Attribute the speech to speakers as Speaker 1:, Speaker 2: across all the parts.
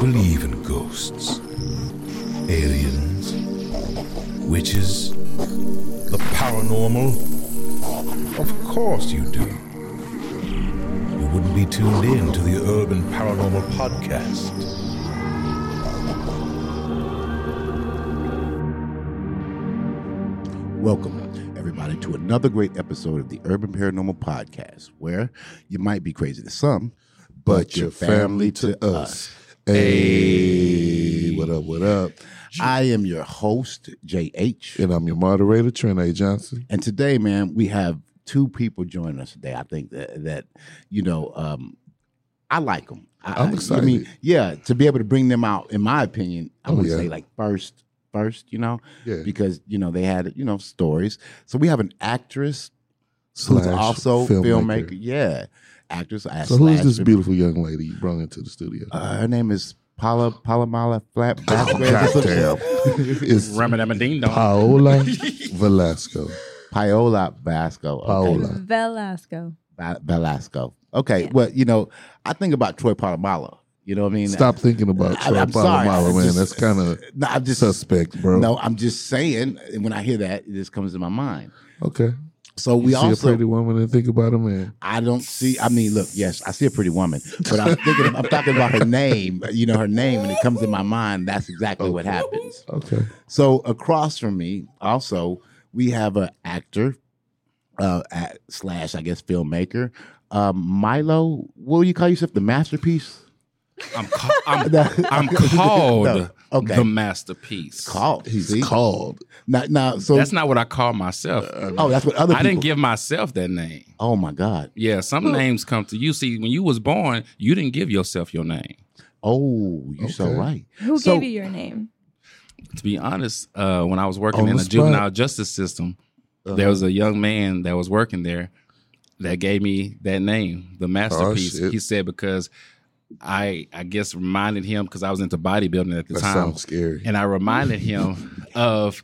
Speaker 1: believe in ghosts, aliens, witches, the paranormal? Of course you do. You wouldn't be tuned in to the Urban Paranormal Podcast.
Speaker 2: Welcome, everybody, to another great episode of the Urban Paranormal Podcast, where you might be crazy to some, but, your family, to us.
Speaker 3: Hey, what up, what up?
Speaker 2: I am your host, JH.
Speaker 3: And I'm your moderator, Trent A. Johnson.
Speaker 2: And today, man, we have two people joining us today. I think that, that you know, um, I like them. I,
Speaker 3: I'm
Speaker 2: I-
Speaker 3: excited.
Speaker 2: I mean, yeah, to be able to bring them out, in my opinion, I
Speaker 3: Oh,
Speaker 2: would
Speaker 3: yeah.
Speaker 2: say like first, first, you know,
Speaker 3: Yeah.
Speaker 2: because you know they had you know stories. So we have an actress who's also filmmaker. Yeah, actress. uh,
Speaker 3: So who's
Speaker 2: slash
Speaker 3: this
Speaker 2: film-
Speaker 3: beautiful young lady you brought into the studio?
Speaker 2: Uh, her name is Paula Palomala Flat.
Speaker 3: Oh,
Speaker 2: Vasquez or something.
Speaker 3: Goddamn. it's
Speaker 4: Ramadama dong.
Speaker 3: Paola Velasco.
Speaker 2: Paola Vasco. Okay.
Speaker 3: Paola.
Speaker 5: Velasco.
Speaker 2: Va- Velasco. Okay. Well, you know, I think about Troy Palomala. You know what I mean?
Speaker 3: Stop thinking about
Speaker 2: I-
Speaker 3: Troy
Speaker 2: I'm sorry.
Speaker 3: Palomalo,
Speaker 2: I
Speaker 3: man.
Speaker 2: just-
Speaker 3: That's kind of
Speaker 2: No, I'm just
Speaker 3: suspect, bro.
Speaker 2: no. I'm just saying. and When I hear that, it just comes to my mind.
Speaker 3: Okay.
Speaker 2: So we
Speaker 3: you see
Speaker 2: also.
Speaker 3: a pretty woman and think about a man.
Speaker 2: I don't see. I mean, look, yes, I see a pretty woman, but I'm thinking. I'm talking about her name. You know, her name, and it comes in my mind. That's exactly
Speaker 3: Oh.
Speaker 2: what happens.
Speaker 3: Okay.
Speaker 2: So across from me, also, we have an actor uh, at, slash, I guess, filmmaker, um, Milo. What do you call yourself? The masterpiece?
Speaker 4: I'm, ca- I'm, I'm called
Speaker 2: No, okay.
Speaker 4: the masterpiece.
Speaker 2: Called.
Speaker 3: He's
Speaker 2: see?
Speaker 3: called.
Speaker 2: Now, now, so
Speaker 4: That's not what I call myself.
Speaker 3: Uh,
Speaker 2: oh, that's what other
Speaker 4: I
Speaker 2: people.
Speaker 4: didn't give myself that name.
Speaker 2: Oh my God.
Speaker 4: Yeah, some names come to you. See, when you was born, you didn't give yourself your name.
Speaker 2: Oh, you are so
Speaker 3: Okay.
Speaker 2: right.
Speaker 5: Who
Speaker 2: So-
Speaker 5: gave you your name?
Speaker 4: To be honest, uh, when I was working
Speaker 3: On
Speaker 4: in
Speaker 3: the
Speaker 4: the,
Speaker 3: spot. Uh-huh.
Speaker 4: juvenile justice system, there was a young man that was working there that gave me that name, the masterpiece.
Speaker 3: Oh, shit.
Speaker 4: he said because I, I guess, reminded him because I was into bodybuilding at the
Speaker 3: That
Speaker 4: time.
Speaker 3: sounds scary.
Speaker 4: and I reminded him of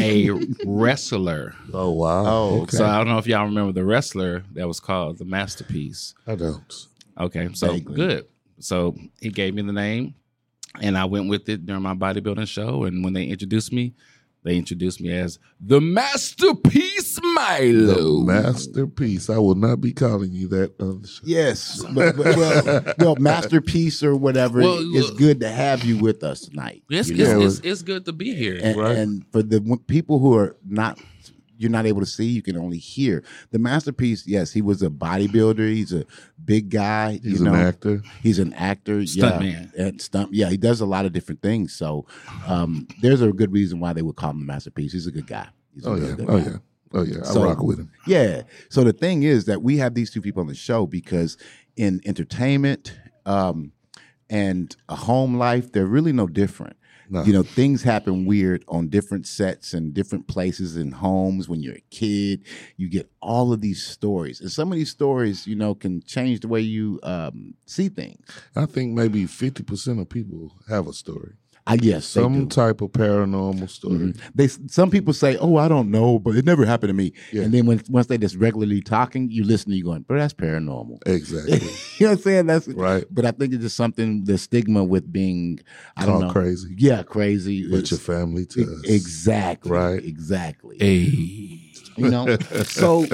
Speaker 4: a wrestler.
Speaker 3: Oh wow.
Speaker 2: Oh,
Speaker 3: okay.
Speaker 4: So I don't know if y'all remember the wrestler that was called the Masterpiece.
Speaker 3: I don't.
Speaker 4: Okay, so
Speaker 2: Vaguely.
Speaker 4: good. So he gave me the name, and I went with it during my bodybuilding show. And when they introduced me, they introduced me as the Masterpiece
Speaker 3: The
Speaker 4: Milo.
Speaker 3: masterpiece. I will not be calling you that uh, on the show.
Speaker 2: Yes, but, but- well, well, masterpiece or whatever.
Speaker 4: Well,
Speaker 2: it's
Speaker 4: look.
Speaker 2: good to have you with us tonight.
Speaker 4: it's,
Speaker 2: you
Speaker 4: it's,
Speaker 2: know?
Speaker 4: it's, it's good to be here.
Speaker 2: and,
Speaker 3: Right.
Speaker 2: and for the w- people who are not you're not able to see you can only hear the masterpiece yes he was a bodybuilder he's a big guy
Speaker 3: He's
Speaker 2: you know
Speaker 3: an actor.
Speaker 2: he's an actor
Speaker 4: Stuntman.
Speaker 2: yeah and stunt yeah he does a lot of different things so um there's a good reason why they would call him the masterpiece he's a good guy he's a
Speaker 3: Oh
Speaker 2: real
Speaker 3: yeah.
Speaker 2: good
Speaker 3: Oh
Speaker 2: guy.
Speaker 3: yeah. Oh yeah.
Speaker 2: So-
Speaker 3: I rock with him.
Speaker 2: Yeah. So the thing is that we have these two people on the show because in entertainment um, and a home life, they're really no different.
Speaker 3: No.
Speaker 2: You know, things happen weird on different sets and different places and homes. When you're a kid, you get all of these stories, and some of these stories, you know, can change the way you um, see things.
Speaker 3: I think maybe fifty percent of people have a story,
Speaker 2: I guess they do.
Speaker 3: some type of paranormal story.
Speaker 2: they some people say, "Oh, I don't know, but it never happened to me."
Speaker 3: Yeah.
Speaker 2: And then when once they just regularly talking, you listen, you going, "But that's paranormal."
Speaker 3: Exactly.
Speaker 2: you know what I'm saying? That's
Speaker 3: Right.
Speaker 2: But I think it's just something the stigma with being I don't
Speaker 3: Called
Speaker 2: know
Speaker 3: crazy.
Speaker 2: Yeah, crazy.
Speaker 3: But
Speaker 2: It's-
Speaker 3: your family
Speaker 2: E-,
Speaker 3: to us.
Speaker 2: exactly
Speaker 3: Right.
Speaker 2: Exactly.
Speaker 4: Hey.
Speaker 2: You know. so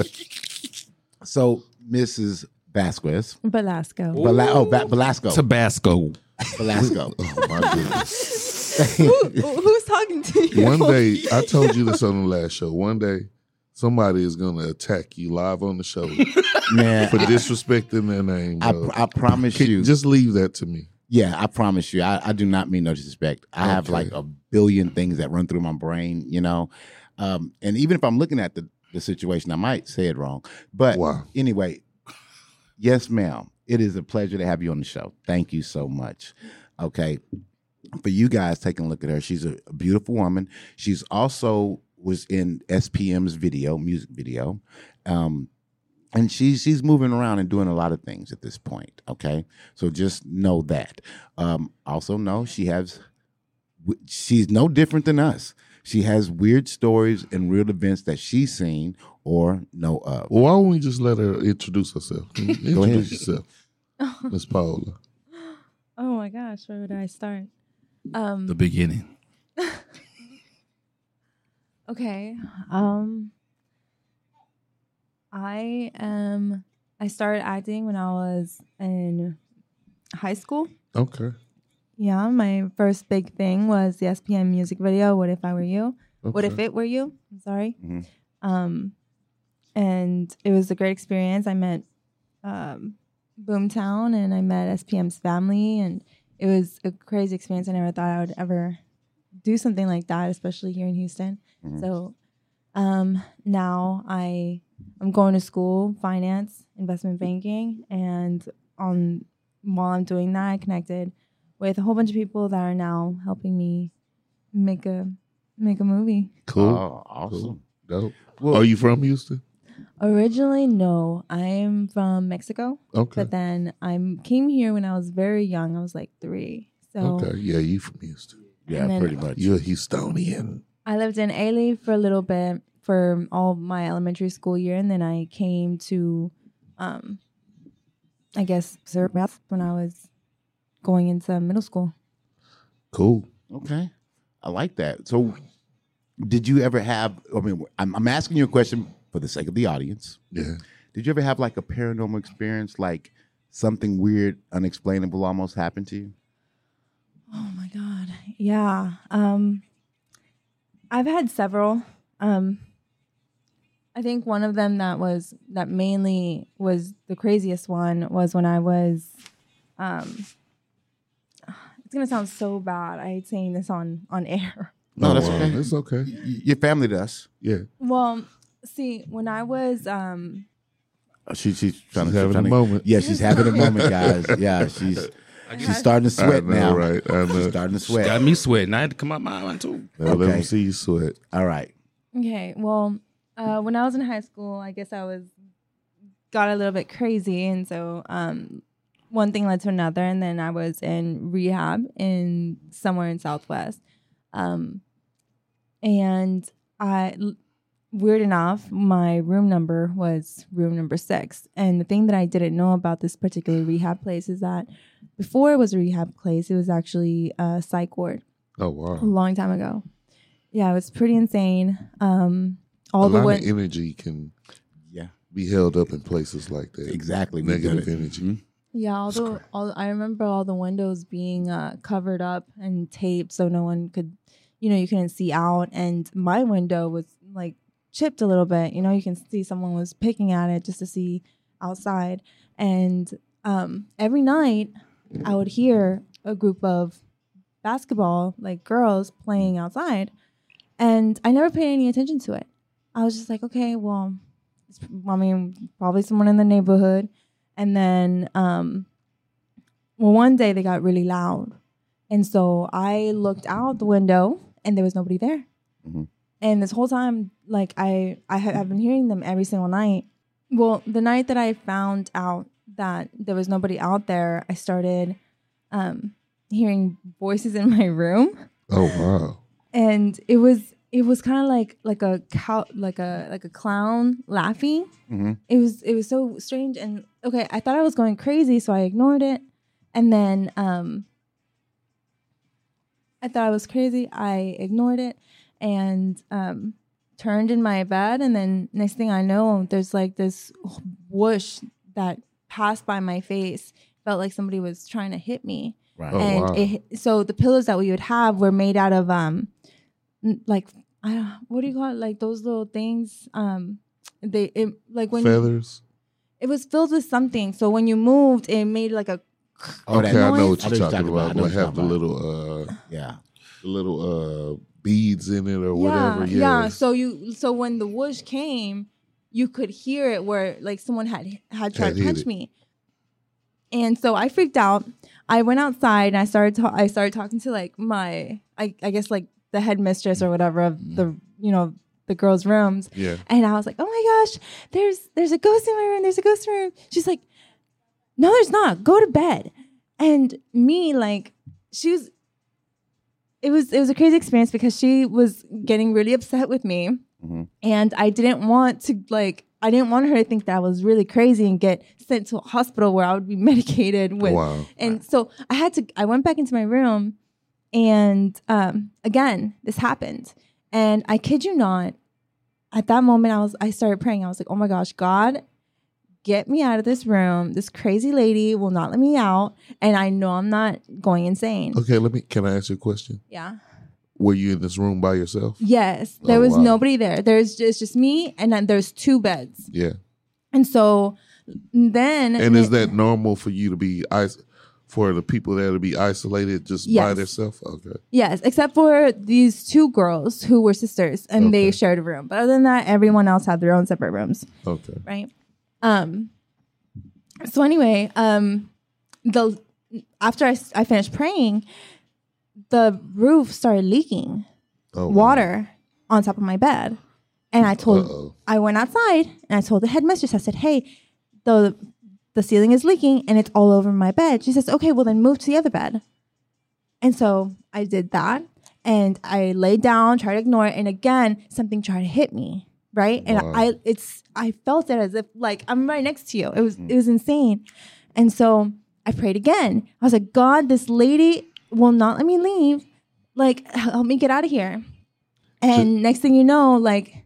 Speaker 2: so Mrs. Vasquez.
Speaker 5: Velasco.
Speaker 2: Vela- oh, Va- Velasco.
Speaker 4: Tabasco.
Speaker 2: Velasco.
Speaker 3: Oh my goodness.
Speaker 5: Who- who's talking to you?
Speaker 3: One day, I told you this on the last show. One day, somebody is going to attack you live on the show
Speaker 2: Man,
Speaker 3: for disrespecting their name.
Speaker 2: I,
Speaker 3: bro.
Speaker 2: I promise
Speaker 3: Can-
Speaker 2: you.
Speaker 3: Just leave that to me.
Speaker 2: Yeah, I promise you. I, I do not mean no disrespect. I have
Speaker 3: Okay.
Speaker 2: like a billion things that run through my brain, you know. Um, and even if I'm looking at the, the situation, I might say it wrong. But
Speaker 3: Wow.
Speaker 2: anyway, yes, ma'am. It is a pleasure to have you on the show. Thank you so much. Okay. For you guys, taking a look at her. She's a beautiful woman. She's also was in SPM's video, music video. Um, and she's she's moving around and doing a lot of things at this point. Okay, so just know that. Um, also, know she has w- she's no different than us. She has weird stories and real events that she's seen or know of.
Speaker 3: Well, why don't we just let her introduce herself? introduce
Speaker 2: ahead.
Speaker 3: yourself, Miss Paola.
Speaker 5: Oh my gosh, where would I start? Um,
Speaker 4: The beginning.
Speaker 5: Okay. Um I am I started acting when I was in high school.
Speaker 3: Okay.
Speaker 5: Yeah, my first big thing was the SPM music video What If I Were You? What if
Speaker 3: okay.
Speaker 5: it were you? I'm sorry.
Speaker 2: Mhm.
Speaker 5: Um and it was a great experience. I met um Boomtown and I met SPM's family and it was a crazy experience. I never thought I would ever do something like that, especially here in Houston.
Speaker 2: Mhm.
Speaker 5: So um, now I I'm going to school, finance, investment banking, and on while I'm doing that, I connected with a whole bunch of people that are now helping me make a make a movie.
Speaker 3: Cool.
Speaker 2: Oh, awesome.
Speaker 3: Dope.
Speaker 2: Well,
Speaker 3: Are you from Houston?
Speaker 5: Originally, no, I'm from Mexico,
Speaker 3: Okay.
Speaker 5: but then I came here when I was very young. I was like three, so
Speaker 3: Okay. Yeah, you from Houston.
Speaker 2: yeah,
Speaker 5: and then-
Speaker 2: pretty much.
Speaker 3: You're a Houstonian.
Speaker 5: I lived in Ailey for a little bit for all my elementary school year, and then I came to, um, I guess, Zerbath when I was going into middle school.
Speaker 3: Cool.
Speaker 2: Okay. I like that. So, did you ever have? I mean, I'm, I'm asking you a question for the sake of the audience.
Speaker 3: Yeah.
Speaker 2: Did you ever have like a paranormal experience, like something weird, unexplainable almost happened to you?
Speaker 5: Oh my god, yeah. Um, I've had several. Um, I think one of them that was that mainly was the craziest one was when I was, um, it's gonna sound so bad. I hate saying this on on air.
Speaker 2: No,
Speaker 3: Oh,
Speaker 2: that's
Speaker 3: wow.
Speaker 2: okay.
Speaker 3: That's okay.
Speaker 2: Y- your family does.
Speaker 3: Yeah.
Speaker 5: Well, see, when I was um
Speaker 2: Uh, She, she's trying
Speaker 3: She's
Speaker 2: to
Speaker 3: having a
Speaker 2: trying to-
Speaker 3: moment.
Speaker 2: Yeah, she's having a moment, guys. Yeah, she's she's starting to
Speaker 3: I
Speaker 2: sweat
Speaker 3: know,
Speaker 2: now.
Speaker 3: right? I
Speaker 2: She's
Speaker 3: know.
Speaker 2: starting to
Speaker 4: She Got
Speaker 2: sweat.
Speaker 4: me sweating. I had to come out my mind too.
Speaker 3: Now, Let
Speaker 2: Okay.
Speaker 3: them see you sweat.
Speaker 2: All right.
Speaker 5: okay, well, uh when I was in high school, I guess I was got a little bit crazy and so um one thing led to another and then I was in rehab in somewhere in Southwest. Um and I l- weird enough, my room number was room number 6. And the thing that I didn't know about this particular rehab place is that before it was a rehab place, it was actually a psych ward.
Speaker 3: Oh
Speaker 5: a
Speaker 3: wow.
Speaker 5: long time ago. Yeah, it was pretty insane. Um, all
Speaker 3: a
Speaker 5: the
Speaker 3: lot
Speaker 5: way.
Speaker 3: of energy can
Speaker 2: Yeah,
Speaker 3: be held up in places like that.
Speaker 2: exactly. We've done
Speaker 3: Negative
Speaker 2: it.
Speaker 3: energy.
Speaker 2: Mhm.
Speaker 5: yeah, all the. All, I remember all the windows being uh, covered up and taped, so no one could, you know, you couldn't see out. And my window was like chipped a little bit. You know, you can see someone was picking at it just to see outside. And um, every night, I would hear a group of basketball like girls playing outside, and I never paid any attention to it. I was just like, okay, well, it's, I mean, probably someone in the neighborhood. And then, um, well, one day they got really loud. And so I looked out the window and there was nobody there.
Speaker 2: Mhm.
Speaker 5: And this whole time, like I, I had, I've been hearing them every single night. Well, the night that I found out that there was nobody out there, I started um, hearing voices in my room
Speaker 3: Oh wow.
Speaker 5: and it was it was kind of like like a cow like a like a clown laughing
Speaker 2: Mhm.
Speaker 5: it was it was so strange and okay i thought i was going crazy so i ignored it and then um i thought i was crazy i ignored it and um turned in my bed and then next thing i know there's like this whoosh that passed by my face felt like somebody was trying to hit me
Speaker 2: Right.
Speaker 3: Oh.
Speaker 5: and
Speaker 3: wow.
Speaker 5: it, so the pillows that we would have were made out of um n- like I don't, what do you call it like those little things um they it, like when
Speaker 3: Feathers.
Speaker 5: it was filled with something so when you moved it made like a
Speaker 2: Oh,
Speaker 3: okay,
Speaker 2: that
Speaker 3: I know
Speaker 5: noise.
Speaker 3: what
Speaker 2: I
Speaker 3: you're
Speaker 2: know
Speaker 3: talking about.
Speaker 2: I know
Speaker 3: Like
Speaker 2: what you're
Speaker 3: have the
Speaker 2: talking
Speaker 3: little uh
Speaker 2: Yeah.
Speaker 3: the little uh beads in it or whatever.
Speaker 5: yeah yeah
Speaker 3: yes.
Speaker 5: so you so when the whoosh came you could hear it where like someone had had tried
Speaker 3: Had
Speaker 5: to
Speaker 3: hit
Speaker 5: punch
Speaker 3: it.
Speaker 5: me and so i freaked out i went outside and i started ta- i started talking to like my I, I guess like the headmistress or whatever of the you know the girls rooms
Speaker 3: yeah.
Speaker 5: And I was like, "Oh my gosh, there's there's a ghost in my room. There's a ghost in my room." She's like, "No, there's not. Go to bed." And me, like, she was. It was it was a crazy experience because she was getting really upset with me,
Speaker 2: Mhm.
Speaker 5: and I didn't want to like I didn't want her to think that I was really crazy and get sent to a hospital where I would be medicated with.
Speaker 3: wow.
Speaker 5: And so I had to, I went back into my room and um, again, this happened. And I kid you not, at that moment, I was, I started praying. I was like, oh my gosh, God, get me out of this room. This crazy lady will not let me out. And I know I'm not going insane.
Speaker 3: Okay, let me. Can I ask you a question?
Speaker 5: Yeah.
Speaker 3: Were you in this room by yourself?
Speaker 5: Yes. There
Speaker 3: Oh,
Speaker 5: was
Speaker 3: wow.
Speaker 5: nobody there. There's just, just me and then there's two beds.
Speaker 3: Yeah.
Speaker 5: And so then.
Speaker 3: And is that normal for you to be is- for the people there to be isolated just by
Speaker 5: Yes.
Speaker 3: themselves? Okay.
Speaker 5: Yes, except for these two girls who were sisters and
Speaker 3: Okay.
Speaker 5: they shared a room. But other than that, everyone else had their own separate rooms,
Speaker 3: Okay.
Speaker 5: right? Um so anyway, um the after I, s- I finished praying, the roof started leaking
Speaker 3: Oh, wow.
Speaker 5: water on top of my bed. And I told
Speaker 3: Uh-oh.
Speaker 5: I went outside and I told the headmistress, I said, Hey, the the ceiling is leaking and it's all over my bed. She says, Okay, well then move to the other bed. And so I did that and I laid down, tried to ignore it, and again something tried to hit me. Right. And
Speaker 3: Wow.
Speaker 5: I it's I felt it as if like I'm right next to you. It was it was insane. And so I prayed again. I was like, God, this lady will not let me leave. Like, help me get out of here. And next thing you know, like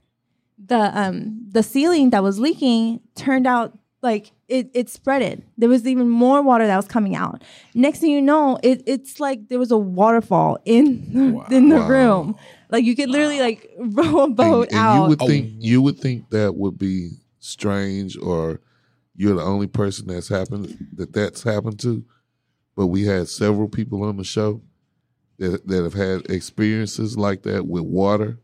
Speaker 5: the um the ceiling that was leaking turned out like it it spreaded. There was even more water that was coming out. Next thing you know, it it's like there was a waterfall in the, in the
Speaker 3: Wow.
Speaker 5: room. Like you could literally like row a boat
Speaker 3: and, and
Speaker 5: out.
Speaker 3: You would think you would think that would be strange, or you're the only person that's happened that that's happened to. But we had several people on the show that that have had experiences like that with water,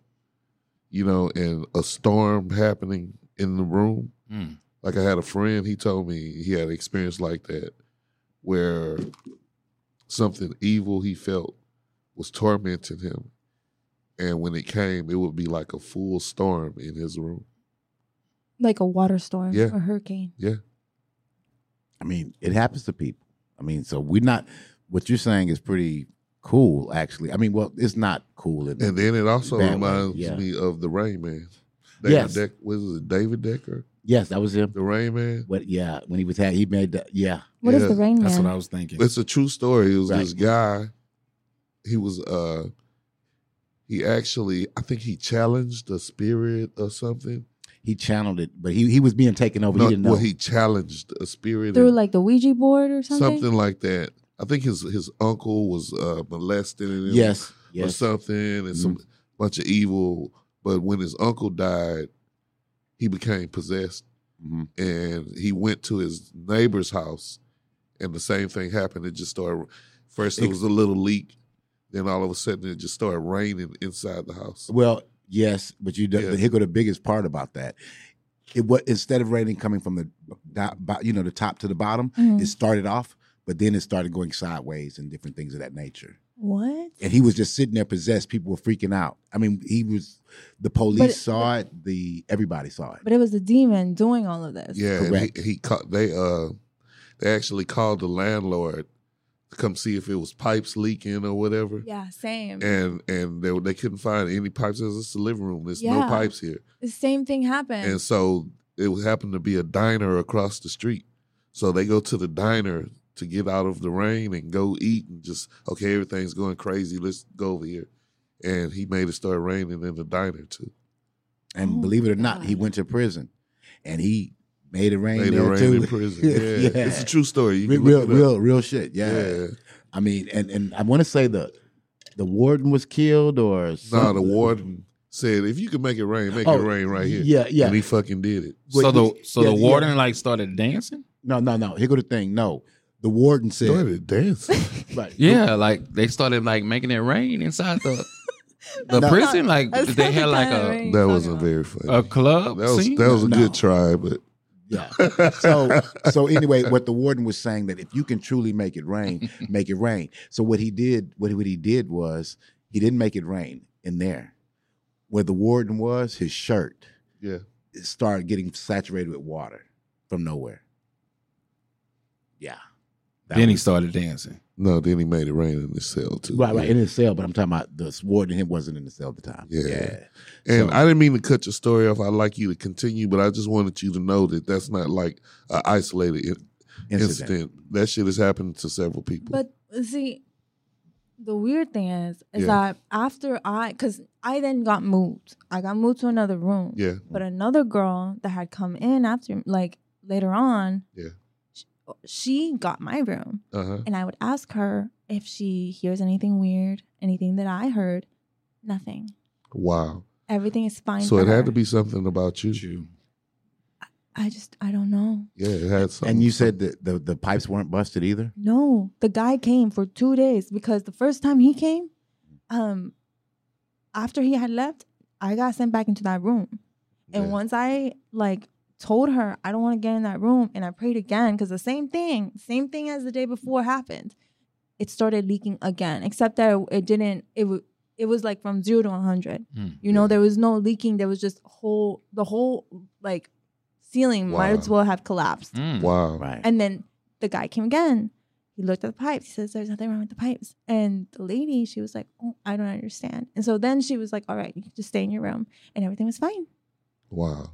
Speaker 3: you know, and a storm happening in the room.
Speaker 4: Mm.
Speaker 3: Like I had a friend, he told me he had an experience like that where something evil he felt was tormenting him. And when it came, it would be like a full storm in his room.
Speaker 5: like a water storm
Speaker 3: Yeah.
Speaker 5: or hurricane.
Speaker 2: I mean, it happens to people. I mean, so we're not. What you're saying is pretty cool, actually. I mean, well, it's not cool. In
Speaker 3: And then it also
Speaker 2: Bad way,
Speaker 3: reminds
Speaker 2: yeah.
Speaker 3: me of the Rain Man. David
Speaker 2: Yes.
Speaker 3: Deck, was it David Decker?
Speaker 2: yes, that was him.
Speaker 3: The Rain Man.
Speaker 2: But yeah, when he was had, he made the yeah.
Speaker 5: What is
Speaker 3: Yeah,
Speaker 5: the rain
Speaker 4: That's
Speaker 5: man?
Speaker 4: what I was thinking.
Speaker 3: It's a true story. It was
Speaker 2: Right.
Speaker 3: this guy. He was uh he actually I think he challenged a spirit or something.
Speaker 2: He channeled it, but he he was being taken over.
Speaker 3: No,
Speaker 2: he didn't know.
Speaker 3: well he challenged a spirit
Speaker 5: Through
Speaker 3: and-
Speaker 5: like the Ouija board or something.
Speaker 3: something like that. I think his his uncle was uh molesting him.
Speaker 2: yes,
Speaker 3: or
Speaker 2: yes.
Speaker 3: something and some bunch of evil. But when his uncle died, he became possessed
Speaker 2: Mhm.
Speaker 3: and he went to his neighbor's house and the same thing happened. It just started first it was a little leak, then all of a sudden it just started raining inside the house.
Speaker 2: Well, yes, but you. do
Speaker 3: Yeah.
Speaker 2: But here go the biggest part about that. It was instead of raining coming from the, do- bo- you know, the top to the bottom.
Speaker 5: Mhm.
Speaker 2: It started off, but then it started going sideways and different things of that nature.
Speaker 5: What?
Speaker 2: and he was just sitting there possessed. People were freaking out. I mean, he was. The police
Speaker 5: But-
Speaker 2: saw it. The everybody saw it.
Speaker 5: But it was the demon doing all of this.
Speaker 3: Yeah, and
Speaker 2: Correct.
Speaker 3: he, he caught they uh they actually called the landlord to come see if it was pipes leaking or whatever.
Speaker 5: Yeah, same.
Speaker 3: And and they they couldn't find any pipes. It's just the living room. There's no
Speaker 5: Yeah.
Speaker 3: pipes here.
Speaker 5: the same thing happened.
Speaker 3: And so it would happen to be a diner across the street. So they go to the diner to get out of the rain and go eat and just, okay, everything's going crazy. Let's go over here. And he made it start raining in the diner too.
Speaker 2: And
Speaker 5: Oh,
Speaker 2: believe it or not, he
Speaker 5: God.
Speaker 2: went to prison, and he made it rain
Speaker 3: Made it
Speaker 2: there
Speaker 3: rain
Speaker 2: too.
Speaker 3: in prison. Yeah. It's a true story. You
Speaker 2: Re-
Speaker 3: can look
Speaker 2: real,
Speaker 3: it up.
Speaker 2: real, real shit. Yeah.
Speaker 3: Yeah.
Speaker 2: I mean, and and I want to say the the warden was killed or
Speaker 3: Nah, the
Speaker 2: something.
Speaker 3: warden said, if you can make it rain, make
Speaker 2: Oh,
Speaker 3: it rain right here.
Speaker 2: Yeah, yeah.
Speaker 3: And he fucking did it.
Speaker 4: so
Speaker 2: Wait,
Speaker 4: the so
Speaker 2: yeah,
Speaker 4: the
Speaker 2: yeah.
Speaker 4: warden like started dancing.
Speaker 2: No, no, no. Here go the thing. No, the warden said.
Speaker 3: Started dancing.
Speaker 2: Right.
Speaker 4: Yeah, like they started like making it rain inside the the
Speaker 2: No.
Speaker 4: prison. Like
Speaker 5: That's
Speaker 4: they
Speaker 5: not
Speaker 4: had
Speaker 5: the
Speaker 4: like
Speaker 5: kind of
Speaker 4: a
Speaker 5: rain
Speaker 3: that
Speaker 5: you're
Speaker 3: wasn't
Speaker 5: talking about.
Speaker 3: very funny.
Speaker 4: a club
Speaker 3: that was
Speaker 4: scene.
Speaker 3: that was a
Speaker 2: No.
Speaker 3: good try, but
Speaker 2: Yeah. So so anyway, what the warden was saying that if you can truly make it rain, make it rain. So what he did, what what he did was he didn't make it rain in there. Where the warden was, his shirt
Speaker 3: yeah.
Speaker 2: started getting saturated with water from nowhere. Yeah. That
Speaker 4: then he
Speaker 2: was-
Speaker 4: started dancing.
Speaker 3: No, then he made it rain in his cell too.
Speaker 2: right, right in his cell. But I'm talking about the sword in him wasn't in the cell at the time.
Speaker 3: Yeah.
Speaker 2: yeah.
Speaker 3: And
Speaker 2: So-
Speaker 3: I didn't mean to cut your story off. I'd like you to continue, but I just wanted you to know that that's not like an isolated in- incident.
Speaker 2: Incident.
Speaker 3: That shit has happened to several people.
Speaker 5: But uh, see, the weird thing is, is
Speaker 3: Yeah.
Speaker 5: that after I, because I then got moved. I got moved to another room.
Speaker 3: yeah,
Speaker 5: But another girl that had come in after, like later on,
Speaker 3: Yeah.
Speaker 5: sh- oh, she got my room,
Speaker 3: uh huh.
Speaker 5: and I would ask her if she hears anything weird, anything that I heard. Nothing.
Speaker 3: Wow.
Speaker 5: Everything is fine.
Speaker 3: So
Speaker 5: for
Speaker 3: it
Speaker 5: her.
Speaker 3: had to be something about you.
Speaker 4: You.
Speaker 5: I just, I don't know.
Speaker 3: Yeah, it had something.
Speaker 2: And you said that the, the pipes weren't busted either.
Speaker 5: No, the guy came for two days because the first time he came, um, after he had left, I got sent back into that room. And
Speaker 3: Yeah.
Speaker 5: once I like told her I don't want to get in that room, and I prayed again because the same thing, same thing as the day before happened, it started leaking again. Except that it, it didn't. It was it was like from zero to one hundred.
Speaker 4: Hmm.
Speaker 5: You know, there was no leaking. There was just whole the whole like ceiling might
Speaker 3: Wow.
Speaker 5: as well have collapsed.
Speaker 4: Mm.
Speaker 3: wow.
Speaker 2: Right.
Speaker 5: And then the guy came again. He looked at the pipes. He says, There's nothing wrong with the pipes. And the lady, she was like, Oh, I don't understand. And so then she was like, All right, you can just stay in your room. And everything was fine.
Speaker 3: Wow.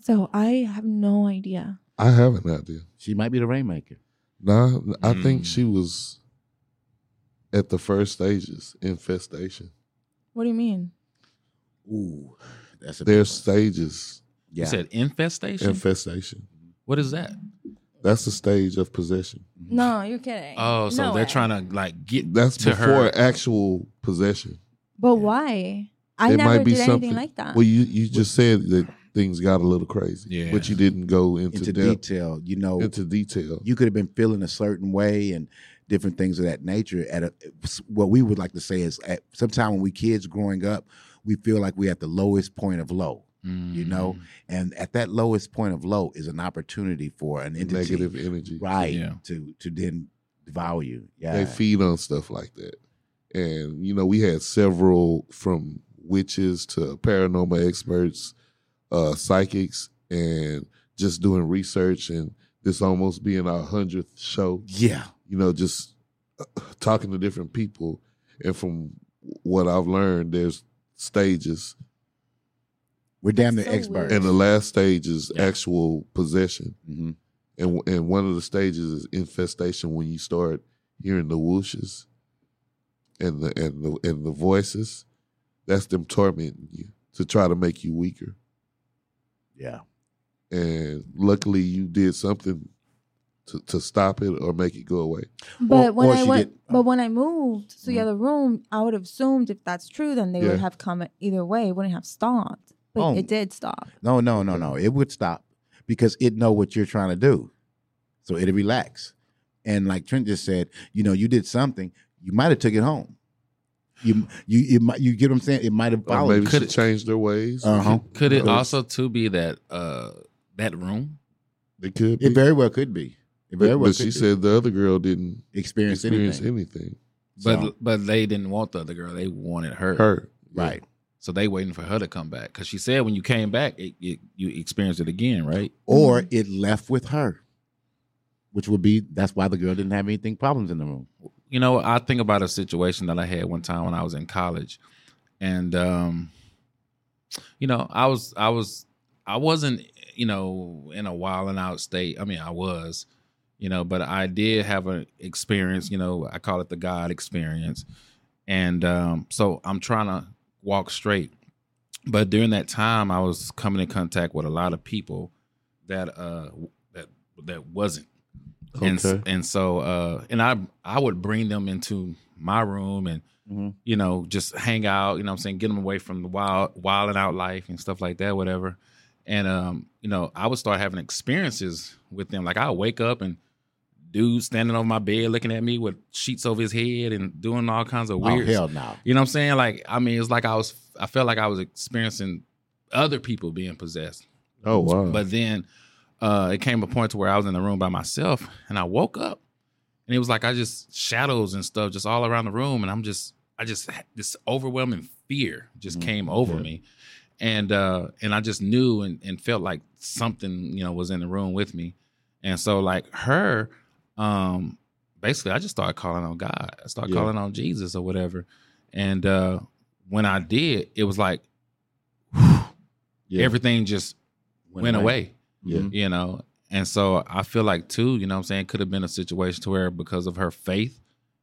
Speaker 5: So I have no idea.
Speaker 3: I have an idea.
Speaker 2: she might be the rainmaker.
Speaker 3: Nah, I think
Speaker 4: Mm.
Speaker 3: she was at the first stages, infestation.
Speaker 5: What do you mean?
Speaker 2: Ooh, that's a
Speaker 3: There's stages,
Speaker 4: You
Speaker 2: yeah.
Speaker 4: said infestation.
Speaker 3: infestation.
Speaker 4: what is that?
Speaker 3: That's the stage of possession.
Speaker 5: No, you're kidding.
Speaker 4: Oh, so
Speaker 5: No
Speaker 4: they're
Speaker 5: way.
Speaker 4: trying to like get
Speaker 3: That's
Speaker 4: to
Speaker 3: before
Speaker 4: her.
Speaker 3: actual possession.
Speaker 5: But why? I
Speaker 3: It
Speaker 5: never
Speaker 3: might be
Speaker 5: did
Speaker 3: something-
Speaker 5: anything like that.
Speaker 3: Well, you you just said that things got a little crazy,
Speaker 4: Yeah.
Speaker 3: but you didn't go into,
Speaker 2: into
Speaker 3: depth,
Speaker 2: detail. You know,
Speaker 3: into detail.
Speaker 2: you could have been feeling a certain way and different things of that nature. At a, eh, what we would like to say is, at sometime when we kids growing up, we feel like we're at the lowest point of low.
Speaker 4: Mm.
Speaker 2: you know, And at that lowest point of low is an opportunity for an entity,
Speaker 3: negative energy.
Speaker 2: right,
Speaker 4: Yeah.
Speaker 2: to to then devour you. Yeah,
Speaker 3: They feed on stuff like that, and you know we had several from witches to paranormal experts, uh, psychics, and just doing research. And this almost being our hundredth show.
Speaker 2: yeah,
Speaker 3: you know, just uh, talking to different people. And from what I've learned, there's stages.
Speaker 2: we're damn
Speaker 5: That's
Speaker 2: near
Speaker 5: so weird.
Speaker 2: experts.
Speaker 3: And the last stage is
Speaker 4: Yeah.
Speaker 3: actual possession.
Speaker 2: hmm
Speaker 3: And, and one of the stages is infestation when you start hearing the whooshes and the, and the, and the voices. That's them tormenting you to try to make you weaker.
Speaker 2: Yeah,
Speaker 3: And luckily, you did something to, to stop it or make it go away.
Speaker 5: But
Speaker 2: Or-
Speaker 5: when
Speaker 2: or
Speaker 5: I
Speaker 2: she
Speaker 5: went,
Speaker 2: did-
Speaker 5: but when I moved to the
Speaker 2: Mhm.
Speaker 5: other room, I would have assumed if that's true, then they
Speaker 3: Yeah.
Speaker 5: would have come either way. It wouldn't have stopped, but
Speaker 2: Oh.
Speaker 5: it did stop.
Speaker 2: no, no, no, no. It would stop because it know what you're trying to do, so it'd relax. And like Trent just said, you know, you did something. You might have took it home. You you you might you get what I'm saying? It might have
Speaker 3: Or
Speaker 2: followed.
Speaker 3: maybe
Speaker 4: could
Speaker 3: she
Speaker 4: it-
Speaker 3: changed their ways.
Speaker 2: Uh-huh.
Speaker 4: Could it
Speaker 3: Because-
Speaker 4: also too be that uh that room?
Speaker 3: They could.
Speaker 2: It
Speaker 3: be.
Speaker 2: very well could be. It very
Speaker 3: But-
Speaker 2: well
Speaker 3: but she
Speaker 2: could be.
Speaker 3: said the other girl didn't
Speaker 2: experience,
Speaker 3: experience
Speaker 2: anything.
Speaker 3: anything.
Speaker 4: But
Speaker 2: So-
Speaker 4: but they didn't want the other girl. They wanted her.
Speaker 3: Her.
Speaker 2: Right.
Speaker 4: So they waiting for her to come back because she said when you came back, it, it, you experienced it again, right?
Speaker 2: Or it left with her. Which would be that's why the girl didn't have anything problems in the room.
Speaker 4: you know, I think about a situation that I had one time when I was in college, and um, you know, I was I was I wasn't you know in a wild and out state. I mean, I was, you know, but I did have an experience. You know, I call it the God experience, and um, so I'm trying to walk straight. But during that time, I was coming in contact with a lot of people that uh that that wasn't and s-
Speaker 3: Okay.
Speaker 4: and so uh and i i would bring them into my room and
Speaker 2: Mhm.
Speaker 4: you know just hang out you know what i'm saying get them away from the wild wild and out life and stuff like that whatever and um you know i would start having experiences with them like i would wake up and dude standing over my bed looking at me with sheets over his head and doing all kinds of weird
Speaker 2: Oh hell no.
Speaker 4: you know what I'm saying? Like, I mean, it's like I was, I felt like I was experiencing other people being possessed.
Speaker 3: Oh wow.
Speaker 4: But then uh, it came a point to where I was in the room by myself and I woke up and it was like I just shadows and stuff just all around the room. And I'm just, I just, this overwhelming fear just
Speaker 2: Mhm.
Speaker 4: came over
Speaker 3: Mm, Yeah.
Speaker 4: me. And, uh, and I just knew and, and felt like something, you know, was in the room with me. And so, like, her, um, basically I just started calling on God. I started
Speaker 3: Yeah.
Speaker 4: calling on Jesus or whatever. And uh when I did, it was like whew,
Speaker 2: Yeah.
Speaker 4: everything just went, away. Mm-hmm.
Speaker 2: Yeah.
Speaker 4: You know? And so I feel like too, you know what I'm saying, could have been a situation to where because of her faith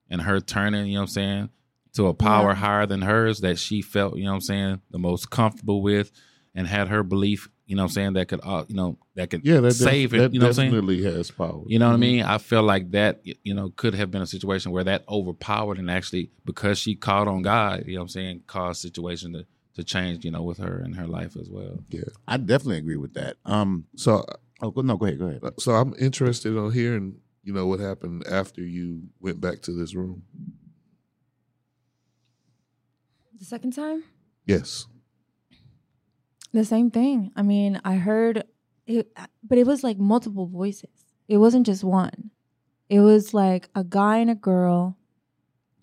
Speaker 4: and her turning, you know what I'm saying, to a power
Speaker 5: Yeah.
Speaker 4: higher than hers that she felt, you know what I'm saying, the most comfortable with and had her belief, you know what I'm saying, that could uh, you know, that could
Speaker 3: Yeah, that, def-
Speaker 4: save it,
Speaker 3: that
Speaker 4: you know what I'm saying?
Speaker 3: definitely has power. Mm-hmm.
Speaker 4: You know what I mean? I feel like that, y- you know, could have been a situation where that overpowered and actually because she called on God, you know what I'm saying, caused situation to to change, you know, with her and her life as well.
Speaker 2: I definitely agree with that. Um.
Speaker 3: So
Speaker 2: Oh go- no. Go ahead. Go ahead.
Speaker 3: so I'm interested on hearing, you know, what happened after you went back to this room.
Speaker 5: The second time?
Speaker 3: Yes.
Speaker 5: The same thing. I mean, I heard it, but it was like multiple voices. It wasn't just one. It was like a guy and a girl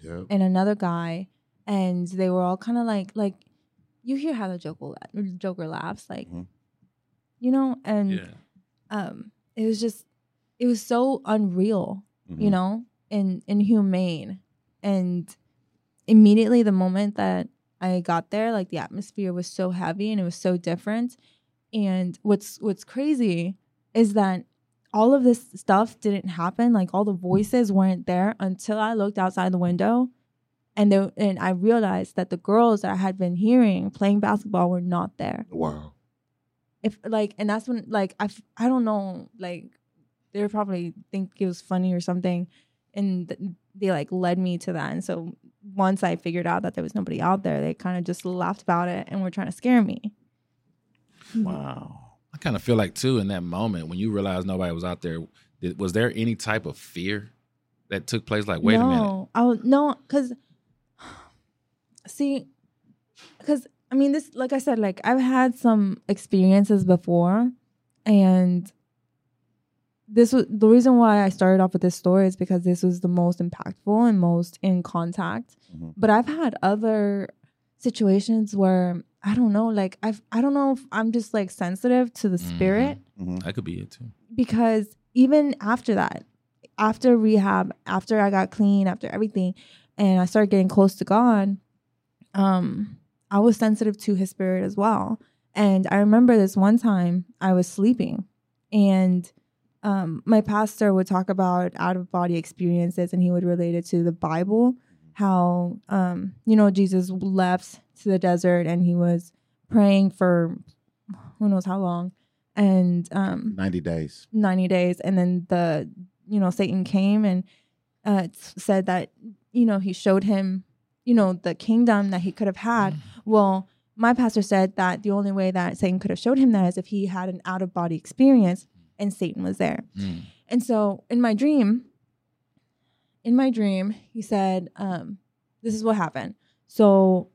Speaker 3: Yeah.
Speaker 5: and another guy, and they were all kind of like like you hear how the Joker la- Joker laughs, like
Speaker 2: Mhm.
Speaker 5: you know, and um, it was just it was so unreal you know, and inhumane. And immediately, the moment that I got there, like the atmosphere was so heavy and it was so different. And what's what's crazy is that all of this stuff didn't happen. Like all the voices weren't there until I looked outside the window, and there, and I realized that the girls that I had been hearing playing basketball were not there
Speaker 3: Wow.
Speaker 5: if like and that's when like i f- i don't know like they were probably think it was funny or something and th- they like led me to that and so once i figured out that there was nobody out there they kind of just laughed about it and were trying to scare me
Speaker 4: Mm-hmm.
Speaker 2: Wow.
Speaker 4: I kind of feel like too in that moment when you realized nobody was out there, th- was there any type of fear that took place? Like, wait
Speaker 5: no,
Speaker 4: a minute.
Speaker 5: I was, no, because see, because I mean, this, like I said, like I've had some experiences before, and this was the reason why I started off with this story is because this was the most impactful and most in contact.
Speaker 4: Mm-hmm.
Speaker 2: Mhm.
Speaker 5: But I've had other situations where I don't know, like I've, I don't know if I'm just like sensitive to the
Speaker 4: Mhm.
Speaker 5: spirit
Speaker 4: That could be it too.
Speaker 5: because even after that, after rehab, after I got clean, after everything, and I started getting close to God, um, I was sensitive to his spirit as well. And I remember this one time I was sleeping and um, my pastor would talk about out of body experiences and he would relate it to the Bible, how, um, you know, Jesus left to the desert and he was praying for who knows how long. And um,
Speaker 2: Ninety days.
Speaker 5: 90 days and then the you know satan came and uh s- said that you know he showed him you know the kingdom that he could have had
Speaker 4: Mm.
Speaker 5: well my pastor said that the only way that satan could have showed him that is if he had an out of body experience and satan was there
Speaker 4: Mm.
Speaker 5: and so in my dream, in my dream, he said, um, this is what happened. So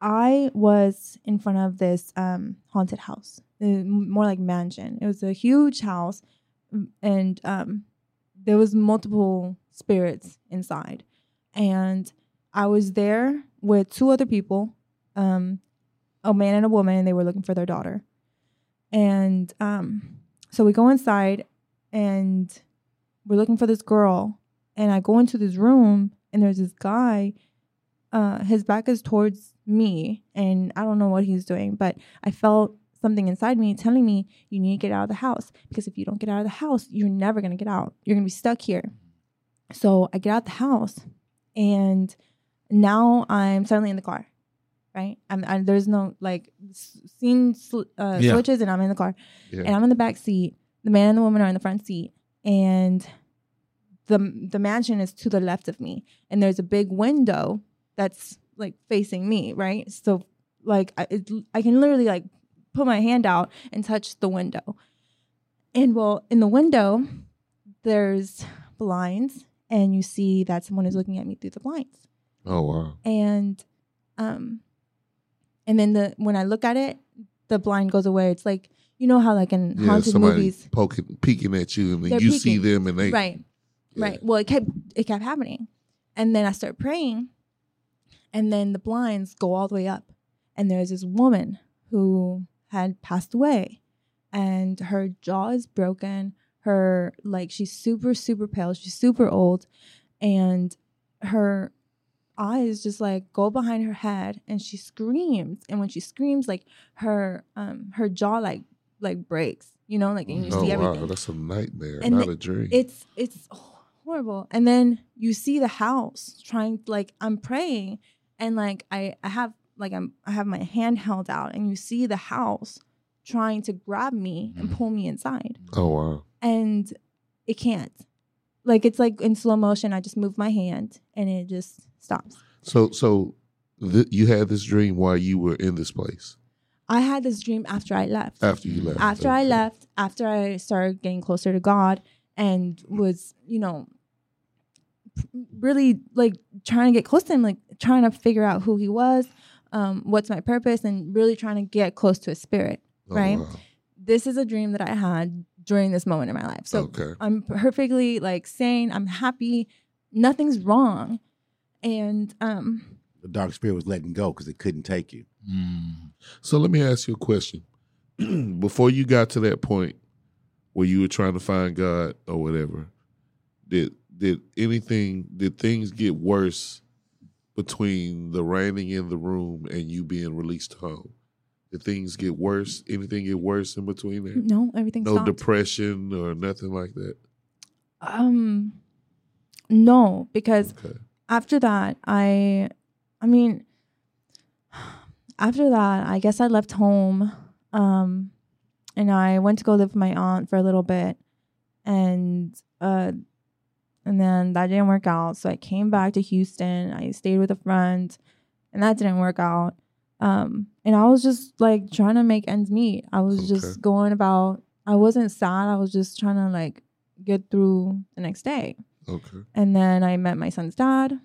Speaker 5: I was in front of this um, haunted house, uh, m- more like mansion. It was a huge house, m- and um, there was multiple spirits inside. And I was there with two other people, um, a man and a woman, and they were looking for their daughter. And um, so we go inside, and we're looking for this girl. And I go into this room, and there's this guy. Uh, his back is towards me, and I don't know what he's doing, but I felt something inside me telling me, You need to get out of the house because if you don't get out of the house, you're never going to get out. You're going to be stuck here. So I get out the house, and now I'm suddenly in the car, right? I'm, I, there's no like s- scene sl- uh,
Speaker 4: Yeah.
Speaker 5: switches, and I'm in the car and
Speaker 3: Yeah.
Speaker 5: I'm in the back seat. The man and the woman are in the front seat, and the the mansion is to the left of me, and there's a big window that's like facing me, right? So like I it, I can literally like put my hand out and touch the window, and well, in the window there's blinds, and you see that someone is looking at me through the blinds
Speaker 3: Oh wow.
Speaker 5: and um and then the when i look at it the blind goes away it's like you know how like in
Speaker 3: Yeah,
Speaker 5: haunted
Speaker 3: somebody
Speaker 5: movies
Speaker 3: poking peeking at you and then
Speaker 5: They're
Speaker 3: you see
Speaker 5: peeking.
Speaker 3: them and they
Speaker 5: right
Speaker 3: Yeah.
Speaker 5: right well it kept it kept happening and then i start praying and then the blinds go all the way up and there's this woman who had passed away and her jaw is broken her like she's super super pale she's super old and her eyes just like go behind her head and she screams and when she screams like her um her jaw like like breaks you know like and you
Speaker 3: oh
Speaker 5: see
Speaker 3: wow,
Speaker 5: everything
Speaker 3: that's a nightmare,
Speaker 5: And
Speaker 3: not
Speaker 5: the-
Speaker 3: a dream.
Speaker 5: it's it's horrible and then you see the house trying like i'm praying and like i i have like i'm i have my hand held out and you see the house trying to grab me and pull me inside
Speaker 3: oh wow,
Speaker 5: and it can't like it's like in slow motion i just move my hand and it just stops
Speaker 3: so so th- you had this dream while you were in this place
Speaker 5: i had this dream after i left
Speaker 3: after you left.
Speaker 5: after I
Speaker 3: Okay.
Speaker 5: left, after I started getting closer to God and was, you know, really like trying to get close to Him, like trying to figure out who He was, um, what's my purpose, and really trying to get close to His Spirit.
Speaker 3: Oh,
Speaker 5: right?
Speaker 3: wow.
Speaker 5: This is a dream that I had during this moment in my life. So
Speaker 3: okay,
Speaker 5: I'm perfectly like sane, I'm happy, nothing's wrong. And um,
Speaker 2: The dark spirit was letting go because it couldn't take you.
Speaker 4: Mm.
Speaker 3: so let me ask you a question. Before you got to that point where you were trying to find God or whatever, did did anything did things get worse between the raining in the room and you being released home? Did things get worse? Anything get worse in between there?
Speaker 5: no, everything
Speaker 3: no
Speaker 5: stopped.
Speaker 3: depression or nothing like that.
Speaker 5: um, no, because
Speaker 3: Okay.
Speaker 5: after that i i mean after that i guess i left home um and i went to go live with my aunt for a little bit and uh and then that didn't work out so i came back to houston i stayed with a friend and that didn't work out um and i was just like trying to make ends meet i was
Speaker 3: Okay.
Speaker 5: just going about i wasn't sad i was just trying to like get through the next day
Speaker 3: Okay.
Speaker 5: and then I met my son's dad.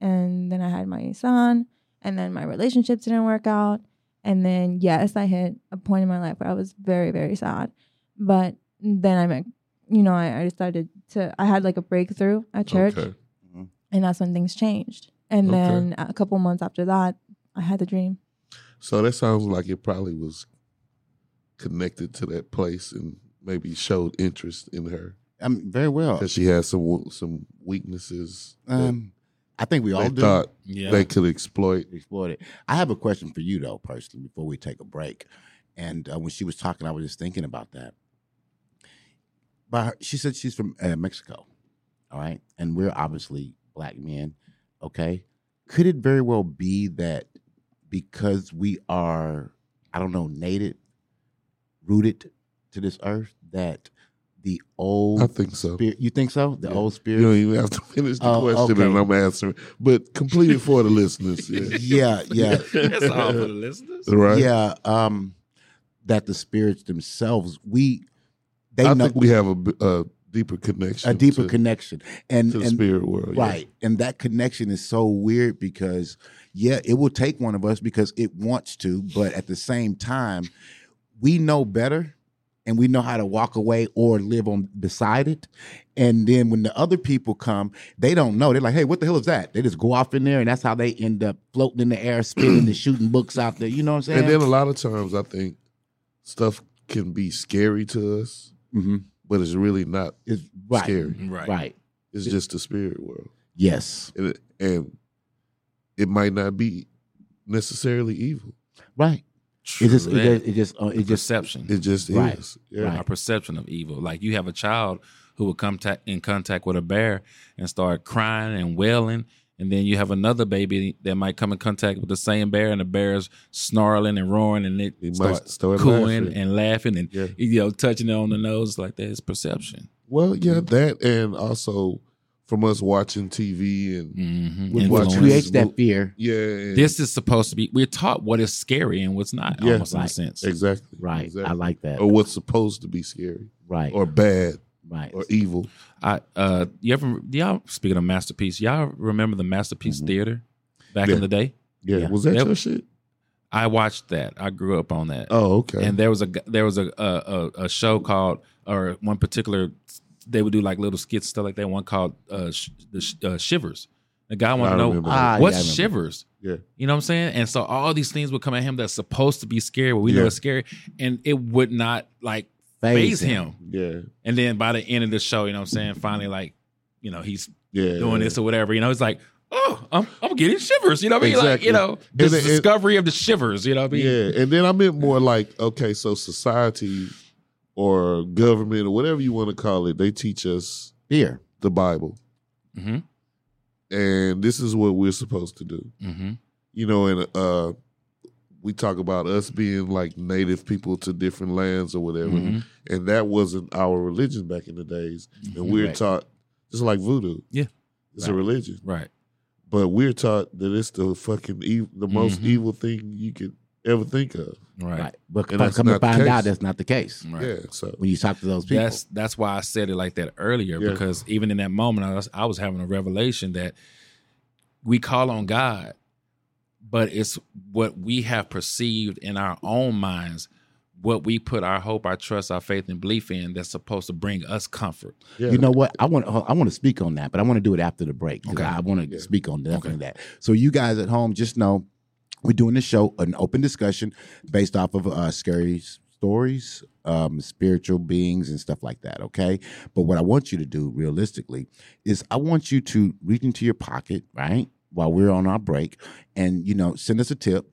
Speaker 5: And then I had my son. And then my relationship didn't work out. And then, yes, I hit a point in my life where I was very, very sad. But then I met, you know, I, I decided to, I had like a breakthrough at church.
Speaker 3: Okay.
Speaker 5: And that's when things changed. And
Speaker 3: Okay.
Speaker 5: then a couple months after that, I had the dream.
Speaker 3: So that sounds like it probably was connected to that place and maybe showed interest in her
Speaker 2: I mean, very well.
Speaker 3: because she had some wo- some weaknesses that
Speaker 2: Oh. Um, I think we all
Speaker 3: they
Speaker 2: do.
Speaker 3: thought
Speaker 4: Yeah.
Speaker 3: they could exploit.
Speaker 2: exploit it. I have a question for you though, personally, before we take a break. And uh, when she was talking, I was just thinking about that. But her, she said she's from uh, Mexico, all right, and we're obviously black men, okay. Could it very well be that because we are, I don't know, native, rooted to this earth, that the old
Speaker 3: I think so.
Speaker 2: spirit, you think so? The
Speaker 3: Yeah.
Speaker 2: old spirit
Speaker 3: You don't even have to finish the
Speaker 2: Oh,
Speaker 3: question
Speaker 2: okay.
Speaker 3: and I'm answering, but complete it for the listeners. Yeah.
Speaker 2: yeah, yeah.
Speaker 4: That's all for the listeners.
Speaker 3: Right?
Speaker 2: Yeah, um, that the spirits themselves, we they
Speaker 3: I
Speaker 2: know
Speaker 3: think we have a, b- a deeper connection.
Speaker 2: a deeper
Speaker 3: to,
Speaker 2: connection, and
Speaker 3: to the
Speaker 2: and
Speaker 3: spirit world. yeah.
Speaker 2: right, and that connection is so weird because yeah, it will take one of us because it wants to, but at the same time, we know better. And we know how to walk away or live on beside it, and then when the other people come, they don't know. They're like, "Hey, what the hell is that?" They just go off in there, and that's how they end up floating in the air, spinning and shooting books out there. You know what I'm saying?
Speaker 3: And then a lot of times I think stuff can be scary to us,
Speaker 2: hmm
Speaker 3: but it's really not
Speaker 2: it's right,
Speaker 3: scary.
Speaker 4: Right.
Speaker 2: right.
Speaker 3: It's just the spirit world.
Speaker 2: Yes.
Speaker 3: And it, and it might not be necessarily evil.
Speaker 2: Right.
Speaker 4: True
Speaker 2: It just it
Speaker 4: that.
Speaker 2: just it just, uh, it just
Speaker 4: perception.
Speaker 3: It just
Speaker 2: Right.
Speaker 3: is. Yeah.
Speaker 2: Right.
Speaker 4: our perception of evil. Like you have a child who will come ta- in contact with a bear and start crying and wailing, and then you have another baby that might come in contact with the same bear, and the bear's snarling and roaring, and it
Speaker 3: It might
Speaker 4: starts
Speaker 3: start
Speaker 4: cooing
Speaker 3: laughing.
Speaker 4: and laughing and
Speaker 3: Yeah.
Speaker 4: you know touching it on the nose like that. It's perception.
Speaker 3: Well, yeah, that and also from us watching TV and
Speaker 4: Mm-hmm.
Speaker 3: With what
Speaker 2: it
Speaker 3: Influence.
Speaker 2: creates that fear.
Speaker 3: yeah, and-
Speaker 4: This is supposed to be. We're taught what is scary and what's not.
Speaker 3: Yeah.
Speaker 4: almost in a
Speaker 2: Right.
Speaker 4: sense.
Speaker 3: exactly
Speaker 2: Right. I
Speaker 3: exactly. Oh,
Speaker 2: like that.
Speaker 3: or what's supposed to be scary
Speaker 2: right.
Speaker 3: or bad
Speaker 2: right.
Speaker 3: or evil.
Speaker 4: I uh, you ever do y'all speaking of masterpiece? Y'all remember the masterpiece
Speaker 2: Mhm.
Speaker 4: theater back
Speaker 3: Mm-hmm. Yeah.
Speaker 4: in the day?
Speaker 3: Yeah,
Speaker 2: Yeah.
Speaker 3: was that
Speaker 4: That-
Speaker 3: your shit?
Speaker 4: I watched that. I grew up on that.
Speaker 3: Oh, okay.
Speaker 4: and there was a g- there was a a, a a show called or one particular they would do like little skits stuff like that. One called uh, sh- the sh- uh, Shivers. The guy wanted
Speaker 3: I
Speaker 4: to know
Speaker 3: remember
Speaker 2: Ah, yeah,
Speaker 4: what's
Speaker 2: I remember.
Speaker 4: Shivers.
Speaker 3: Yeah.
Speaker 4: you know what I'm saying. And so all these things would come at him that's supposed to be scary, but we know
Speaker 3: Yeah.
Speaker 4: it's scary, and it would not like phase him.
Speaker 3: Yeah,
Speaker 4: And then by the end of the show, you know what I'm saying, finally like, you know, he's
Speaker 3: yeah.
Speaker 4: doing this or whatever, you know, it's like, oh, I'm I'm getting shivers. You know what I mean? Like,
Speaker 3: Exactly.
Speaker 4: you know, this
Speaker 3: And it-
Speaker 4: discovery of the shivers, you know what I mean?
Speaker 3: Yeah, and then I meant more like okay, so society or government or whatever you want to call it, they teach us
Speaker 2: Fear.
Speaker 3: the Bible,
Speaker 4: Mm-hmm.
Speaker 3: and this is what we're supposed to do.
Speaker 4: Mm-hmm.
Speaker 3: You know, and uh, we talk about us being like native people to different lands or whatever,
Speaker 4: Mhm.
Speaker 3: and that wasn't our religion back in the days, and we're
Speaker 2: Right.
Speaker 3: taught just like voodoo.
Speaker 4: Mm-hmm. Yeah.
Speaker 3: it's a
Speaker 2: Right.
Speaker 3: religion.
Speaker 4: Right.
Speaker 3: but we're taught that it's the fucking ev- the most
Speaker 4: Mhm.
Speaker 3: evil thing you could ever think of.
Speaker 4: Right.
Speaker 2: Right. But
Speaker 3: And
Speaker 2: come
Speaker 3: that's
Speaker 2: to
Speaker 3: not the
Speaker 2: find out
Speaker 3: case. Mm.
Speaker 2: that's not the case.
Speaker 4: Right.
Speaker 3: Yeah, so
Speaker 2: When you talk to those people.
Speaker 4: That's that's why I said it like that earlier
Speaker 3: Yeah.
Speaker 4: because even in that moment I was, I was having a revelation that we call on God, but it's what we have perceived in our own minds, what we put our hope, our trust, our faith, and belief in that's supposed to bring us comfort.
Speaker 3: yeah,
Speaker 2: You know what? I want I want to speak on that, but I want to do it after the break. 'cause
Speaker 4: Okay.
Speaker 2: I want to
Speaker 3: Yeah.
Speaker 2: speak on definitely that. So you guys at home, just know we're doing this show an open discussion based off of uh, scary s- stories, um, spiritual beings, and stuff like that. Okay, but what I want you to do realistically is I want you to reach into your pocket, right, while we're on our break, and you know, send us a tip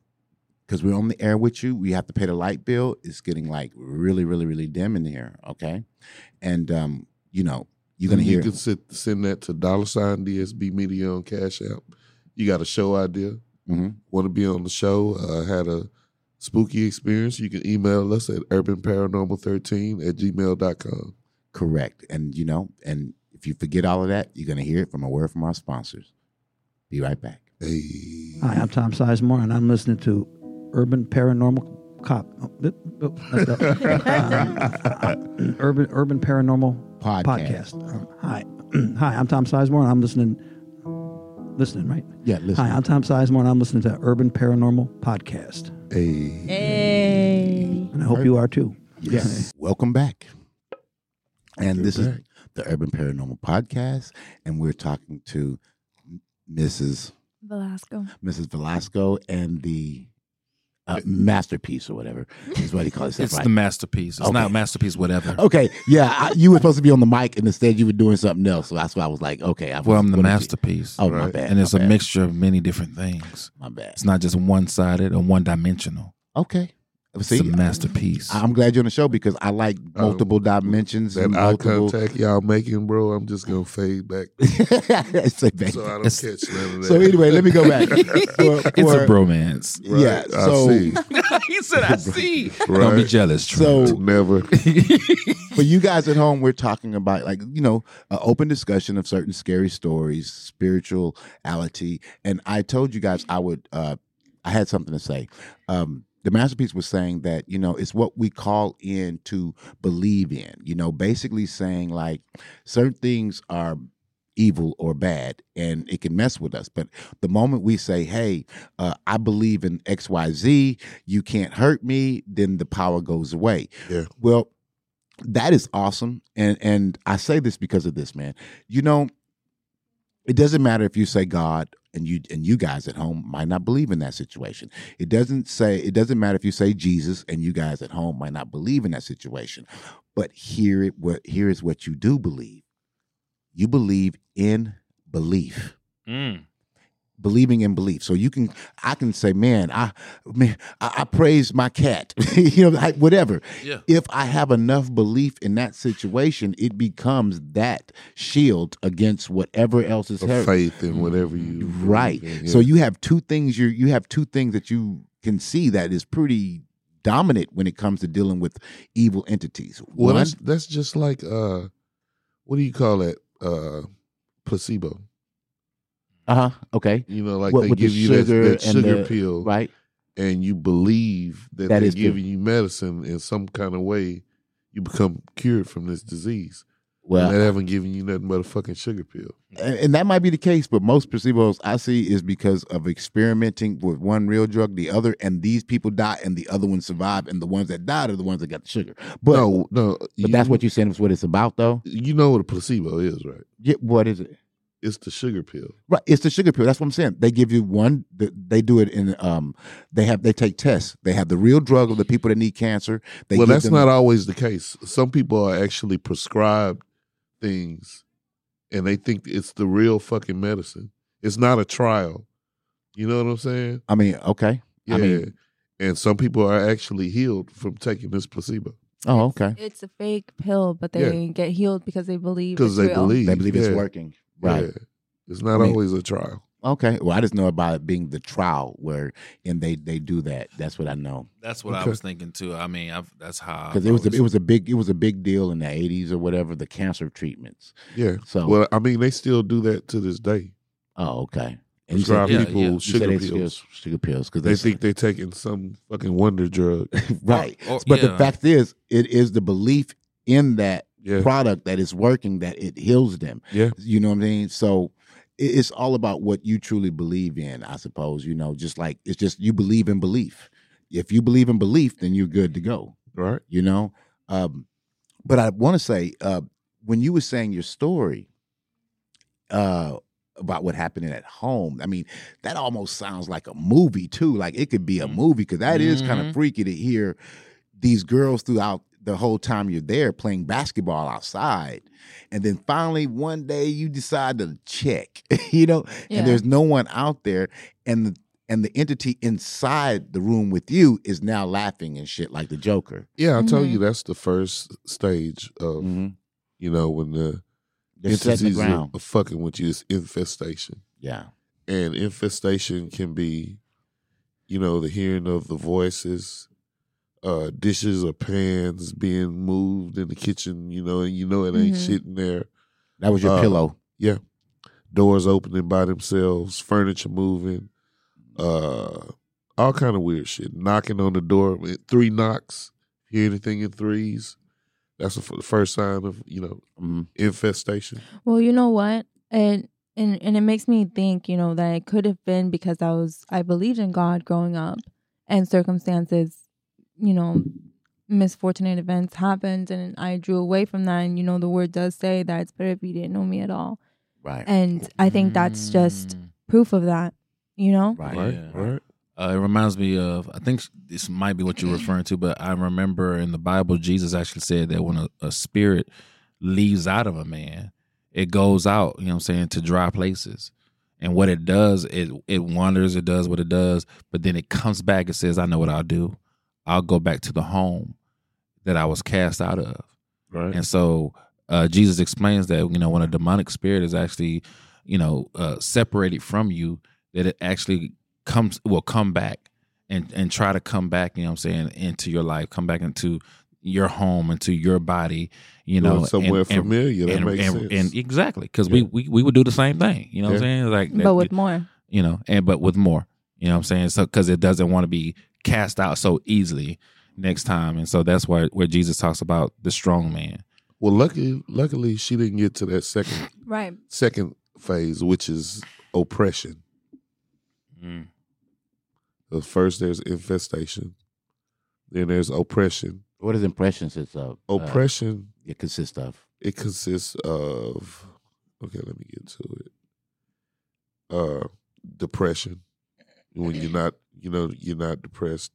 Speaker 2: because we're on the air with you. We have to pay the light bill. It's getting like really, really, really dim in here. Okay, and um, you know, you're gonna
Speaker 3: And
Speaker 2: hear.
Speaker 3: You can sit, send that to dollar sign DSB Media on Cash App. You got a show idea?
Speaker 2: Mhm.
Speaker 3: Want to be on the show? Uh, had a spooky experience? You can email us at urbanparanormal13 at gmail.com.
Speaker 2: Correct. And you know, and if you forget all of that, you're gonna hear it from a word from our sponsors. Be right back.
Speaker 3: Hey.
Speaker 6: Hi, I'm Tom Sizemore, and I'm listening to Urban Paranormal Cop. Oh, boop, boop, messed up. Um, Urban Urban Paranormal
Speaker 2: Podcast.
Speaker 6: Podcast. Um, hi, hi, I'm Tom Sizemore, and I'm listening. Listening, right?
Speaker 2: Yeah, listen.
Speaker 6: Hi, I'm Tom Sizemore, and I'm listening to Urban Paranormal Podcast,
Speaker 3: Hey.
Speaker 5: Hey.
Speaker 6: and I hope you are too.
Speaker 2: Yes. Welcome back. And
Speaker 3: We're
Speaker 2: this is
Speaker 3: back.
Speaker 2: the Urban Paranormal Podcast, and we're talking to Mrs.
Speaker 5: Velasco.
Speaker 2: Mrs. Velasco and the uh, masterpiece or whatever is what he calls it.
Speaker 4: it's
Speaker 2: right?
Speaker 4: the masterpiece. It's not
Speaker 2: Okay. Oh,
Speaker 4: masterpiece, whatever.
Speaker 2: okay, yeah, I, you were supposed to be on the mic, and instead you were doing something else. So that's why I was like, okay, I was,
Speaker 4: Well, I'm the
Speaker 2: what is it?
Speaker 4: masterpiece.
Speaker 2: Oh my
Speaker 3: Right.
Speaker 2: bad,
Speaker 4: and it's
Speaker 2: my
Speaker 4: a
Speaker 2: bad,
Speaker 4: mixture of many different things.
Speaker 2: My bad.
Speaker 4: It's not just one sided or one dimensional.
Speaker 2: Okay,
Speaker 4: It's
Speaker 2: see,
Speaker 4: a masterpiece.
Speaker 2: I'm glad you're on the show because I like multiple dimensions
Speaker 3: Oh, That
Speaker 2: and
Speaker 3: eye
Speaker 2: multiple.
Speaker 3: contact y'all making, bro, I'm just going to fade back
Speaker 2: so, bad.
Speaker 3: so I don't
Speaker 4: It's-
Speaker 3: catch none of that.
Speaker 2: So anyway, let me go back. For-
Speaker 4: it's
Speaker 2: for-
Speaker 4: a bromance.
Speaker 3: Right,
Speaker 2: yeah,
Speaker 3: I
Speaker 2: so-
Speaker 3: see.
Speaker 4: he said, I see. Don't be
Speaker 3: Right.
Speaker 4: jealous, Trent.
Speaker 2: So-
Speaker 3: Never.
Speaker 2: For you guys at home, we're talking about like you know an open discussion of certain scary stories, spirituality, and I told you guys I would. Uh, I had something to say. Um, the masterpiece was saying that you know it's what we call in to believe in. You know, basically saying like certain things are evil or bad and it can mess with us but the moment we say hey uh, i believe in xyz you can't hurt me then the power goes away
Speaker 3: Yeah.
Speaker 2: well that is awesome and and i say this because of this man you know it doesn't matter if you say god and you and you guys at home might not believe in that situation it doesn't say it doesn't matter if you say jesus and you guys at home might not believe in that situation but here it what here is what you do believe you believe in belief
Speaker 4: Mm.
Speaker 2: believing in belief. So you can, I can say, man, I, man, I, I praise my cat, you know, like whatever.
Speaker 4: Yeah.
Speaker 2: If I have enough belief in that situation, it becomes that shield against whatever else is
Speaker 3: of
Speaker 2: happening.
Speaker 3: faith in whatever you
Speaker 2: Right.
Speaker 3: believe in,
Speaker 2: So
Speaker 3: yeah.
Speaker 2: you have two things. You you have two things that you can see that is pretty dominant when it comes to dealing with evil entities.
Speaker 3: well
Speaker 2: One,
Speaker 3: that's, that's just like uh what do you call that uh placebo
Speaker 2: uh huh. Okay.
Speaker 3: you know like
Speaker 2: What,
Speaker 3: they
Speaker 2: with the
Speaker 3: give you that,
Speaker 2: sugar
Speaker 3: that
Speaker 2: and
Speaker 3: sugar
Speaker 2: the-
Speaker 3: pill
Speaker 2: Right.
Speaker 3: and you believe that,
Speaker 2: That
Speaker 3: they're
Speaker 2: is good.
Speaker 3: giving you medicine in some kind of way you become cured from this disease
Speaker 2: Well,
Speaker 3: and they haven't given you nothing but a fucking sugar pill
Speaker 2: and, and that might be the case, but most placebos I see is because of experimenting with one real drug, the other, and these people die, and the other ones survive, and the ones that died are the ones that got the sugar. But
Speaker 3: no no
Speaker 2: but that's what you're saying is what it's about, though.
Speaker 3: you know what a placebo is right
Speaker 2: Yeah, what is it?
Speaker 3: it's the sugar pill.
Speaker 2: Right, it's the sugar pill. That's what I'm saying. They give you one. th- They do it in. Um, they have they take tests. They have the real drug of the people that need cancer. They
Speaker 3: well,
Speaker 2: give
Speaker 3: that's
Speaker 2: them-
Speaker 3: not always the case. Some people are actually prescribed things, and they think it's the real fucking medicine. It's not a trial. You know what I'm saying?
Speaker 2: I mean, okay.
Speaker 3: Yeah.
Speaker 2: I mean-
Speaker 3: and some people are actually healed from taking this placebo
Speaker 2: Oh, okay.
Speaker 5: It's a fake pill, but they get healed because they believe
Speaker 3: because
Speaker 5: it's
Speaker 3: they
Speaker 5: real.
Speaker 3: believe
Speaker 2: They believe it's
Speaker 3: yeah,
Speaker 2: working. Right.
Speaker 3: yeah. It's not
Speaker 2: I mean-
Speaker 3: always a trial.
Speaker 2: Okay. Well, I just know about it being the trial where and they they do that. That's what I know.
Speaker 4: That's what I
Speaker 3: Okay.
Speaker 4: was thinking too. I mean, I've, that's how.
Speaker 2: Because it was a, it was a big it was a big deal in the 80s or whatever the cancer treatments.
Speaker 3: Yeah.
Speaker 2: So
Speaker 3: Well, I mean, they still do that to this day.
Speaker 2: oh okay. And you
Speaker 3: Prescribe
Speaker 2: said-
Speaker 4: Yeah,
Speaker 3: people
Speaker 4: yeah. You
Speaker 2: you said
Speaker 3: sugar
Speaker 2: they
Speaker 3: pills.
Speaker 2: still sugar pills because
Speaker 3: They think they're taking some fucking wonder drug.
Speaker 2: right.
Speaker 4: Or- or-
Speaker 2: but the
Speaker 4: yeah.
Speaker 2: fact is, it is the belief in that
Speaker 3: Yeah.
Speaker 2: product that is working that it heals them.
Speaker 3: Yeah.
Speaker 2: You know what I mean? So it- it's all about what you truly believe in, I suppose. You know, just like it's just you believe in belief. If you believe in belief, then you're good to go.
Speaker 3: Right.
Speaker 2: You know, um, but I want to say uh, when you were saying your story uh, about what happened at home, I mean that almost sounds like a movie too. Like it could be a
Speaker 4: Mhm.
Speaker 2: movie because that is kind
Speaker 4: Mhm.
Speaker 2: of freaky to hear these girls throughout the whole time you're there playing basketball outside, and then finally one day you decide to check. you know,
Speaker 5: Yeah.
Speaker 2: and there's no one out there and the and the entity inside the room with you is now laughing and shit like the joker
Speaker 3: Yeah, I tell
Speaker 5: Mhm.
Speaker 3: you, that's the first stage of you know when the
Speaker 2: Mm-hmm. they're setting the
Speaker 3: entities are-
Speaker 2: ground
Speaker 3: are fucking with you. It's infestation,
Speaker 2: yeah
Speaker 3: and infestation can be, you know, the hearing of the voices, uh, dishes or pans being moved in the kitchen. You know, and you know it ain't
Speaker 5: Mhm.
Speaker 3: shit in there.
Speaker 2: that was your
Speaker 3: Uh,
Speaker 2: pillow
Speaker 3: Doors opening by themselves, furniture moving, uh, all kind of weird shit. Knocking on the door, three knocks. Hear anything in threes? That's the f- first sign of you know
Speaker 2: Mhm.
Speaker 3: infestation.
Speaker 5: Well, you know what? And and and it makes me think, you know, that it could have been because I was I believed in God growing up and circumstances, you know, misfortunate events happened and I drew away from that and you know the word does say that it's better if you didn't know me at all.
Speaker 2: right
Speaker 5: And I think that's just
Speaker 4: Mm,
Speaker 3: Mm.
Speaker 5: proof of that, you know?
Speaker 2: right
Speaker 4: Right.
Speaker 3: Right, right.
Speaker 4: Uh, it reminds me of I think this might be what you're referring to, but I remember in the Bible Jesus actually said that when a, a spirit leaves out of a man, it goes out. You know what I'm saying to dry places, and what it does, it it wanders, it does what it does, but then it comes back. It says, "I know what I'll do. I'll go back to the home that I was cast out of."
Speaker 3: Right.
Speaker 4: And so uh, Jesus explains that you know when a demonic spirit is actually you know uh, separated from you, that it actually comes will come back and and try to come back. You know what I'm saying into your life, come back into your home, into your body. You know,
Speaker 3: Going somewhere
Speaker 4: and, and-
Speaker 3: familiar. That
Speaker 4: and,
Speaker 3: makes
Speaker 4: and-
Speaker 3: sense.
Speaker 4: and exactly because
Speaker 3: Yeah.
Speaker 4: we, we we would do the same thing. You know what I'm saying? Like,
Speaker 5: But with more.
Speaker 4: you know, and but with more. You know what I'm saying? So because it doesn't want to be cast out so easily next time, and so that's why where Jesus talks about the strong man.
Speaker 3: well, luckily, luckily, she didn't get to that second
Speaker 5: Right.
Speaker 3: second phase, which is oppression. So first, there's infestation. Then there's oppression.
Speaker 2: what is impressions it's of uh,
Speaker 3: Oppression.
Speaker 2: it consists of
Speaker 3: It consists of. Okay, let me get to it. Uh, depression. When you're not, you know, you're not depressed,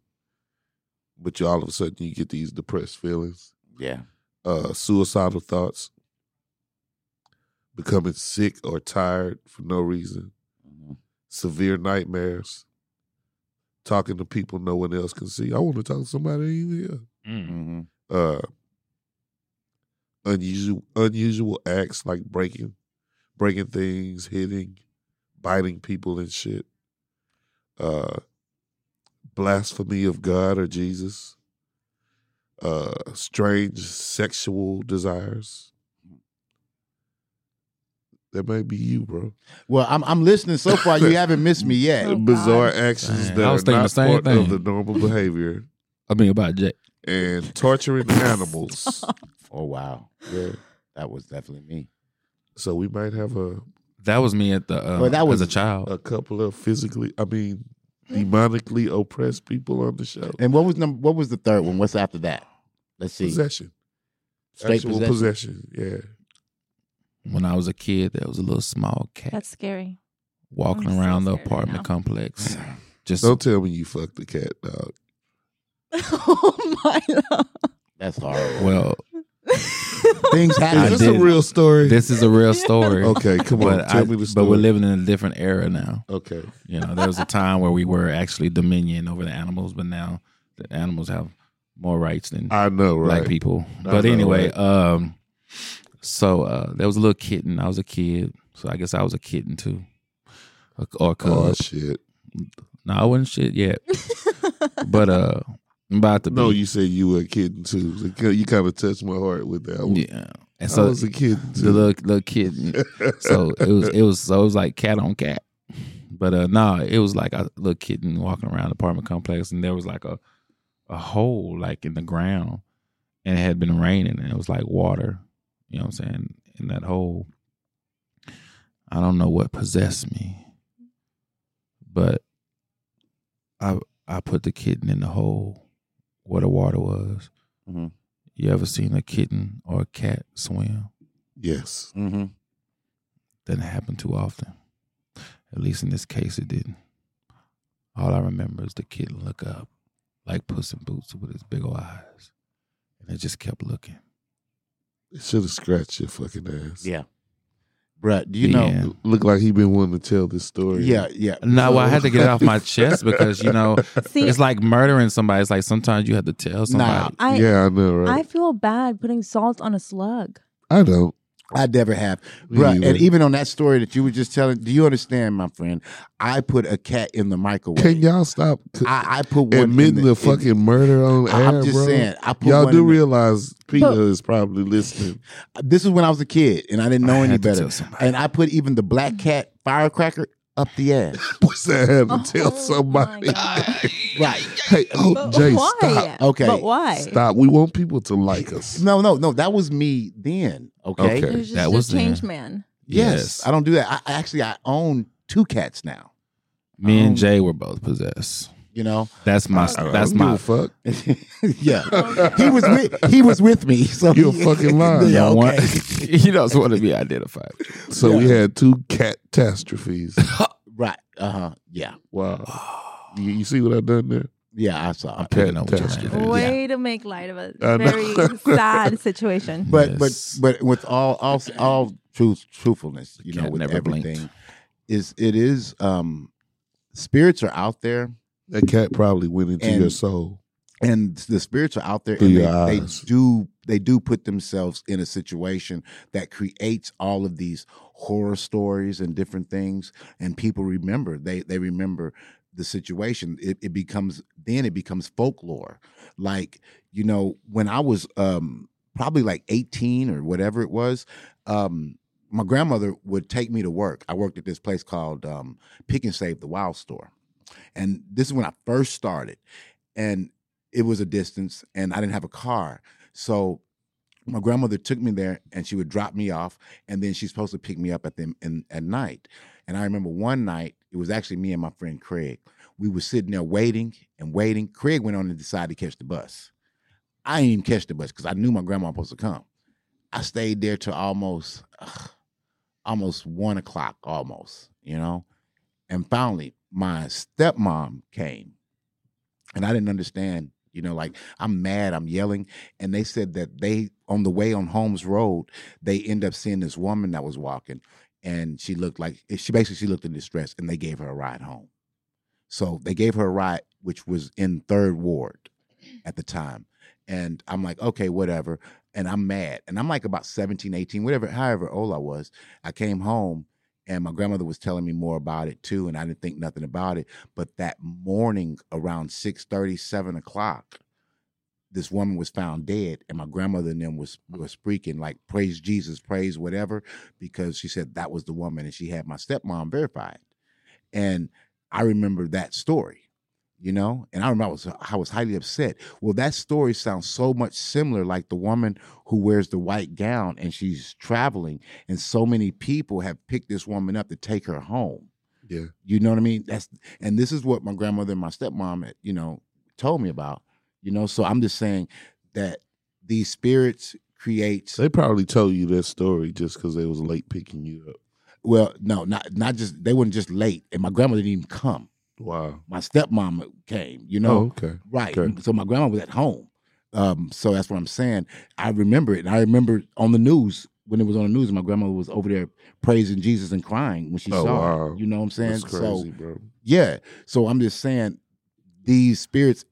Speaker 3: but you all of a sudden you get these depressed feelings.
Speaker 2: yeah
Speaker 3: uh, suicidal thoughts, becoming sick or tired for no reason,
Speaker 2: Mhm.
Speaker 3: Mm-hmm. severe nightmares, talking to people no one else can see. I want to talk to somebody even here.
Speaker 2: Mhm.
Speaker 3: Uh, unusual unusual acts like breaking, breaking things, hitting, biting people and shit. Uh, blasphemy of God or Jesus. Uh, strange sexual desires. That may be you, bro.
Speaker 2: well I'm, I'm listening so far you haven't missed me yet
Speaker 5: Oh, God.
Speaker 3: Bizarre actions
Speaker 4: Dang,
Speaker 3: that
Speaker 4: I was
Speaker 3: are
Speaker 4: thinking
Speaker 3: not
Speaker 4: the same
Speaker 3: part of
Speaker 4: thing.
Speaker 3: the normal behavior
Speaker 4: I mean about Jay.
Speaker 3: and torturing animals.
Speaker 2: oh wow
Speaker 3: Yeah.
Speaker 2: that was definitely me
Speaker 3: So we might have a
Speaker 4: That was me at the. Uh,
Speaker 2: Well, that
Speaker 4: that
Speaker 2: was-
Speaker 4: was a child.
Speaker 3: a couple of physically, I mean, demonically oppressed people on the show.
Speaker 2: and what was number what was the third one what's after that let's see
Speaker 3: Possession,
Speaker 2: straight
Speaker 3: actual
Speaker 2: possession.
Speaker 3: possession. Yeah,
Speaker 4: When I was a kid, there was a little small cat
Speaker 5: That's scary.
Speaker 4: walking
Speaker 5: I'm so
Speaker 4: around the
Speaker 5: scared right
Speaker 4: apartment
Speaker 5: now.
Speaker 4: complex. Just
Speaker 3: Don't tell me you fucked the cat, dog.
Speaker 5: oh my lord.
Speaker 2: That's horrible.
Speaker 4: well,
Speaker 2: Things
Speaker 4: I
Speaker 3: Is
Speaker 2: happen.
Speaker 3: this a
Speaker 4: did.
Speaker 3: real story?
Speaker 4: this is a real story.
Speaker 3: okay, come on.
Speaker 4: But,
Speaker 3: tell
Speaker 4: I-
Speaker 3: me the
Speaker 4: but
Speaker 3: story.
Speaker 4: we're living in a different era now.
Speaker 3: okay.
Speaker 4: You know, there was a time where we were actually dominion over the animals, but now the animals have more rights than
Speaker 3: I know, Ah, right?
Speaker 4: black people.
Speaker 3: I
Speaker 4: But
Speaker 3: know,
Speaker 4: anyway,
Speaker 3: right.
Speaker 4: um, so uh, there was a little kitten. I was a kid, so I guess I was a kitten too, or, or cub.
Speaker 3: Oh shit.
Speaker 4: No, I wasn't shit yet, but uh, I'm about to be.
Speaker 3: No, you said you were a kid too. So you- you kind of touched my heart with that. one.
Speaker 4: yeah. And
Speaker 3: I
Speaker 4: so
Speaker 3: was a kid
Speaker 4: the
Speaker 3: too.
Speaker 4: little little kitten. so it was it was so it was like cat on cat. But uh nah, it was like a little kitten walking around the apartment complex and there was like a a hole like in the ground and it had been raining and it was like water, you know what I'm saying, in that hole. I don't know what possessed me. But I I put the kitten in the hole where the water was.
Speaker 2: Mhm.
Speaker 4: You ever seen a kitten or a cat swim?
Speaker 3: yes.
Speaker 4: Mm.
Speaker 2: hmm
Speaker 4: doesn't happen too often. At least in this case, it didn't. All I remember is the kitten look up, like Puss in Boots with his big old eyes, and it just kept looking.
Speaker 3: It should have scratched your fucking ass.
Speaker 2: Yeah. Bruh, do you know?
Speaker 4: Yeah.
Speaker 3: Look like he been wanting to tell this story.
Speaker 2: Yeah, yeah.
Speaker 4: No, well, I had to get it off my chest because you know
Speaker 5: See,
Speaker 4: it's like murdering somebody. It's like sometimes you have to tell somebody.
Speaker 5: I
Speaker 3: yeah, I know,
Speaker 5: I
Speaker 3: right?
Speaker 5: feel bad putting salt on a slug.
Speaker 3: I, don't.
Speaker 2: I never have.
Speaker 3: Me
Speaker 2: Bruh,
Speaker 3: either.
Speaker 2: and even on that story that you were just telling, do you understand, my friend? I put a cat in the microwave.
Speaker 3: Can y'all stop c-
Speaker 2: I, I put one in
Speaker 3: admitting
Speaker 2: the,
Speaker 3: the,
Speaker 2: in-
Speaker 3: fucking murder on air,
Speaker 2: I'm just
Speaker 3: bro?
Speaker 2: saying. I put
Speaker 3: y'all
Speaker 2: one
Speaker 3: do
Speaker 2: in the-
Speaker 3: realize Peter
Speaker 5: But-
Speaker 3: is probably listening.
Speaker 2: This is when I was a kid and I didn't know
Speaker 4: I
Speaker 2: any
Speaker 4: had to
Speaker 2: better.
Speaker 4: tell somebody.
Speaker 2: And I put even the black cat firecracker up the ass.
Speaker 3: What's that have to
Speaker 5: Oh,
Speaker 3: tell
Speaker 5: my
Speaker 3: somebody?
Speaker 5: God.
Speaker 2: right.
Speaker 3: hey, oh,
Speaker 5: But
Speaker 3: Jay,
Speaker 5: why?
Speaker 3: stop.
Speaker 2: Okay.
Speaker 5: But why?
Speaker 3: Stop. We want people to like us.
Speaker 2: No, no, no. That was me then. Okay.
Speaker 3: Okay.
Speaker 5: It was just
Speaker 4: That
Speaker 5: a
Speaker 4: was
Speaker 5: change
Speaker 4: then.
Speaker 5: man.
Speaker 2: Yes. I don't do that. I I actually I own two cats now.
Speaker 4: me
Speaker 2: Um,
Speaker 4: and Jay were both possessed.
Speaker 2: You know.
Speaker 4: That's my.
Speaker 3: I don't
Speaker 4: That's
Speaker 3: give
Speaker 4: my.
Speaker 3: a fuck.
Speaker 2: yeah. He was with he was with me. So
Speaker 3: You're fucking lying.
Speaker 2: Yeah,
Speaker 4: Don't want-
Speaker 2: okay.
Speaker 4: you don't want to be identified.
Speaker 3: So we had two catastrophes.
Speaker 2: Right. Uh huh. Yeah.
Speaker 3: Wow. You, you see what I done there?
Speaker 2: Yeah. I saw. it.
Speaker 4: Picking up what you're
Speaker 3: Fantastic.
Speaker 4: saying.
Speaker 5: Way to make light of a
Speaker 3: I know.
Speaker 5: very sad situation.
Speaker 2: But
Speaker 4: Yes.
Speaker 2: but but with all all all truth truthfulness, you know,
Speaker 4: Cat
Speaker 2: with
Speaker 4: never blinked.
Speaker 2: everything, is it is um spirits are out there.
Speaker 3: That cat probably went into
Speaker 2: And-
Speaker 3: your soul.
Speaker 2: and the spirits are out there
Speaker 3: Through
Speaker 2: and
Speaker 3: your
Speaker 2: they, they
Speaker 3: eyes.
Speaker 2: do they do put themselves in a situation that creates all of these horror stories and different things and people remember they they remember the situation it, it becomes then it becomes folklore like you know when i was um probably like 18 or whatever it was um my grandmother would take me to work i worked at this place called um pick and save the wild store and this is when i first started and it was a distance and I didn't have a car. So my grandmother took me there and she would drop me off and then she's supposed to pick me up at them in, at night. And I remember one night, it was actually me and my friend Craig. We were sitting there waiting and waiting. Craig went on and decided to catch the bus. I didn't even catch the bus because I knew my grandma was supposed to come. I stayed there till almost ugh, almost one o'clock, almost, you know. And finally, my stepmom came and I didn't understand. You know, like I'm mad, I'm yelling, and they said that they on the way on Holmes Road, they end up seeing this woman that was walking, and she looked like eh, she basically she looked in distress, and they gave her a ride home. So they gave her a ride, which was in Third Ward at the time, and I'm like, okay, whatever, and I'm mad, and I'm like about 17, 18, whatever, however old I was. I came home, and my grandmother was telling me more about it too, and I didn't think nothing about it. But that morning, around 6 7 o'clock, this woman was found dead, and my grandmother and them was was speaking like praise Jesus, praise whatever, because she said that was the woman, and she had my stepmom verified. And I remember that story, you know, and I remember I was I was highly upset. Well, that story sounds so much similar, like the woman who wears the white gown and she's traveling, and so many people have picked this woman up to take her home.
Speaker 3: Yeah.
Speaker 2: You know what I mean? That's and this is what my grandmother and my stepmom, had, you know, told me about. You know, so I'm just saying that these spirits creates
Speaker 3: They probably told you that story just because they was late picking you up.
Speaker 2: well, no, not not just they weren't just late, and my grandma didn't even come.
Speaker 3: Wow.
Speaker 2: My stepmama came, you know.
Speaker 3: Oh, okay.
Speaker 2: Right.
Speaker 3: Okay.
Speaker 2: So my grandma was at home. Um, so that's what I'm saying. I remember it. And I remember on the news, when it was on the news, my grandma was over there praising Jesus and crying when she
Speaker 3: Oh,
Speaker 2: saw
Speaker 3: wow.
Speaker 2: it. You know what I'm saying?
Speaker 3: That's
Speaker 2: So
Speaker 3: crazy, bro.
Speaker 2: yeah. So I'm just saying these spirits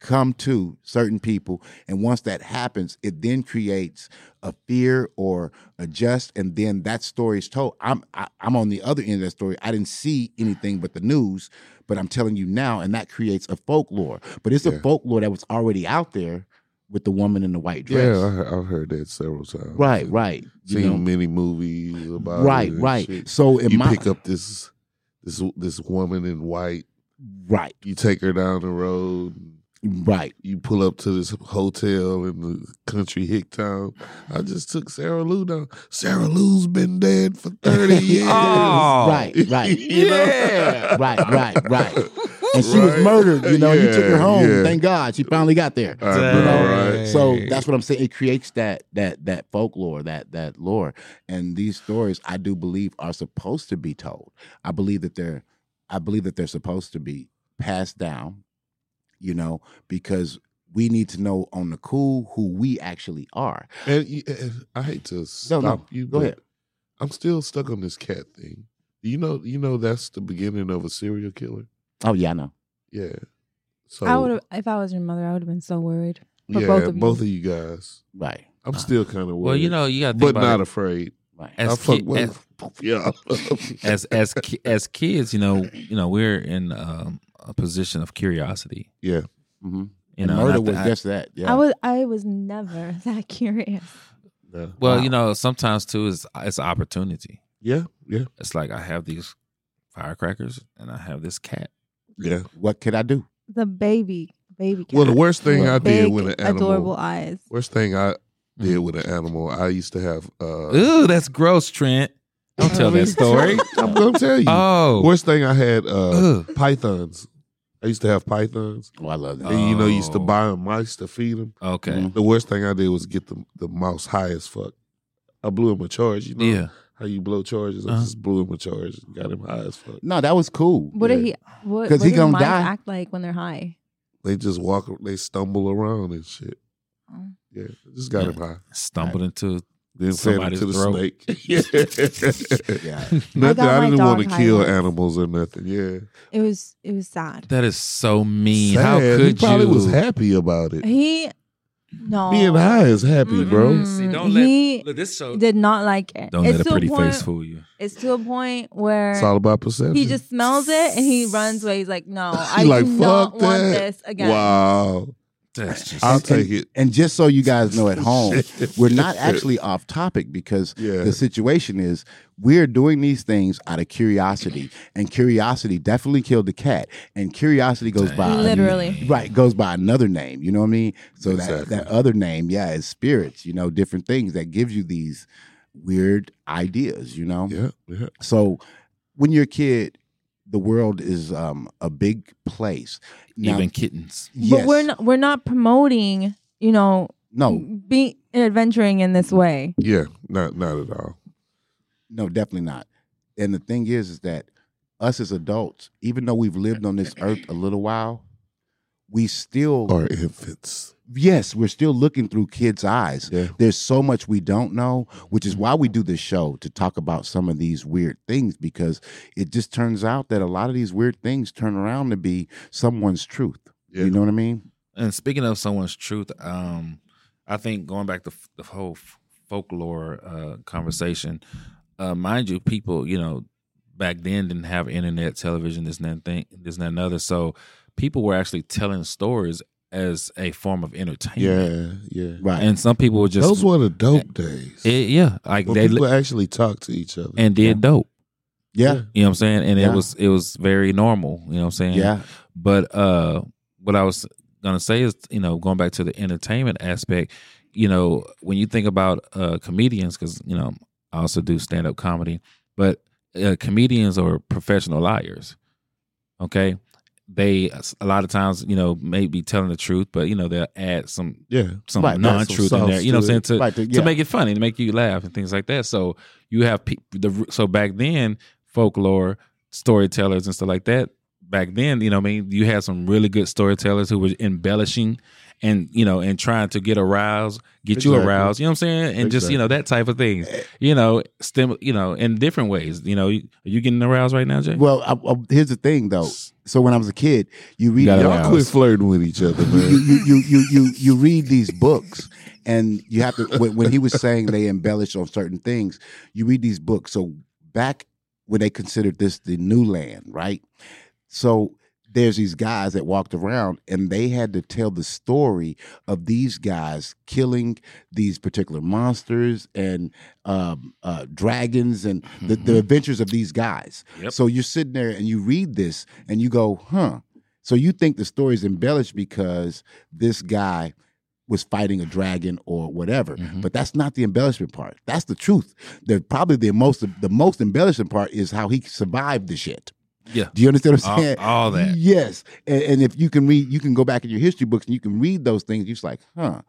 Speaker 2: come to certain people and once that happens it then creates a fear or a just and then that story is told i'm I, i'm on the other end of that story i didn't see anything but the news but i'm telling you now and that creates a folklore but it's
Speaker 3: Yeah.
Speaker 2: a folklore that was already out there with the woman in the white dress
Speaker 3: Yeah, I, he- I've heard that several times.
Speaker 2: right
Speaker 3: And
Speaker 2: right you
Speaker 3: Seen
Speaker 2: know?
Speaker 3: many movies about it
Speaker 2: right
Speaker 3: and
Speaker 2: right
Speaker 3: shit.
Speaker 2: so in
Speaker 3: You
Speaker 2: my
Speaker 3: pick up this this this woman in white.
Speaker 2: right
Speaker 3: You take her down the road.
Speaker 2: right
Speaker 3: You pull up to this hotel in the country hick town. I just took Sarah Lou down. Sarah Lou's been dead for thirty years.
Speaker 4: Oh.
Speaker 2: right right
Speaker 3: You know?
Speaker 4: Yeah.
Speaker 2: right right right and she was
Speaker 3: Right.
Speaker 2: murdered. You know, you took her
Speaker 3: Yeah,
Speaker 2: home.
Speaker 3: yeah.
Speaker 2: Thank God, she finally got there.
Speaker 3: I know,
Speaker 4: Dang.
Speaker 3: right?
Speaker 2: So that's what I'm saying. It creates that that that folklore, that that lore, and these stories I do believe are supposed to be told. I believe that they're, I believe that they're supposed to be passed down. You know, because we need to know on the cool who we actually are.
Speaker 3: And, you- and I hate to stop you,
Speaker 2: Go
Speaker 3: but
Speaker 2: ahead.
Speaker 3: I'm still stuck on this cat thing. You know, you know that's the beginning of a serial killer.
Speaker 2: Oh yeah, I know.
Speaker 3: Yeah. So
Speaker 5: I would have, if I was your mother, I would have been so worried. for
Speaker 3: yeah,
Speaker 5: both of you.
Speaker 3: guys.
Speaker 2: Right,
Speaker 3: I'm still kind of worried.
Speaker 4: Uh, Well, you know, you got to think
Speaker 3: but
Speaker 4: about
Speaker 3: not
Speaker 4: it.
Speaker 3: afraid.
Speaker 2: right.
Speaker 3: I
Speaker 4: as,
Speaker 3: fuck
Speaker 4: ki- as,
Speaker 3: with yeah.
Speaker 4: as as ki- as kids, you know, you know, we're in um, a position of curiosity.
Speaker 3: yeah.
Speaker 2: Mm-hmm.
Speaker 4: You know, and
Speaker 2: murder
Speaker 4: I thi-
Speaker 2: was
Speaker 4: I-
Speaker 2: just that. Yeah.
Speaker 5: I was, I was never that curious.
Speaker 3: No.
Speaker 4: well,
Speaker 2: Wow.
Speaker 4: you know, sometimes too is it's an opportunity.
Speaker 3: Yeah. Yeah.
Speaker 4: It's like I have these firecrackers and I have this cat.
Speaker 3: Yeah.
Speaker 2: what could I do?
Speaker 5: The baby, baby cat.
Speaker 3: Well, the worst thing
Speaker 5: with
Speaker 3: I did
Speaker 5: big,
Speaker 3: with an animal.
Speaker 5: adorable eyes.
Speaker 3: Worst thing I did with an animal. I used to have. uh
Speaker 4: Mm-hmm. Ooh, that's gross, Trent. Don't tell that story.
Speaker 3: I'm gonna tell you.
Speaker 4: Oh,
Speaker 3: Worst thing I had uh
Speaker 4: Ugh.
Speaker 3: pythons. I used to have pythons.
Speaker 2: Oh, I love that.
Speaker 3: And you know, you used to
Speaker 4: Oh.
Speaker 3: buy them mice to feed them.
Speaker 4: okay.
Speaker 2: Mhm.
Speaker 3: The worst thing I did was get the the mouse high as fuck. I blew him a charge. You know
Speaker 4: Yeah.
Speaker 3: how you blow charges. I
Speaker 4: Uh-huh.
Speaker 3: just blew him a charge. and Got him high as fuck.
Speaker 2: No, that was cool.
Speaker 5: What
Speaker 3: Yeah.
Speaker 5: did he? What?
Speaker 2: 'Cause
Speaker 5: what
Speaker 2: he
Speaker 5: do
Speaker 2: gonna
Speaker 5: mice
Speaker 2: die.
Speaker 5: Act like when they're high.
Speaker 3: They just walk. They stumble around and shit.
Speaker 5: Oh.
Speaker 3: Yeah, just got him high.
Speaker 4: Stumbled into
Speaker 3: Then fed him
Speaker 4: Somebody's
Speaker 3: to the
Speaker 4: throat.
Speaker 3: snake. yeah.
Speaker 2: Yeah.
Speaker 3: Nothing.
Speaker 5: got
Speaker 3: I,
Speaker 5: my
Speaker 3: didn't
Speaker 5: dog
Speaker 3: want to
Speaker 5: high
Speaker 3: kill
Speaker 5: once.
Speaker 3: animals or nothing. Yeah.
Speaker 5: It was, it was sad.
Speaker 4: that is so mean. How
Speaker 3: Sad.
Speaker 4: could
Speaker 3: he probably
Speaker 4: you?
Speaker 3: was happy about it.
Speaker 5: He, no,
Speaker 3: Being high is happy, bro.
Speaker 5: Mm-mm.
Speaker 4: See, don't
Speaker 5: He
Speaker 4: let look, this show.
Speaker 5: did not like it.
Speaker 4: Mm. Don't
Speaker 5: it's
Speaker 4: let a
Speaker 5: to
Speaker 4: pretty
Speaker 5: point,
Speaker 4: face fool you.
Speaker 5: It's to a point where
Speaker 3: It's all about perception.
Speaker 5: He just smells it and he runs away. He's like, no, I
Speaker 3: He like,
Speaker 5: do not
Speaker 3: "Fuck
Speaker 5: want
Speaker 3: that."
Speaker 5: this again.
Speaker 3: Wow.
Speaker 4: That's just
Speaker 3: I'll
Speaker 2: And-
Speaker 3: take it.
Speaker 2: And just so you guys know at home,
Speaker 3: Shit.
Speaker 2: we're not actually off topic because
Speaker 3: Yeah.
Speaker 2: the situation is we're doing these things out of curiosity, and curiosity definitely killed the cat, and curiosity goes by
Speaker 5: Literally.
Speaker 2: right goes by another name. You know what I mean? So that
Speaker 3: Exactly.
Speaker 2: that other name, yeah, is spirits. You know, different things that gives you these weird ideas. You know,
Speaker 3: Yeah. Yeah.
Speaker 2: so when you're a kid, the world is um, a big place. Now,
Speaker 4: even kittens.
Speaker 5: But we're not we're not promoting, you know,
Speaker 2: no,
Speaker 5: being adventuring in this way.
Speaker 3: Yeah. Not not at all.
Speaker 2: No, definitely not. And the thing is, is that us as adults, even though we've lived on this earth a little while, we still,
Speaker 3: Or infants.
Speaker 2: yes, we're still looking through kids' eyes.
Speaker 3: Yeah.
Speaker 2: There's so much we don't know, which is why we do this show to talk about some of these weird things because it just turns out that a lot of these weird things turn around to be someone's truth.
Speaker 3: Yeah.
Speaker 2: You know what I mean?
Speaker 4: And speaking of someone's truth, um, I think going back to f- the whole f- folklore uh, conversation, uh, mind you, people, you know, back then didn't have internet, television, this and that thing, this and that and other. So people were actually telling stories as a form of entertainment.
Speaker 3: Yeah. Yeah.
Speaker 2: Right.
Speaker 4: And some people were just,
Speaker 3: Those were the dope days.
Speaker 4: Eh, yeah, like
Speaker 3: when
Speaker 4: they
Speaker 3: people
Speaker 4: li-
Speaker 3: actually talk to each other.
Speaker 4: and did dope.
Speaker 2: yeah.
Speaker 4: You know what I'm saying? And
Speaker 2: Yeah.
Speaker 4: it was it was very normal. You know what I'm saying?
Speaker 2: Yeah.
Speaker 4: But uh what I was gonna say is, you know, going back to the entertainment aspect, you know, when you think about uh comedians, because you know, I also do stand up comedy, but uh, comedians are professional liars. Okay, they a lot of times you know may be telling the truth, but you know they'll add some
Speaker 3: Yeah.
Speaker 4: some
Speaker 2: Right,
Speaker 4: non
Speaker 2: that's some
Speaker 4: truth in there.
Speaker 2: sauce
Speaker 4: You know what I'm saying
Speaker 2: to
Speaker 4: to
Speaker 2: it. Right, to- yeah.
Speaker 4: to make it funny, to make you laugh and things like that. So you have pe- the so back then folklore storytellers and stuff like that. Back then, you know, what I mean, you had some really good storytellers who were embellishing and you know and trying to get aroused, get you
Speaker 3: Exactly.
Speaker 4: aroused. You know what I'm saying? And just you know that type of thing. You know, stim. You know, in different ways. You know, you, are you getting aroused right now, Jay?
Speaker 2: Well, I, I, here's the thing though. So when I was a kid, you read
Speaker 4: gotta
Speaker 2: y'all
Speaker 4: laugh.
Speaker 3: Y'all quit flirting with each other,
Speaker 2: you,
Speaker 3: man.
Speaker 2: you, you, you, you, you read these books and you have to when, when he was saying they embellish on certain things you read these books so back when they considered this the new land right so there's these guys that walked around and they had to tell the story of these guys killing these particular monsters and um, uh, dragons and the, the adventures of these guys
Speaker 4: Yep.
Speaker 2: so you're sitting there and you read this and you go huh so you think the story's embellished because this guy was fighting a dragon or whatever.
Speaker 4: Mm-hmm.
Speaker 2: But that's not the embellishment part. That's the truth. The probably the most the most embellishment part is how he survived the shit.
Speaker 4: Yeah.
Speaker 2: Do you understand what I'm
Speaker 4: All,
Speaker 2: saying?
Speaker 4: all that.
Speaker 2: Yes. And, and if you can read, you can go back in your history books and you can read those things. You're just like, huh.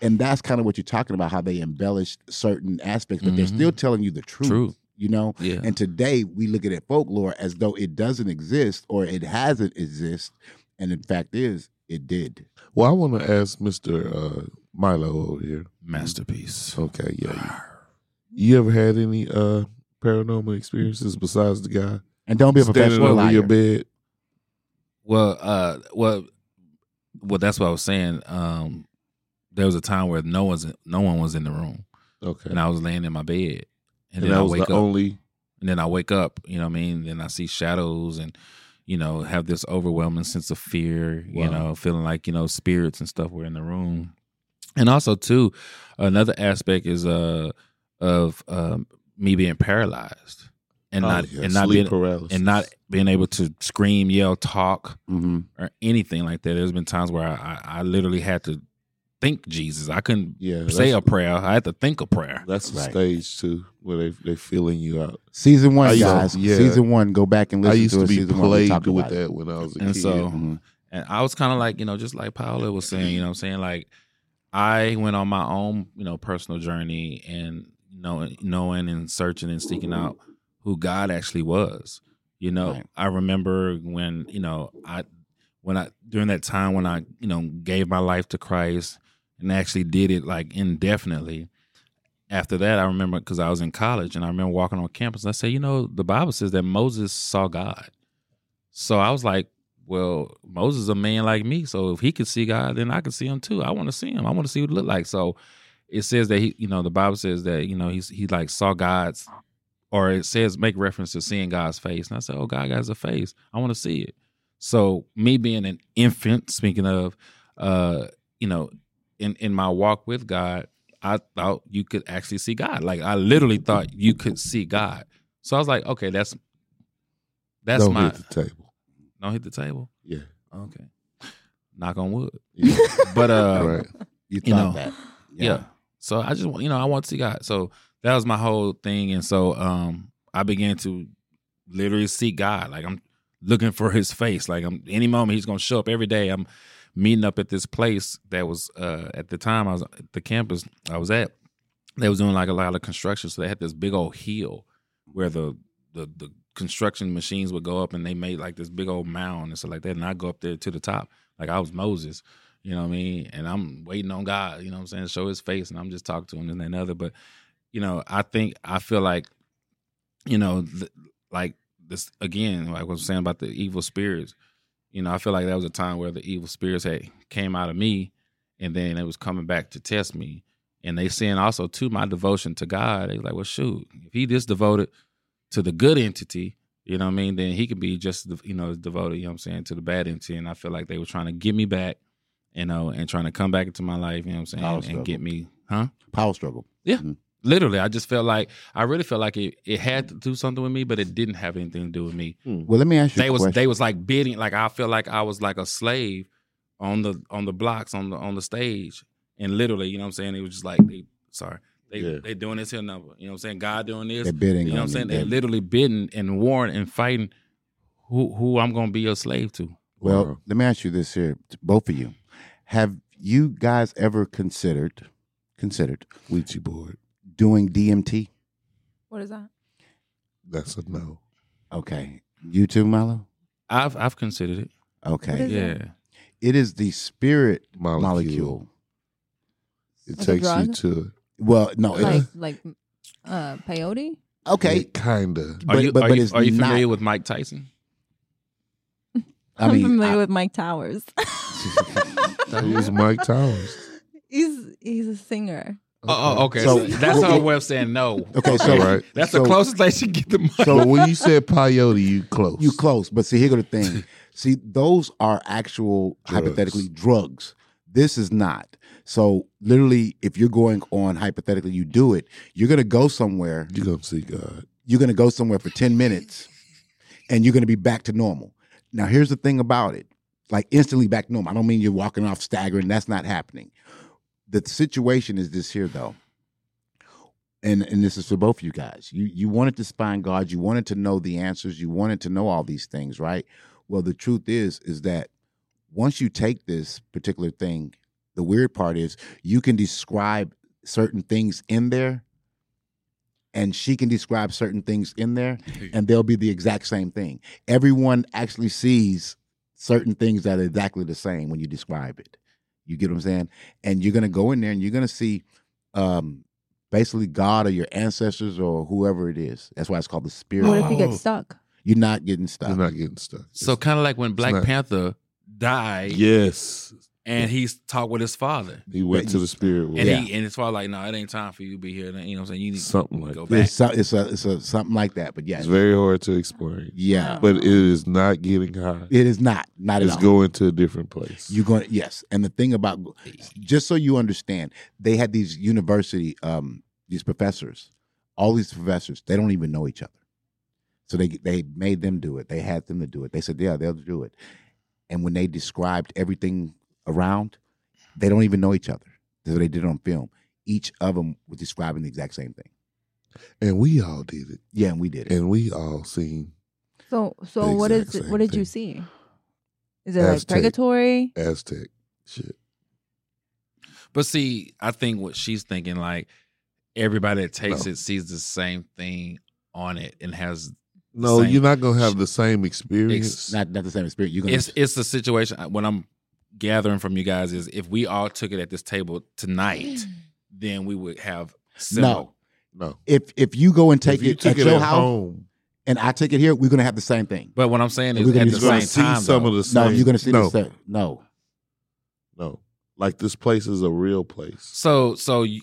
Speaker 2: And that's kind of what you're talking about, how they embellished certain aspects, but they're
Speaker 4: Mhm.
Speaker 2: still telling you the truth.
Speaker 4: True.
Speaker 2: You know?
Speaker 4: Yeah.
Speaker 2: And today we look at it folklore as though it doesn't exist or it hasn't exist. And in fact is it did.
Speaker 3: well, I want to ask Mr. Uh, Milo over here.
Speaker 4: Masterpiece.
Speaker 3: Okay, yeah. You, you ever had any uh, paranormal experiences besides the guy
Speaker 2: And don't be a
Speaker 3: standing
Speaker 2: professional
Speaker 3: over
Speaker 2: liar.
Speaker 3: your bed?
Speaker 4: Well, uh, well, well. That's what I was saying. Um, there was a time where no one's no one was in the room,
Speaker 3: Okay,
Speaker 4: and I was laying in my bed, and,
Speaker 3: and,
Speaker 4: then I
Speaker 3: that was
Speaker 4: wake
Speaker 3: the
Speaker 4: up,
Speaker 3: only.
Speaker 4: and then I wake up. You know what I mean? Then I see shadows, and you know, have this overwhelming sense of fear. You
Speaker 3: Wow.
Speaker 4: know, feeling like you know spirits and stuff were in the room, and also too, another aspect is uh of um, me being paralyzed and
Speaker 3: Oh,
Speaker 4: not
Speaker 3: yeah,
Speaker 4: and not
Speaker 3: sleep
Speaker 4: being
Speaker 3: paralysis.
Speaker 4: and not being able to scream, yell, talk,
Speaker 2: Mm-hmm.
Speaker 4: or anything like that. There's been times where I, I, I literally had to think Jesus. I couldn't
Speaker 3: yeah,
Speaker 4: say a
Speaker 3: that's-
Speaker 4: prayer. I had to think a prayer.
Speaker 3: That's the
Speaker 2: Right.
Speaker 3: stage too, where they they feeling you out.
Speaker 2: Season one,
Speaker 3: I used to-
Speaker 2: guys.
Speaker 3: yeah.
Speaker 2: Season one. Go back and
Speaker 3: I
Speaker 2: listen
Speaker 3: used
Speaker 2: to,
Speaker 3: to,
Speaker 2: it.
Speaker 3: be
Speaker 2: season one. We
Speaker 3: plagued
Speaker 2: talked
Speaker 3: with
Speaker 2: about it.
Speaker 3: that when I was a
Speaker 4: And
Speaker 3: kid. Mm-hmm.
Speaker 4: so-
Speaker 2: Mhm.
Speaker 4: And I was kind of like, you know, just like Paola was saying, you know what I'm saying? Like I went on my own, you know, personal journey and knowing knowing and searching and seeking out who God actually was. You know,
Speaker 2: Right.
Speaker 4: I remember when, you know, I when I during that time when I, you know, gave my life to Christ and actually did it like indefinitely. After that, I remember because I was in college and I remember walking on campus and I said, you know, the Bible says that Moses saw God. So I was like, well, Moses is a man like me. So if he could see God, then I can see him too. I want to see him. I want to see what it looked like. So it says that he, you know, the Bible says that, you know, he's he like saw God's or it says make reference to seeing God's face. And I said, Oh, God has a face. I want to see it. So me being an infant, speaking of uh, you know, in in my walk with God, I thought you could actually see God. Like I literally thought you could see God. So I was like, okay, that's that's
Speaker 3: don't
Speaker 4: my
Speaker 3: hit the table.
Speaker 4: don't hit the table.
Speaker 3: Yeah,
Speaker 4: Okay. Knock on wood.
Speaker 3: yeah.
Speaker 4: But uh
Speaker 3: All right.
Speaker 2: You thought
Speaker 4: You know.
Speaker 2: that.
Speaker 4: yeah. So I just want you know, I want to see God. So that was my whole thing. And so um I began to literally seek God. Like I'm looking for his face. Like I'm any moment he's gonna show up every day. I'm meeting up at this place that was uh at the time I was at the campus I was at, they was doing like a lot of construction. So they had this big old hill where the the the construction machines would go up and they made like this big old mound and stuff like that. And I go up there to the top. Like I was Moses. You know what I mean? And I'm waiting on God, you know what I'm saying? Show his face and I'm just talking to him and another. But, you know, I think I feel like, you know, th- like this again, like what I'm saying about the evil spirits, you know, I feel like that was a time where the evil spirits had came out of me and then it was coming back to test me. And they saying also to my devotion to God, they was like, well, shoot, if he this devoted to the good entity, you know what I mean, then he could be just, you know, devoted, you know what I'm saying, to the bad entity. And I feel like they were trying to get me back you know, and trying to come back into my life, you know what I'm saying,
Speaker 2: Power
Speaker 4: and
Speaker 2: struggle.
Speaker 4: get me, huh?
Speaker 2: Power struggle.
Speaker 4: Literally, I just felt like I really felt like it, it had to do something with me, but it didn't have anything to do with me.
Speaker 2: Well, let me ask you.
Speaker 4: Hmm. They
Speaker 2: a
Speaker 4: was
Speaker 2: question.
Speaker 4: they was like bidding, like I feel like I was like a slave on the on the blocks on the on the stage, and literally, you know what I'm saying, it was just like they sorry. They,
Speaker 3: Yeah.
Speaker 4: they doing this here number, you know what I'm saying? God doing this,
Speaker 2: They're bidding
Speaker 4: you know what
Speaker 2: on
Speaker 4: I'm
Speaker 2: you.
Speaker 4: saying? They
Speaker 2: They're-
Speaker 4: literally bidding and warring and fighting who who I'm gonna be a slave to.
Speaker 2: Well,
Speaker 3: Wow.
Speaker 2: let me ask you this here, t- both of you. Have you guys ever considered considered
Speaker 3: Ouija board.
Speaker 2: doing DMT?
Speaker 5: What is that?
Speaker 3: That's a no.
Speaker 2: Okay. You too, Milo?
Speaker 4: I've I've considered it.
Speaker 5: What
Speaker 2: Okay.
Speaker 5: is-
Speaker 4: Yeah.
Speaker 2: It is the spirit
Speaker 3: Molecule.
Speaker 2: molecule.
Speaker 3: It
Speaker 5: Like a
Speaker 3: takes you
Speaker 5: drug?
Speaker 3: to
Speaker 2: Well, no.
Speaker 5: Like
Speaker 2: It,
Speaker 5: like uh peyote?
Speaker 2: okay.
Speaker 3: it. Kinda.
Speaker 4: Are
Speaker 2: But-
Speaker 4: you
Speaker 2: but-
Speaker 4: are
Speaker 2: but
Speaker 4: you,
Speaker 2: it's
Speaker 4: are you familiar
Speaker 2: not-
Speaker 4: with Mike Tyson?
Speaker 2: I
Speaker 5: I'm
Speaker 2: mean,
Speaker 5: familiar
Speaker 2: I-
Speaker 5: with Mike Towers.
Speaker 3: Who's Mike Towers?
Speaker 5: he's he's a singer.
Speaker 4: Oh, oh, okay.
Speaker 2: So-
Speaker 4: So that's our way of saying no.
Speaker 2: Okay, so
Speaker 3: All right.
Speaker 4: That's
Speaker 2: so-
Speaker 4: the closest they should get the money.
Speaker 3: So when you said peyote, you close.
Speaker 2: You close, but see, here go the thing. see, those are actual
Speaker 3: Drugs.
Speaker 2: hypothetically drugs. This is not. So literally, if you're going on hypothetically, you do it. You're gonna go somewhere.
Speaker 3: You gonna see God.
Speaker 2: You're gonna go somewhere for ten minutes, and you're gonna be back to normal. Now, here's the thing about it: like instantly back to normal. I don't mean you're walking off staggering. That's not happening. The situation is this here though. And, and this is for both of you guys. You you wanted to find God, you wanted to know the answers, you wanted to know all these things, right? Well, the truth is, is that once you take this particular thing, the weird part is you can describe certain things in there, and she can describe certain things in there, and they'll be the exact same thing. Everyone actually sees certain things that are exactly the same when you describe it. You get what I'm saying? And you're gonna go in there and you're gonna see um basically God or your ancestors or whoever it is. That's why it's called the spirit.
Speaker 5: What if he
Speaker 2: world.
Speaker 5: gets stuck?
Speaker 2: You're not getting stuck.
Speaker 3: You're not getting stuck.
Speaker 4: So kind of like when Black
Speaker 3: not-
Speaker 4: Panther died
Speaker 3: yes,
Speaker 4: and he's talked with his father.
Speaker 3: he went to the spirit world.
Speaker 4: And he and his father like, no, it ain't time for you to be here. You know what I'm saying? You need
Speaker 3: Something
Speaker 4: to
Speaker 3: like
Speaker 4: go
Speaker 3: that.
Speaker 4: back.
Speaker 2: It's, so, it's a it's a something like that. But yeah,
Speaker 3: It's very hard to explain,
Speaker 2: yeah,
Speaker 3: but it
Speaker 4: Uh-huh.
Speaker 3: is not getting high.
Speaker 2: it is not not at
Speaker 3: It's
Speaker 2: all.
Speaker 3: going to a different place.
Speaker 2: You're going yes, and the thing about just so you understand, they had these university um these professors, all these professors, they don't even know each other, so they they made them do it. They had them to do it. They said yeah, they'll do it, and when they described everything around, they don't even know each other. So they did it on film. Each of them was describing the exact same thing.
Speaker 3: and we all did it,
Speaker 2: Yeah, and we did it.
Speaker 3: and we all seen
Speaker 5: So so
Speaker 3: The
Speaker 5: what is
Speaker 3: exact
Speaker 5: it,
Speaker 3: same
Speaker 5: what did
Speaker 3: thing.
Speaker 5: you see? Is it like
Speaker 3: Aztec.
Speaker 5: purgatory?
Speaker 3: Aztec shit.
Speaker 4: But see, I think what she's thinking, like everybody that takes
Speaker 3: No.
Speaker 4: it sees the same thing on it and has
Speaker 3: No,
Speaker 4: Same.
Speaker 3: you're not gonna have the same experience.
Speaker 2: Not not the same experience. You're gonna
Speaker 4: it's it's the situation I- what I'm gathering from you guys is if we all took it at this table tonight, then we would have similar.
Speaker 2: No.
Speaker 3: no,
Speaker 2: if if you go and take
Speaker 3: If you
Speaker 2: it
Speaker 3: took
Speaker 2: at your house
Speaker 3: home.
Speaker 2: and I take it here, we're gonna have the same thing.
Speaker 4: But what I'm saying
Speaker 2: We're
Speaker 4: is
Speaker 2: gonna
Speaker 4: at
Speaker 2: be
Speaker 4: the
Speaker 3: You're gonna
Speaker 4: same
Speaker 3: see
Speaker 4: time,
Speaker 3: some
Speaker 4: though,
Speaker 3: of the same.
Speaker 2: No, you're gonna see
Speaker 3: no,
Speaker 2: the same. No,
Speaker 3: No, like this place is a real place.
Speaker 4: so so you,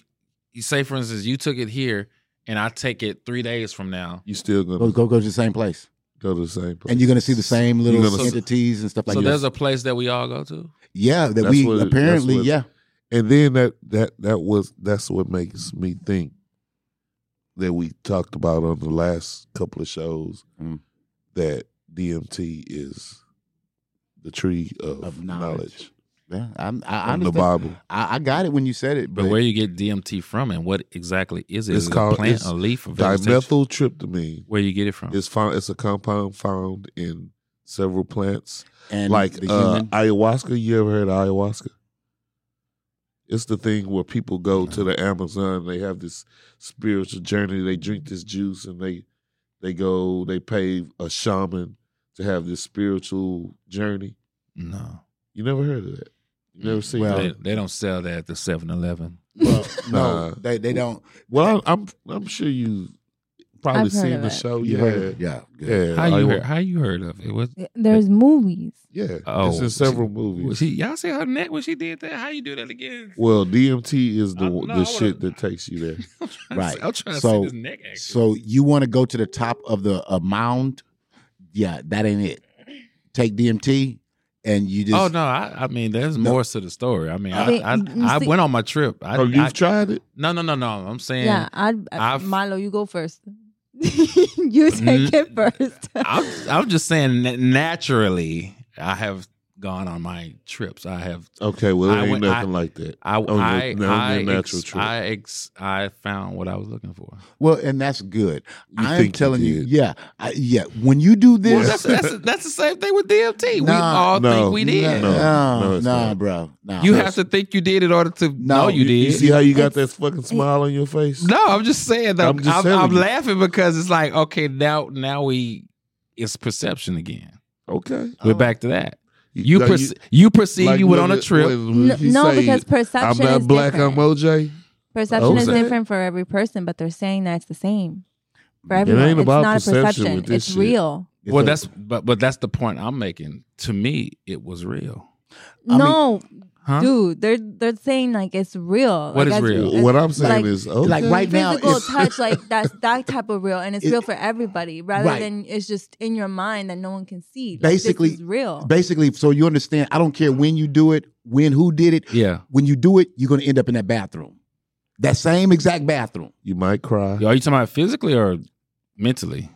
Speaker 4: you say for instance you took it here and I take it three days from now.
Speaker 3: You still
Speaker 2: go
Speaker 3: gonna
Speaker 2: go go to the same place,
Speaker 3: go to the same place,
Speaker 2: and you're gonna see the same
Speaker 3: You're
Speaker 2: little
Speaker 3: gonna-
Speaker 2: entities and stuff like
Speaker 4: so
Speaker 2: that.
Speaker 4: there's a place that we all go to.
Speaker 2: yeah, that
Speaker 3: That's
Speaker 2: we
Speaker 3: what-
Speaker 2: apparently
Speaker 3: that's what-
Speaker 2: yeah.
Speaker 3: and then that that that was that's what makes me think that we talked about on the last couple of shows
Speaker 2: Mm.
Speaker 3: that DMT is the tree of,
Speaker 2: Of knowledge.
Speaker 3: knowledge,
Speaker 2: Yeah, I'm, I, I
Speaker 3: from the
Speaker 2: understand.
Speaker 3: Bible.
Speaker 2: I, I got it when you said it,
Speaker 4: But
Speaker 2: but
Speaker 4: where you get DMT from and what exactly is it?
Speaker 3: It's
Speaker 4: Is it
Speaker 3: called-
Speaker 4: a plant,
Speaker 3: it's
Speaker 4: a leaf, a vegetation?
Speaker 3: Dimethyltryptamine
Speaker 4: Where you get it from?
Speaker 3: is found. It's a compound found in several plants,
Speaker 2: and
Speaker 3: like
Speaker 2: the
Speaker 3: uh,
Speaker 2: human,
Speaker 3: ayahuasca. You ever heard of ayahuasca? It's the thing where people go to the Amazon. They have this spiritual journey. They drink this juice and they they go. They pay a shaman to have this spiritual journey.
Speaker 4: No,
Speaker 3: You never heard of that? You never seen
Speaker 2: Mm, Well-
Speaker 4: they,
Speaker 3: that?
Speaker 4: they don't sell that at the 7-Eleven.
Speaker 2: well, no,
Speaker 3: Nah.
Speaker 2: they they don't.
Speaker 3: Well, I, I'm I'm sure you probably
Speaker 5: I've heard
Speaker 3: seen
Speaker 5: of
Speaker 3: the
Speaker 5: it.
Speaker 3: show.
Speaker 2: You
Speaker 3: yeah,
Speaker 2: heard it. yeah, good.
Speaker 3: yeah.
Speaker 4: How you
Speaker 3: ayahu-
Speaker 4: heard, how you heard of it? Was
Speaker 5: There's movies.
Speaker 3: Yeah,
Speaker 4: Oh.
Speaker 3: it's in several
Speaker 4: Was
Speaker 3: movies.
Speaker 4: she, y'all see her neck when she did that? How you do that again?
Speaker 3: well, DMT is the
Speaker 4: I don't know,
Speaker 3: the
Speaker 4: I
Speaker 3: shit
Speaker 4: would've-
Speaker 3: that takes you there.
Speaker 2: Right.
Speaker 4: I'm trying to
Speaker 2: So-
Speaker 4: see this neck action.
Speaker 2: So you want to go to the top of the uh, mound? Yeah, that ain't it. Take DMT, and you just
Speaker 4: oh no, I, I mean there's
Speaker 2: No.
Speaker 4: more to the story. I mean, I,
Speaker 5: They-
Speaker 4: I,
Speaker 5: you
Speaker 4: I
Speaker 5: see-
Speaker 4: went on my trip. I,
Speaker 3: oh, you've
Speaker 4: I-
Speaker 3: tried it?
Speaker 4: no, no, no, no. I'm saying
Speaker 5: yeah, I, I
Speaker 4: I've-
Speaker 5: Milo, you go first. you take
Speaker 4: Mm.
Speaker 5: it first.
Speaker 4: I'm, I'm just saying that naturally I have gone on my trips. I have
Speaker 3: Okay, well, it
Speaker 4: I
Speaker 3: ain't
Speaker 4: went-
Speaker 3: nothing
Speaker 4: I-
Speaker 3: like that.
Speaker 4: I
Speaker 3: On Oh, your-
Speaker 4: I
Speaker 3: on your
Speaker 4: I,
Speaker 3: natural
Speaker 4: ex,
Speaker 3: trip.
Speaker 4: I ex I found what I was looking for.
Speaker 2: Well, and that's good.
Speaker 3: You
Speaker 2: I'm
Speaker 3: think you
Speaker 2: telling you,
Speaker 3: did.
Speaker 2: yeah, I, yeah. When you do this,
Speaker 4: Well, that's, that's that's the same thing with DMT. we
Speaker 2: Nah,
Speaker 4: all
Speaker 3: no,
Speaker 4: think we did.
Speaker 2: no,
Speaker 3: No,
Speaker 2: no,
Speaker 3: no, it's
Speaker 2: nah,
Speaker 3: not.
Speaker 2: bro, nah.
Speaker 4: You have to think you did in order to know you,
Speaker 3: You
Speaker 4: did.
Speaker 3: see how you got that
Speaker 5: It's-
Speaker 3: fucking smile on your face?
Speaker 4: no, I'm just saying though.
Speaker 3: I'm
Speaker 4: I'm,
Speaker 3: just
Speaker 4: I'm,
Speaker 3: telling you.
Speaker 4: laughing because it's like okay, now now we it's perception again.
Speaker 3: Okay.
Speaker 4: We're back to that. You
Speaker 3: Now
Speaker 4: perce- you, perceive
Speaker 3: like
Speaker 4: you went
Speaker 3: when
Speaker 4: on a
Speaker 3: it-
Speaker 4: trip.
Speaker 3: when
Speaker 5: No,
Speaker 3: he
Speaker 5: no,
Speaker 3: say,
Speaker 5: because perception
Speaker 3: I'm not
Speaker 5: is
Speaker 3: black,
Speaker 5: different.
Speaker 3: I'm OJ.
Speaker 5: perception
Speaker 4: Oh,
Speaker 5: is
Speaker 4: okay.
Speaker 5: different for every person, but they're saying that it's the same for
Speaker 3: ain't
Speaker 5: everyone. it's
Speaker 3: about
Speaker 5: not
Speaker 3: perception
Speaker 5: a perception;
Speaker 3: with this
Speaker 5: it's
Speaker 3: shit.
Speaker 5: real.
Speaker 2: It's
Speaker 4: well,
Speaker 2: a-
Speaker 4: that's but but that's the point I'm making. To me, it was real.
Speaker 2: I mean-
Speaker 5: no,
Speaker 4: Huh?
Speaker 5: dude, they're they're saying like it's real.
Speaker 4: What
Speaker 5: What
Speaker 4: is
Speaker 5: is
Speaker 4: real?
Speaker 3: What I'm saying
Speaker 5: like-
Speaker 3: is, okay.
Speaker 2: like right now.
Speaker 5: physical
Speaker 2: It's,
Speaker 5: touch, like that's that type of real, and it's
Speaker 2: It-
Speaker 5: real for everybody, rather
Speaker 2: Right.
Speaker 5: than it's just in your mind that no one can see. Like,
Speaker 2: Basically-
Speaker 5: this is real.
Speaker 2: basically, so you understand. I don't care when you do it, when who did it.
Speaker 4: Yeah.
Speaker 2: When you do it, you're gonna end up in that bathroom, that same exact bathroom.
Speaker 3: you might cry.
Speaker 2: Uh-huh.
Speaker 4: Are you talking about physically or mentally?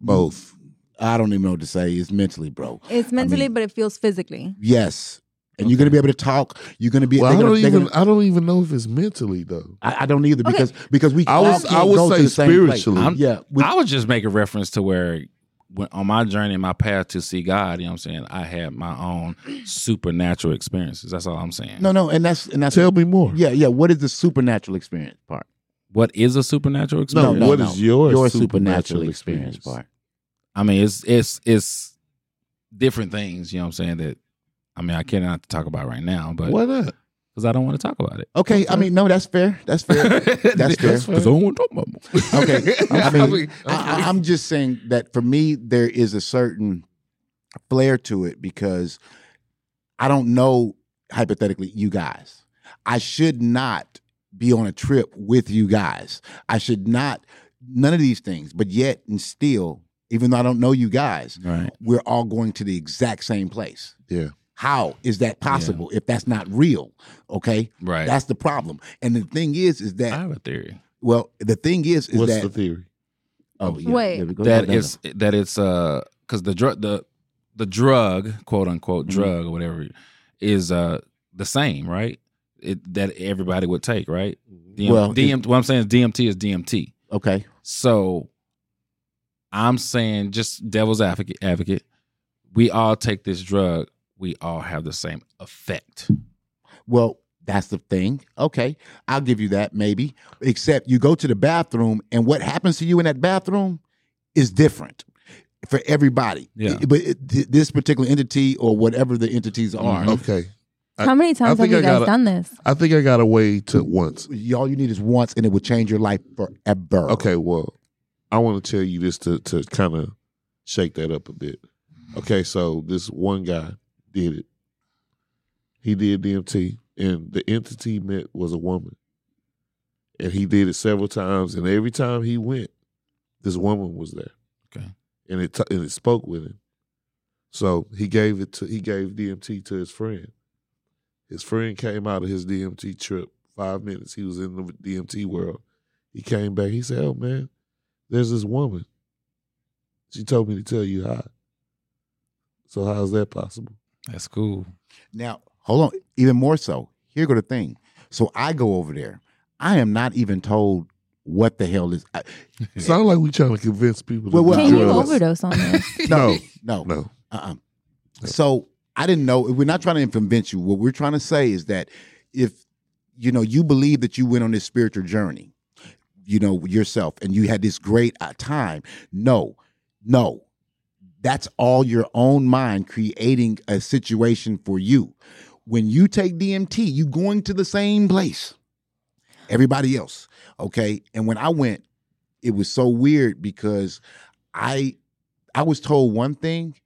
Speaker 2: Both. I don't even know what to say. It's mentally, bro.
Speaker 5: it's mentally,
Speaker 2: mean-
Speaker 5: but it feels physically.
Speaker 2: Yes, and you're gonna be able to talk. You're gonna be.
Speaker 3: Well, I
Speaker 2: they're
Speaker 3: don't
Speaker 2: gonna- they're
Speaker 3: even.
Speaker 2: gonna-
Speaker 3: I don't even know if it's mentally though.
Speaker 2: I, I don't either
Speaker 5: Okay.
Speaker 2: because because we
Speaker 3: I
Speaker 2: all
Speaker 3: was-
Speaker 2: can't
Speaker 3: I would
Speaker 2: go to
Speaker 3: say
Speaker 2: the same place.
Speaker 3: spiritually.
Speaker 4: I'm-
Speaker 2: Yeah, we-
Speaker 4: I would just make a reference to where when, on my journey, my path to see God, you know what I'm saying? I had my own supernatural experiences. That's all I'm saying.
Speaker 2: no, no, and that's and that's
Speaker 3: Tell me more.
Speaker 2: yeah, yeah. What is the supernatural experience part?
Speaker 4: What is a supernatural
Speaker 3: No,
Speaker 4: experience?
Speaker 3: what is your
Speaker 2: your
Speaker 3: supernatural
Speaker 2: supernatural experience
Speaker 3: experience?
Speaker 2: part?
Speaker 4: I mean, it's it's it's different things, you know what I'm saying, that I mean I cannot talk about right now, but
Speaker 3: Why not?
Speaker 4: because I don't want to talk about it.
Speaker 2: Okay, I mean, no, that's fair. That's fair. That's fair.
Speaker 4: Because I don't want to talk about it.
Speaker 2: Okay, I
Speaker 4: I
Speaker 2: mean,
Speaker 4: mean,
Speaker 2: I, I- I'm just saying that for me, there is a certain flair to it because I don't know hypothetically you guys. I should not be on a trip with you guys. I should not none of these things. But yet and still, even though I don't know you guys,
Speaker 4: right.
Speaker 2: we're all going to the exact same place.
Speaker 3: Yeah.
Speaker 2: How is that possible if that's not real? Okay,
Speaker 4: Right.
Speaker 2: that's the problem. And the thing is, is
Speaker 4: I
Speaker 2: that
Speaker 4: have a theory.
Speaker 2: well, the thing is, is
Speaker 3: What's
Speaker 2: that
Speaker 3: the theory?
Speaker 2: oh yeah,
Speaker 5: Wait.
Speaker 2: there we go.
Speaker 4: that
Speaker 2: No, no,
Speaker 4: it's that it's uh because the drug the the drug quote unquote
Speaker 2: Mhm.
Speaker 4: drug or whatever is uh the same right it, that everybody would take right DM,
Speaker 2: Mm-hmm. Well,
Speaker 4: DMT, what I'm saying is DMT is DMT
Speaker 2: no. okay.
Speaker 4: so I'm saying just devil's advocate advocate we all take this drug we all have the same effect
Speaker 2: Well, that's the thing. Okay, I'll give you that maybe. Except you go to the bathroom, and what happens to you in that bathroom is different for everybody.
Speaker 4: Yeah.
Speaker 2: It- but it, th- this particular entity or whatever the entities are,
Speaker 3: Okay, I-
Speaker 5: How many times have
Speaker 3: think
Speaker 5: you
Speaker 3: I
Speaker 5: guys
Speaker 3: gotta-
Speaker 5: done this?
Speaker 3: I think I got a way to once.
Speaker 2: y- all you need is once, and it will change your life forever.
Speaker 3: Okay, well, I want to tell you this to to kind of shake that up a bit. Okay, so this one guy did it. He did DMT, and the entity met was a woman, and he did it several times. And every time he went, this woman was there.
Speaker 4: Okay.
Speaker 3: and it t- and it spoke with him. So he gave it to he gave DMT to his friend. His friend came out of his DMT trip. Five minutes he was in the DMT world. He came back. He said, "Oh man, there's this woman. She told me to tell you hi. So how's that possible?
Speaker 4: that's cool
Speaker 2: Now, hold on. Even more so, here go the thing. So I go over there. I am not even told what the hell is. I,
Speaker 3: It sounds like we trying to convince people. To
Speaker 2: Well, well,
Speaker 3: do
Speaker 2: Wow.
Speaker 5: Can you
Speaker 3: drugs.
Speaker 5: overdose on this?
Speaker 3: No,
Speaker 2: no,
Speaker 3: no.
Speaker 2: Uh-uh. So I didn't know. We're not trying to convince you. What we're trying to say is that if you know you believe that you went on this spiritual journey, you know yourself, and you had this great uh, time. No, no, that's all your own mind creating a situation for you. When you take DMT, you going to the same place. Everybody else, okay. And when I went, it was so weird because I I was told one thing,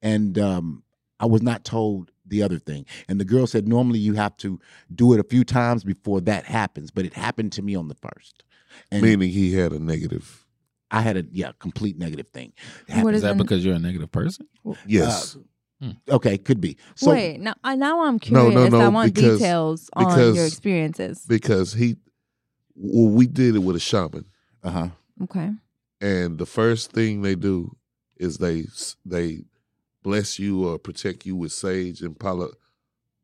Speaker 2: and um, I was not told the other thing. And the girl said, normally you have to do it a few times before that happens, but it happened to me on the first. And
Speaker 3: Meaning he had a negative.
Speaker 2: I had a yeah complete negative thing. It
Speaker 5: What
Speaker 2: happened-
Speaker 4: is
Speaker 5: is
Speaker 4: that
Speaker 5: an-
Speaker 4: because you're a negative person
Speaker 3: Uh, Yes,
Speaker 2: okay, could be. So
Speaker 5: Wait, now I- now I'm
Speaker 3: No, no,
Speaker 5: curious. I
Speaker 3: no,
Speaker 5: want
Speaker 3: because-
Speaker 5: details on
Speaker 3: because-
Speaker 5: your experiences.
Speaker 3: because he. Well, we did it with a shaman.
Speaker 2: uh huh.
Speaker 5: Okay.
Speaker 3: and the first thing they do is they they bless you or protect you with sage and palo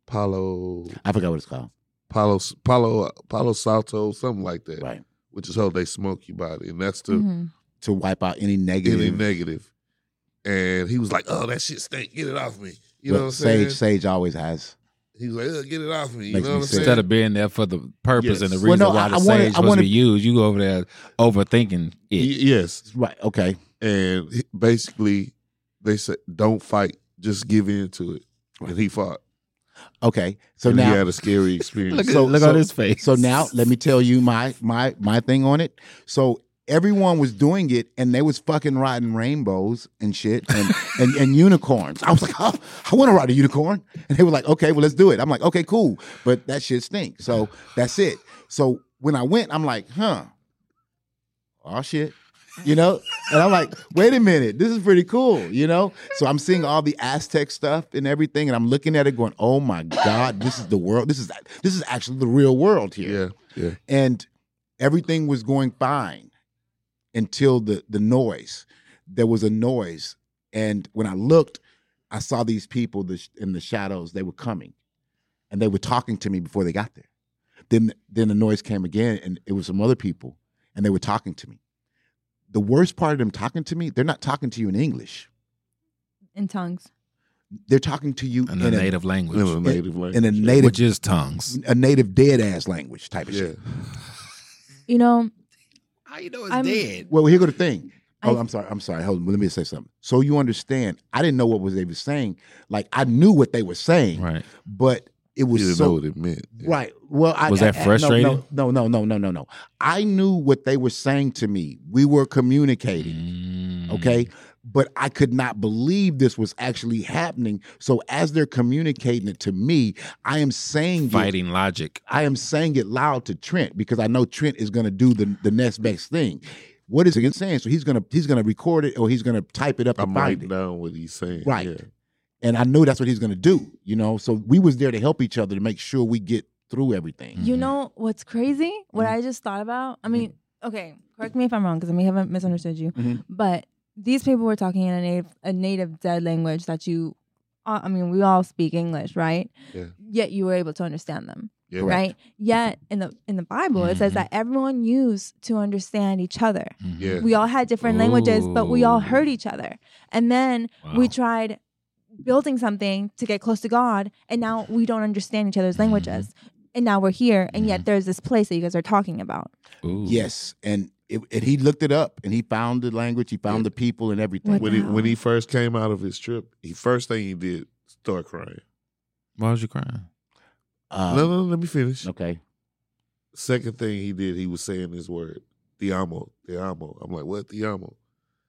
Speaker 3: palo
Speaker 2: I forgot what it's called.
Speaker 3: palo palo palo salto, something like that,
Speaker 2: Right.
Speaker 3: which is how they smoke your body, and that's
Speaker 4: Mm-hmm.
Speaker 3: the
Speaker 5: Mhm.
Speaker 2: To wipe out any negative.
Speaker 3: negative. negative. And he was like, "Oh, that shit stink. Get it off me." You
Speaker 2: But
Speaker 3: know what I'm saying?
Speaker 2: Sage, Sage always has.
Speaker 3: He was like, "Ugh, "Get it off me." You
Speaker 2: Makes
Speaker 3: know
Speaker 2: me
Speaker 3: what I'm
Speaker 2: sick.
Speaker 3: saying?
Speaker 4: Instead of being there for the
Speaker 3: Yes.
Speaker 4: purpose and the
Speaker 2: Well,
Speaker 4: reason
Speaker 2: no,
Speaker 4: why
Speaker 2: I-
Speaker 4: the
Speaker 2: I
Speaker 4: sage
Speaker 2: wanna- I
Speaker 4: supposed
Speaker 2: wanna-
Speaker 4: to be used, you go over there overthinking
Speaker 3: Y-
Speaker 4: it.
Speaker 3: yes,
Speaker 2: Right. Okay.
Speaker 3: and he- basically they said, "Don't fight. Just give in to it." And he fought.
Speaker 2: Okay. So
Speaker 3: and
Speaker 2: now
Speaker 3: he had a scary experience.
Speaker 4: Look,
Speaker 2: So-
Speaker 4: at, look
Speaker 2: so-
Speaker 4: at his face.
Speaker 2: So now let me tell you my my my thing on it. So everyone was doing it and they was fucking riding rainbows and shit and and, and unicorns. I was like, oh, I want to ride a unicorn. And they were like, okay, well let's do it. I'm like, okay, cool. But that shit stinks. So that's it. So when I went, I'm like, huh. Oh shit. You know? And I'm like, wait a minute, this is pretty cool, you know? So I'm seeing all the Aztec stuff and everything, and I'm looking at it going, Oh my God, this is the world. This is this is actually the real world here
Speaker 3: yeah, yeah.
Speaker 2: and everything was going fine until the the noise there was a noise and when i looked i saw these people that sh- in the shadows they were coming and they were talking to me before they got there then then the noise came again and it was some other people and they were talking to me the worst part of them talking to me they're not talking to you in english
Speaker 5: In tongues.
Speaker 2: they're talking to you
Speaker 4: in
Speaker 2: in
Speaker 4: a native
Speaker 3: In a
Speaker 4: language,
Speaker 3: native
Speaker 2: a,
Speaker 3: language.
Speaker 2: in a native
Speaker 4: which is tongues.
Speaker 2: a native dead ass language type of
Speaker 3: yeah.
Speaker 2: shit
Speaker 5: You know,
Speaker 4: How you know it's
Speaker 5: I'm-
Speaker 2: Well, here go the thing. Oh,
Speaker 5: I-
Speaker 2: I'm sorry. I'm sorry. Hold on. Let me say something. So you understand? I didn't know what was they were saying. Like I knew what they were saying,
Speaker 4: Right.
Speaker 2: but it
Speaker 3: You
Speaker 2: was
Speaker 3: didn't
Speaker 2: so
Speaker 3: know what it meant. Yeah.
Speaker 2: right. Well, I
Speaker 4: Was
Speaker 2: I-
Speaker 4: that
Speaker 2: I- no,
Speaker 4: frustrating?
Speaker 2: No, no, no, no, no, no. I knew what they were saying to me. We were communicating
Speaker 4: Mm.
Speaker 2: okay but i could not believe this was actually happening so as they're communicating it to me i am saying it,
Speaker 4: Fighting logic.
Speaker 2: i am saying it loud to trent because i know trent is going to do the, the next best thing what is it saying so he's going to he's going to record it or he's going to type it up
Speaker 3: I'm
Speaker 2: and find
Speaker 3: writing
Speaker 2: it
Speaker 3: down what he's saying.
Speaker 2: Right.
Speaker 3: Yeah.
Speaker 2: and i know that's what he's going to do you know so we was there to help each other to make sure we get through everything
Speaker 5: you
Speaker 4: Mhm.
Speaker 5: know what's crazy? What
Speaker 3: Mm-hmm.
Speaker 2: Mhm.
Speaker 5: I just thought about? I
Speaker 2: Mhm.
Speaker 5: mean, okay, correct me if I'm wrong because I may have misunderstood you,
Speaker 3: Mm-hmm.
Speaker 2: Mhm.
Speaker 5: but these people were talking in a native, a native dead language that you, uh, I mean, we all speak English, right?
Speaker 3: Yeah.
Speaker 5: Yet you were able to understand them.
Speaker 3: Yeah.
Speaker 5: right? Yet in the in the Bible it says
Speaker 4: Mhm.
Speaker 5: that everyone used to understand each other.
Speaker 4: Mhm.
Speaker 3: Mm-hmm. Yeah.
Speaker 5: We all had different languages, but we all
Speaker 4: Ooh.
Speaker 5: heard each other. And then
Speaker 4: Wow.
Speaker 5: we tried building something to get close to God, and now we don't understand each other's
Speaker 3: Mm-hmm.
Speaker 5: languages. And now we're here, and yet there's this place that you guys are talking about.
Speaker 3: Mm.
Speaker 4: Ooh.
Speaker 2: yes and it, and he looked it up and he found the language he found the people and everything
Speaker 5: What
Speaker 3: When he when he first came out of his trip, he first thing he did start crying.
Speaker 4: Why was you crying?
Speaker 2: Uh,
Speaker 3: no, no, no, let me finish.
Speaker 2: okay
Speaker 3: Second thing he did, he was saying this word, "Te amo, te amo." I'm like, "What, te amo?"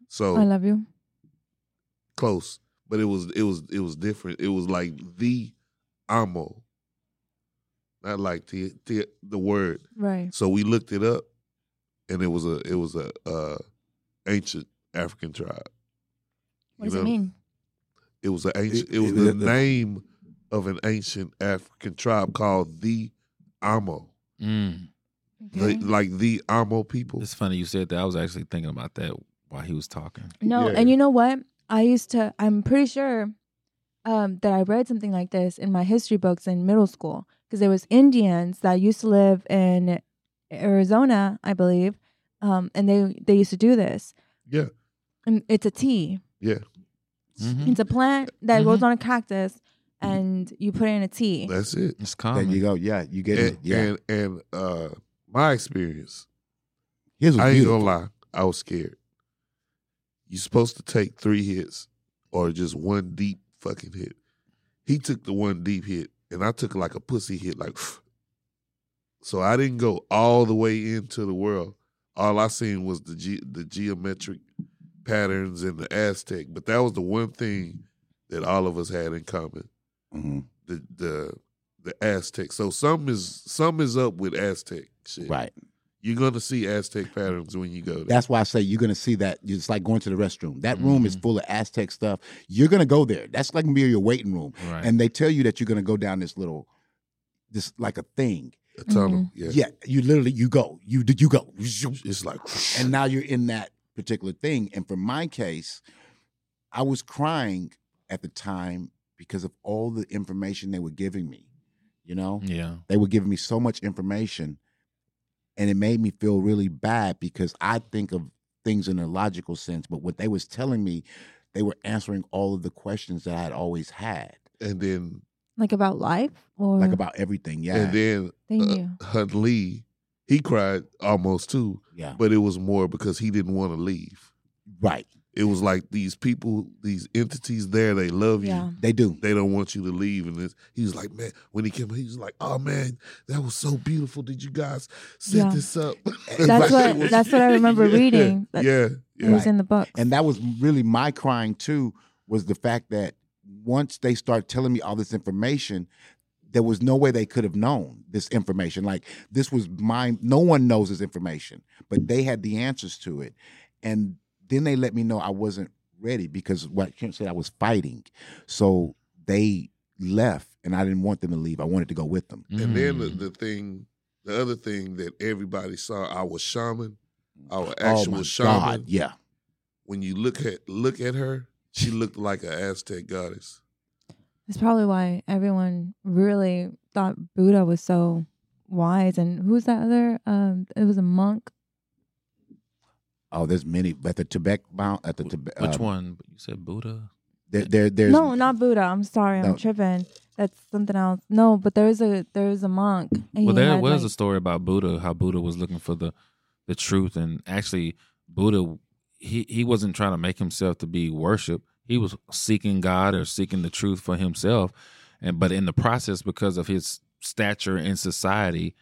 Speaker 3: So
Speaker 5: I love you.
Speaker 3: close, but it was it was it was different. It was like the amo, not like the the, the word.
Speaker 5: Right.
Speaker 3: So we looked it up, and it was a it was a uh, ancient African tribe.
Speaker 5: What does
Speaker 3: You
Speaker 5: it
Speaker 3: know,
Speaker 5: mean?
Speaker 3: It was an ancient. It,
Speaker 2: It-
Speaker 3: was
Speaker 2: it-
Speaker 3: the
Speaker 2: it-
Speaker 3: name of an ancient African tribe called the Amo,
Speaker 4: Mm.
Speaker 5: Okay.
Speaker 3: the, like the Amo people.
Speaker 4: It's funny you said that. I was actually thinking about that while he was talking.
Speaker 5: No,
Speaker 3: Yeah.
Speaker 5: and you know what? I used to. I'm pretty sure um, that I read something like this in my history books in middle school because there was Indians that used to live in Arizona, I believe, um, and they they used to do this.
Speaker 3: Yeah.
Speaker 5: and it's a tea.
Speaker 4: Mhm.
Speaker 3: Mm-hmm.
Speaker 5: It's a plant that goes
Speaker 4: Mhm.
Speaker 5: on a cactus, and you put it in a tea.
Speaker 3: That's it.
Speaker 4: It's
Speaker 2: there
Speaker 4: common.
Speaker 2: you go yeah you get
Speaker 3: And
Speaker 2: it yeah
Speaker 3: and, and uh, my experience,
Speaker 2: Here's
Speaker 3: I
Speaker 2: what's
Speaker 3: ain't
Speaker 2: beautiful.
Speaker 3: gonna lie, I was scared. you supposed to take three hits or just one deep fucking hit. He took the one deep hit, and I took like a pussy hit, like. So I didn't go all the way into the world. All I seen was the ge- the geometric patterns and the Aztec, but that was the one thing that all of us had in common
Speaker 2: Mhm.
Speaker 3: the the the Aztec. So some is some is up with Aztec shit.
Speaker 2: Right.
Speaker 3: You're gonna see Aztec patterns when you go there.
Speaker 2: That's why I say you're gonna see that. It's like going to the restroom. That room is full of Aztec stuff. You're gonna go there. That's like gonna be your waiting room.
Speaker 4: Right.
Speaker 2: And they tell you that you're gonna go down this little, this like a thing.
Speaker 3: a tunnel. Yeah.
Speaker 5: Mm-hmm.
Speaker 2: Yeah. You literally you go. You did you go.
Speaker 3: It's like
Speaker 2: And now you're in that particular thing. And for my case, I was crying at the time because of all the information they were giving me. You know,
Speaker 4: Yeah.
Speaker 2: they were giving me so much information, and it made me feel really bad because I think of things in a logical sense, but what they was telling me, they were answering all of the questions that I had always had,
Speaker 3: And then
Speaker 5: Like about life or
Speaker 2: like about everything. Yeah,
Speaker 3: and then
Speaker 5: they
Speaker 3: uh,
Speaker 5: knew.
Speaker 3: Hunt Lee, he cried almost too,
Speaker 2: yeah,
Speaker 3: but it was more because he didn't want to leave.
Speaker 2: right.
Speaker 3: It was like these people, these entities there, they love you.
Speaker 5: Yeah.
Speaker 2: They do.
Speaker 3: They don't want you to leave. And it's, he was like, man, when he came, he was like, oh man, that was so beautiful. Did you guys set
Speaker 5: Yeah.
Speaker 3: this up?
Speaker 5: That's
Speaker 3: Like, it
Speaker 5: what that's what I remember
Speaker 3: Yeah,
Speaker 5: reading. That
Speaker 3: yeah,
Speaker 5: It
Speaker 3: yeah.
Speaker 5: was in the book.
Speaker 2: and that was really my crying too was the fact that once they start telling me all this information there was no way they could have known this information like this was my no one knows this information but they had the answers to it and then they let me know i wasn't ready because what kim said i was fighting so they left and i didn't want them to leave i wanted to go with them
Speaker 3: And then the,
Speaker 4: Mm.
Speaker 3: the thing, the other thing that everybody saw, our shaman, our
Speaker 2: oh
Speaker 3: actual
Speaker 2: my
Speaker 3: shaman.
Speaker 2: god yeah
Speaker 3: When you look at look at her, she looked like an Aztec goddess.
Speaker 5: That's probably why everyone really thought Buddha was so wise. And who's that other? Um, it was a monk.
Speaker 2: oh there's many but the tibet mount at the tibet
Speaker 4: Which
Speaker 2: uh,
Speaker 4: one? You said Buddha.
Speaker 2: there, there there's
Speaker 5: no, not Buddha. I'm sorry,
Speaker 2: No.
Speaker 5: I'm tripping. That's something else. No, but there was a there was a monk. And
Speaker 4: well,
Speaker 5: he
Speaker 4: there
Speaker 5: had,
Speaker 4: was
Speaker 5: like-
Speaker 4: a story about Buddha, how Buddha was looking for the the truth, and actually, Buddha he he wasn't trying to make himself to be worshipped. He was seeking God or seeking the truth for himself, and but in the process, because of his stature in society,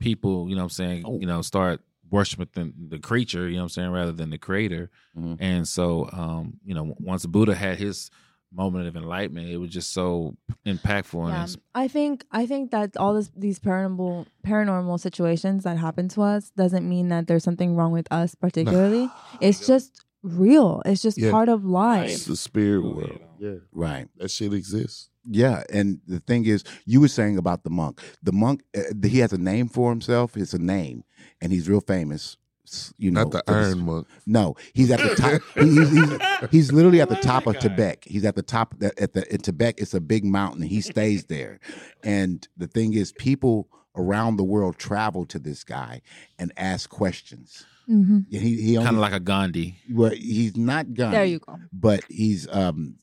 Speaker 4: people, you know, what I'm saying, you know, start worshiping the, the creature, you know, what I'm saying, rather than the creator.
Speaker 2: Mhm.
Speaker 4: And so, um, you know, once Buddha had his moment of enlightenment, it was just so impactful and
Speaker 5: Yeah.
Speaker 4: it's-
Speaker 5: I think I think that all this, these paranormal paranormal situations that happen to us doesn't mean that there's something wrong with us particularly. it's just real. It's just
Speaker 3: Yeah.
Speaker 5: part of
Speaker 3: It's
Speaker 5: life.
Speaker 3: the spirit world. Oh, Yeah,
Speaker 2: right
Speaker 3: that shit exists.
Speaker 2: Yeah, and the thing is, you were saying about the monk. The monk, uh, he has a name for himself. It's a name, and he's real famous. s- You know,
Speaker 3: Not the
Speaker 2: for this-
Speaker 3: Iron Monk.
Speaker 2: No, he's at the top. he- he's, he's, he's literally at the top of Tibet. He's at the top that at the in Tibet. It's a big mountain. He stays there, and the thing is, people around the world travel to this guy and ask questions.
Speaker 5: hmm
Speaker 2: He he
Speaker 4: kind
Speaker 2: only
Speaker 4: of like a Gandhi.
Speaker 2: well, he's not gone,
Speaker 5: There you go.
Speaker 2: but he's um.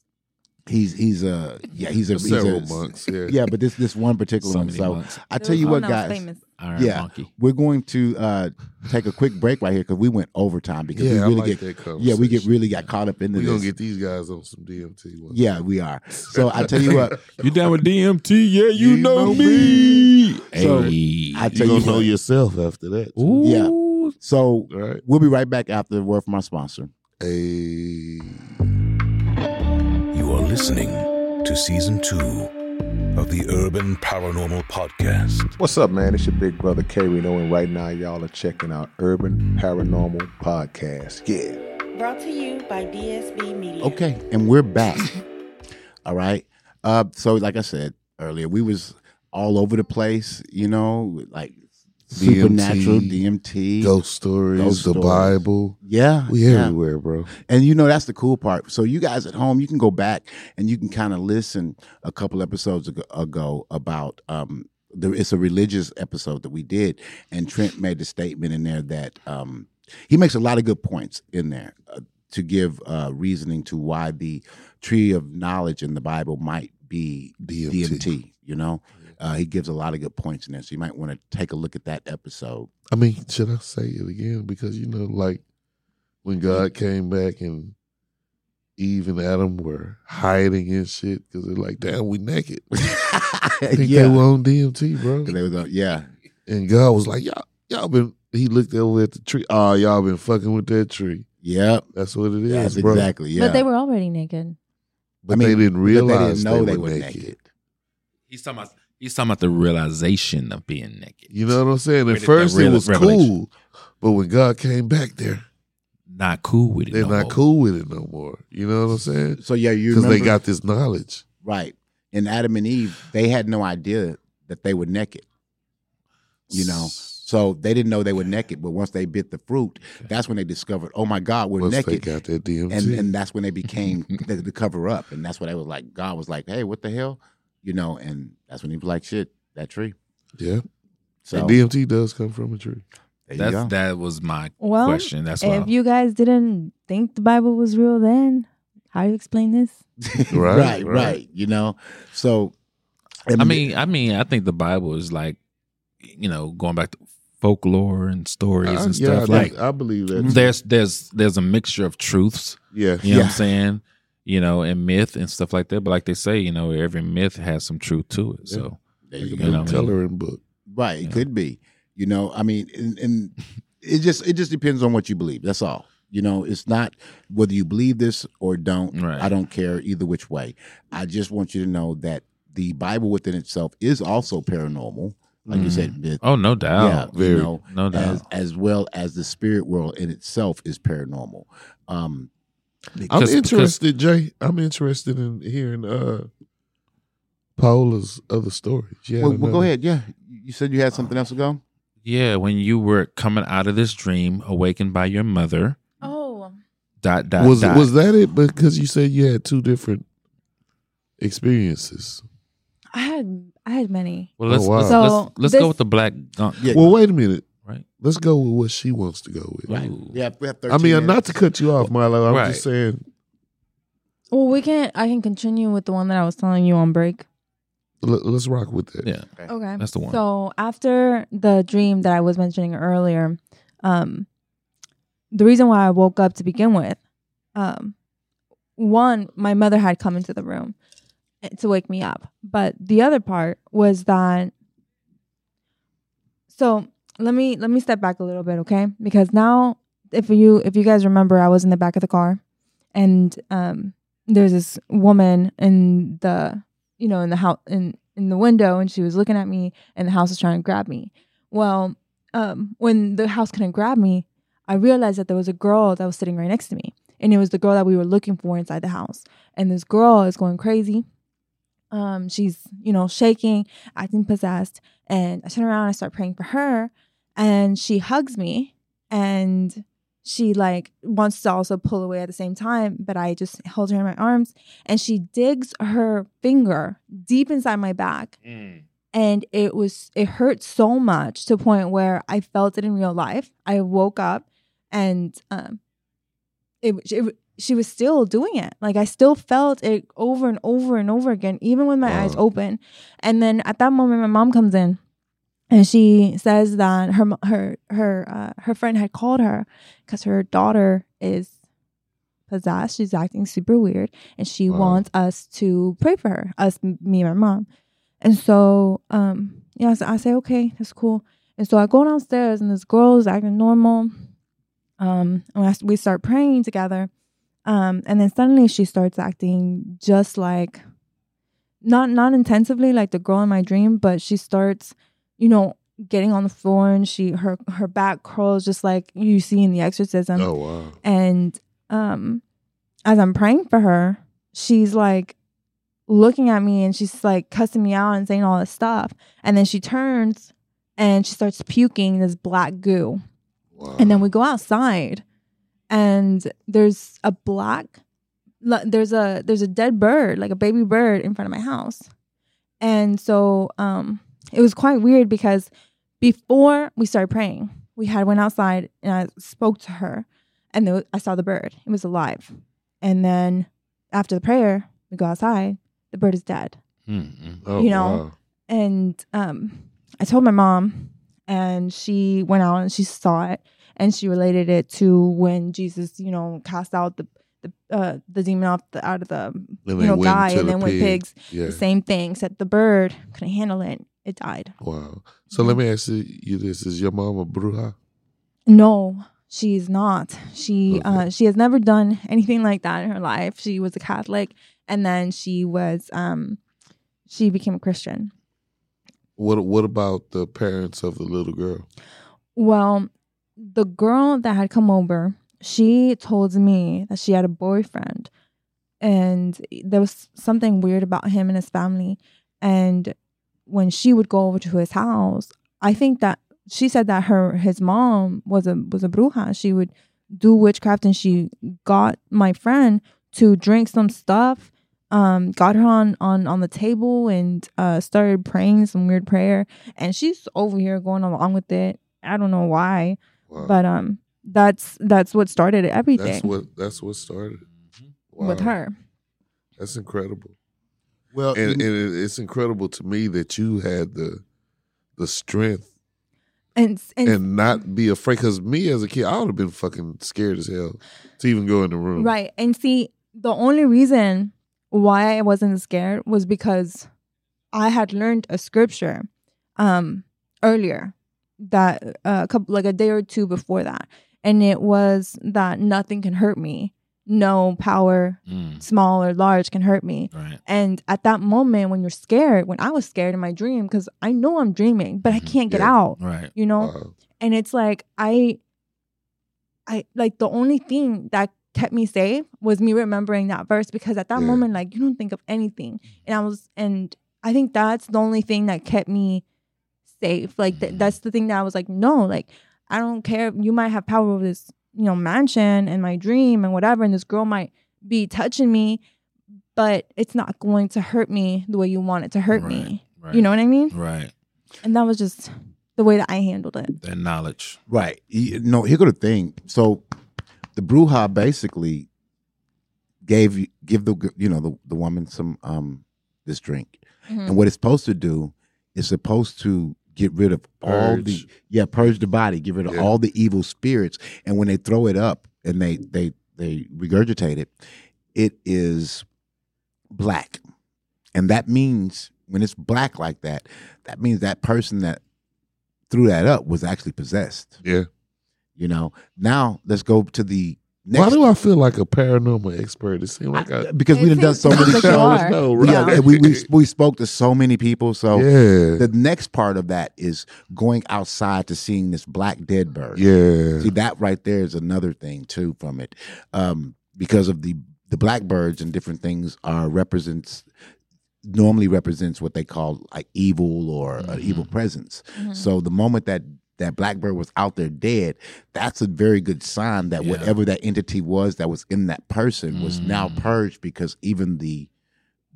Speaker 2: He's he's a yeah he's a
Speaker 3: There's
Speaker 2: he's
Speaker 3: several
Speaker 2: a-
Speaker 3: monks. Yeah.
Speaker 2: yeah, but this this one particular
Speaker 4: So
Speaker 2: one.
Speaker 4: many
Speaker 2: So
Speaker 4: monks.
Speaker 2: I tell you what, guys,
Speaker 4: Iron
Speaker 2: Yeah.
Speaker 4: Monkey.
Speaker 2: we're going to uh, take a quick break right here because we went overtime because
Speaker 3: yeah.
Speaker 2: we
Speaker 3: I
Speaker 2: really get
Speaker 3: like that conversation.
Speaker 2: yeah we get really got caught up into
Speaker 3: We
Speaker 2: this.
Speaker 3: gonna get these guys on some DMT. One.
Speaker 2: yeah, we are. So I tell you what,
Speaker 4: You down with DMT? Yeah,
Speaker 3: you You know know me.
Speaker 2: So,
Speaker 4: hey.
Speaker 2: I
Speaker 3: you
Speaker 2: tell you,
Speaker 3: gonna know
Speaker 2: what.
Speaker 3: yourself after that. too.
Speaker 4: Ooh.
Speaker 2: yeah. So
Speaker 3: All right.
Speaker 2: we'll be right back after the word from our sponsor.
Speaker 3: Hey.
Speaker 1: You are listening to season two of the Urban Paranormal Podcast.
Speaker 7: What's up, man? It's your big brother K Reno, and right now y'all are checking out Urban Paranormal Podcast. Yeah.
Speaker 8: Brought to you by DSB Media.
Speaker 2: Okay, and we're back. all right. Uh, so like I said earlier, we was all over the place. You know, like supernatural DMT.
Speaker 3: Ghost stories,
Speaker 2: Ghost
Speaker 3: the
Speaker 2: stories.
Speaker 3: Bible.
Speaker 2: Yeah,
Speaker 3: We
Speaker 2: yeah.
Speaker 3: everywhere, bro.
Speaker 2: And you know that's the cool part. So you guys at home, you can go back and you can kind of listen a couple episodes ag- ago about um there it's a religious episode that we did and Trent made a statement in there that um he makes a lot of good points in there uh, to give uh reasoning to why the tree of knowledge in the Bible might be
Speaker 3: DMT.
Speaker 2: DMT, you know? Uh, he gives a lot of good points in there. So you might want to take a look at that episode.
Speaker 3: I mean, should I say it again? Because you know, like when God came back and Eve and Adam were hiding and shit because they're like, "Damn, we naked." I think they were on DMT, bro.
Speaker 2: They was, uh, yeah.
Speaker 3: And God was like, "Y'all, y'all been." He looked over at the tree. Oh, y'all been fucking with that tree.
Speaker 2: Yep.
Speaker 3: That's what it is,
Speaker 2: That's
Speaker 3: bro.
Speaker 2: exactly. Yeah.
Speaker 5: But they were already naked.
Speaker 2: I
Speaker 3: But
Speaker 2: mean,
Speaker 3: they didn't
Speaker 2: but
Speaker 3: realize
Speaker 2: they didn't know they were naked.
Speaker 4: He's talking about he's talking about the realization of being naked.
Speaker 3: You know what I'm saying?
Speaker 4: Where
Speaker 3: At
Speaker 4: did that
Speaker 3: first, it
Speaker 4: real-
Speaker 3: was
Speaker 4: revelation?
Speaker 3: cool, but when God came back there,
Speaker 4: Not cool with it.
Speaker 3: they're
Speaker 4: no
Speaker 3: not
Speaker 4: more.
Speaker 3: cool with it no more. You know what I'm saying?
Speaker 2: So yeah, you
Speaker 3: Because they
Speaker 2: remember-
Speaker 3: got this knowledge.
Speaker 2: right in Adam and Eve. They had no idea that they were naked. You know, So they didn't know they were naked, but once they bit the fruit, that's when they discovered, oh my God, we're
Speaker 3: Once they
Speaker 2: naked.
Speaker 3: got that DMT.
Speaker 2: and and that's when they became the, the cover up, and that's what I was like. God was like, "Hey, what the hell?" You know, and that's when he was like, "Shit, that tree."
Speaker 3: yeah.
Speaker 2: So
Speaker 3: and DMT does come from a tree.
Speaker 2: there you
Speaker 4: That's
Speaker 2: go.
Speaker 4: that was my
Speaker 5: Well,
Speaker 4: question. That's what. I-
Speaker 5: if you guys didn't think the Bible was real then, how do you explain this?
Speaker 3: Right,
Speaker 2: right, right,
Speaker 3: right.
Speaker 2: You know, so
Speaker 4: I mean, I mean, I think the Bible is like, you know, going back to folklore and stories
Speaker 3: I-
Speaker 4: and
Speaker 3: Uh, yeah, I,
Speaker 4: stuff like.
Speaker 3: think- I believe that.
Speaker 4: There's there's there's a mixture of truths
Speaker 3: yeah.
Speaker 4: You know what
Speaker 2: Yeah.
Speaker 4: I'm saying? You know, and myth and stuff like that. But like they say, you know, every myth has some truth to it. So
Speaker 2: there
Speaker 3: Like
Speaker 2: you
Speaker 3: a
Speaker 4: You
Speaker 2: go.
Speaker 4: know
Speaker 3: big
Speaker 4: what I mean?
Speaker 3: coloring book.
Speaker 2: Right, it
Speaker 4: Yeah.
Speaker 2: could be. You know, I mean, and, and it just it just depends on what you believe. That's all. You know, it's not whether you believe this or don't.
Speaker 4: Right.
Speaker 2: I don't care either which way. I just want you to know that the Bible within itself is also paranormal, like you said. myth-
Speaker 4: Oh, no doubt.
Speaker 2: yeah,
Speaker 3: very-
Speaker 2: you know,
Speaker 4: Oh, No doubt.
Speaker 2: as, as well as the spirit world in itself is paranormal. Um,
Speaker 3: I'm
Speaker 4: Because-
Speaker 3: interested, Jay. I'm interested in hearing uh Paola's other stories. Yeah,
Speaker 2: well, well, go ahead. Yeah, you said you had something else to go.
Speaker 4: yeah, when you were coming out of this dream, awakened by your mother,
Speaker 5: Oh,
Speaker 4: dot dot
Speaker 3: Was
Speaker 4: dot.
Speaker 3: was that it? Because you said you had two different experiences.
Speaker 5: I had I had many.
Speaker 4: well, let's
Speaker 3: Oh, wow.
Speaker 4: let's,
Speaker 5: So,
Speaker 4: let's, let's go
Speaker 5: this-
Speaker 4: with the black gunk.
Speaker 2: Yeah.
Speaker 3: Well, wait a minute.
Speaker 4: Right.
Speaker 3: Let's go with what she wants to go with.
Speaker 4: Ooh.
Speaker 2: Yeah, we have 13
Speaker 3: I mean, not
Speaker 2: minutes.
Speaker 3: to cut you off, Milo. I'm
Speaker 4: Right.
Speaker 3: just saying.
Speaker 5: Well, we can I can continue with the one that I was telling you on break.
Speaker 3: Let, us rock with that.
Speaker 4: Yeah.
Speaker 5: Okay.
Speaker 4: That's the one.
Speaker 5: So after the dream that I was mentioning earlier, um, the reason why I woke up to begin with, um, one, my mother had come into the room eh, to wake me up. But the other part was that so let me let me step back a little bit, okay? Because now if you if you guys remember I was in the back of the car and um there's this woman in the you know in the house in in the window and she was looking at me and the house was trying to grab me well um when the house couldn't grab me i realized that there was a girl that was sitting right next to me and it was the girl that we were looking for inside the house and this girl is going crazy um she's you know shaking acting possessed and i turn around and i start praying for her and she hugs me and she like wants to also pull away at the same time but i just held her in my arms and she digs her finger deep inside my back
Speaker 4: Mm.
Speaker 5: and it was it hurt so much to the point where i felt it in real life i woke up and um it, it she was still doing it like i still felt it over and over and over again even with my eyes
Speaker 3: Wow.
Speaker 5: open and then at that moment my mom comes in and she says that her mo- her her uh, her friend had called her because her daughter is possessed she's acting super weird and she
Speaker 3: Wow.
Speaker 5: wants us to pray for her us m- me and my mom and so, um, yeah, so I say, okay, that's cool. And so I go downstairs, and this girl is acting normal. Um, and I, we start praying together. Um, and then suddenly she starts acting just like, not not intensively like the girl in my dream, but she starts, you know, getting on the floor, and she her her back curls just like you see in The Exorcism
Speaker 3: Oh wow.
Speaker 5: and um as i'm praying for her she's like looking at me and she's like cussing me out and saying all this stuff and then she turns and she starts puking this black goo
Speaker 3: Wow.
Speaker 5: and then we go outside and there's a black l- there's a there's a dead bird like a baby bird in front of my house and so um it was quite weird because before we started praying we had went outside and i spoke to her and there was, i saw the bird it was alive and then after the prayer we go outside the bird is dead
Speaker 4: Mm-mm.
Speaker 3: Oh,
Speaker 5: you know,
Speaker 3: wow.
Speaker 5: and um, I told my mom, and she went out and she saw it, and she related it to when Jesus, you know, cast out the the uh, the demon off the out of the
Speaker 3: Then
Speaker 5: you
Speaker 3: they
Speaker 5: know
Speaker 3: went
Speaker 5: guy,
Speaker 3: to
Speaker 5: and
Speaker 3: the
Speaker 5: then went
Speaker 3: pig.
Speaker 5: pigs.
Speaker 3: Yeah.
Speaker 5: The same thing, except the bird couldn't handle it; it died.
Speaker 3: Wow. So let me ask you this: Is your mom a bruja?
Speaker 5: No, she's not. She
Speaker 3: Okay.
Speaker 5: uh, she has never done anything like that in her life. She was a Catholic, and then she was um, she became a Christian.
Speaker 3: What What about the parents of the little girl?
Speaker 5: Well, the girl that had come over, she told me that she had a boyfriend and there was something weird about him and his family. And when she would go over to his house, I think that she said that her his mom was a was a bruja. She would do witchcraft, and she got my friend to drink some stuff. Um, got her on on on the table and uh started praying some weird prayer, and she's over here going along with it. I don't know why,
Speaker 3: Wow.
Speaker 5: but um, that's that's what started everything
Speaker 3: that's what that's what started
Speaker 4: Mm-hmm.
Speaker 3: wow.
Speaker 5: with her.
Speaker 3: That's incredible.
Speaker 2: Well,
Speaker 3: Uh, and, and it, it's incredible to me that you had the the strength
Speaker 5: And and,
Speaker 3: and not be afraid. Because me as a kid, I would have been fucking scared as hell to even go in the room.
Speaker 5: Right. And see, the only reason why I wasn't scared was because I had learned a scripture um earlier that uh, a couple like a day or two before that. And it was that nothing can hurt me. No power,
Speaker 4: Mm,
Speaker 5: small or large, can hurt me.
Speaker 4: right.
Speaker 5: And at that moment when you're scared, when I was scared in my dream, because I know I'm dreaming, but I
Speaker 4: Mhm.
Speaker 5: can't get
Speaker 3: Yeah.
Speaker 5: out,
Speaker 4: Right.
Speaker 5: you know?
Speaker 3: Wow.
Speaker 5: and it's like i i like the only thing that kept me safe was me remembering that verse because at that
Speaker 3: Yeah.
Speaker 5: moment like you don't think of anything and i was and i think that's the only thing that kept me safe like th-
Speaker 4: Mhm.
Speaker 5: that's the thing that i was like no like i don't care you might have power over this you know mansion and my dream and whatever and this girl might be touching me but it's not going to hurt me the way you want it to hurt
Speaker 4: Right,
Speaker 5: me
Speaker 4: Right. Mm.
Speaker 5: you know what i mean
Speaker 4: Right.
Speaker 5: and that was just the way that i handled it
Speaker 4: That knowledge.
Speaker 2: Right. You- No, here go the thing. So the Bruja basically gave you give the g- you know the, the woman some um this drink.
Speaker 5: Mhm.
Speaker 2: And what it's supposed to do is supposed to get rid of all the
Speaker 3: Purge.
Speaker 2: yeah, purge the body, get rid of
Speaker 3: Yeah.
Speaker 2: all the evil spirits. And when they throw it up and they they they regurgitate it, it is black. And that means when it's black like that, that means that person that threw that up was actually possessed.
Speaker 3: Yeah.
Speaker 2: You know, now let's go to the
Speaker 3: Why
Speaker 2: next. Oh
Speaker 3: do I feel like a paranormal expert? It seems like I,
Speaker 2: because we
Speaker 5: It
Speaker 2: done done
Speaker 5: seems-
Speaker 2: so many
Speaker 5: Like you
Speaker 2: shows.
Speaker 5: are.
Speaker 3: No,
Speaker 2: Yeah,
Speaker 3: right.
Speaker 2: and we, we we spoke to so many people. So
Speaker 3: yeah.
Speaker 2: the next part of that is going outside to seeing this black dead bird.
Speaker 3: yeah.
Speaker 2: See that right there is another thing too from it, um, because of the the blackbirds and different things are represents normally represents what they call like evil or
Speaker 4: Mm-hmm.
Speaker 2: an evil presence.
Speaker 5: Mhm.
Speaker 2: So the moment that that blackbird was out there dead, that's a very good sign that
Speaker 4: Yeah.
Speaker 2: whatever that entity was that was in that person was now
Speaker 4: Mm.
Speaker 2: purged because even the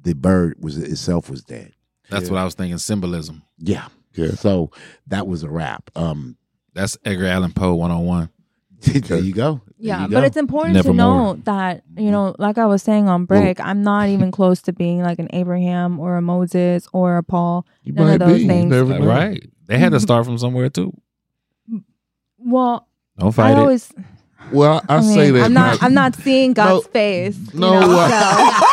Speaker 2: the bird was itself was dead.
Speaker 4: That's
Speaker 3: Yeah.
Speaker 4: what I was thinking. Symbolism.
Speaker 2: Yeah.
Speaker 3: Yeah.
Speaker 2: So that was a wrap. Um
Speaker 4: That's Edgar Allan Poe one on one.
Speaker 2: there you go. There
Speaker 5: Yeah,
Speaker 2: you
Speaker 5: but
Speaker 2: go.
Speaker 5: it's important to
Speaker 4: Nevermore.
Speaker 5: know that you know, like I was saying on break, I'm not even close to being like an Abraham or a Moses or a Paul.
Speaker 3: You
Speaker 5: none
Speaker 3: might
Speaker 5: of those
Speaker 3: be. You
Speaker 5: things.
Speaker 3: never know.
Speaker 4: Right. They had to
Speaker 5: Mm-hmm.
Speaker 4: start from somewhere too.
Speaker 5: Well,
Speaker 4: Don't
Speaker 5: I
Speaker 4: fight it.
Speaker 5: always,
Speaker 3: Well, I, I,
Speaker 5: I, mean,
Speaker 3: say that.
Speaker 5: I'm not, I'm not seeing God's
Speaker 3: No.
Speaker 5: face.
Speaker 3: No,
Speaker 5: you know,
Speaker 3: uh,
Speaker 5: so-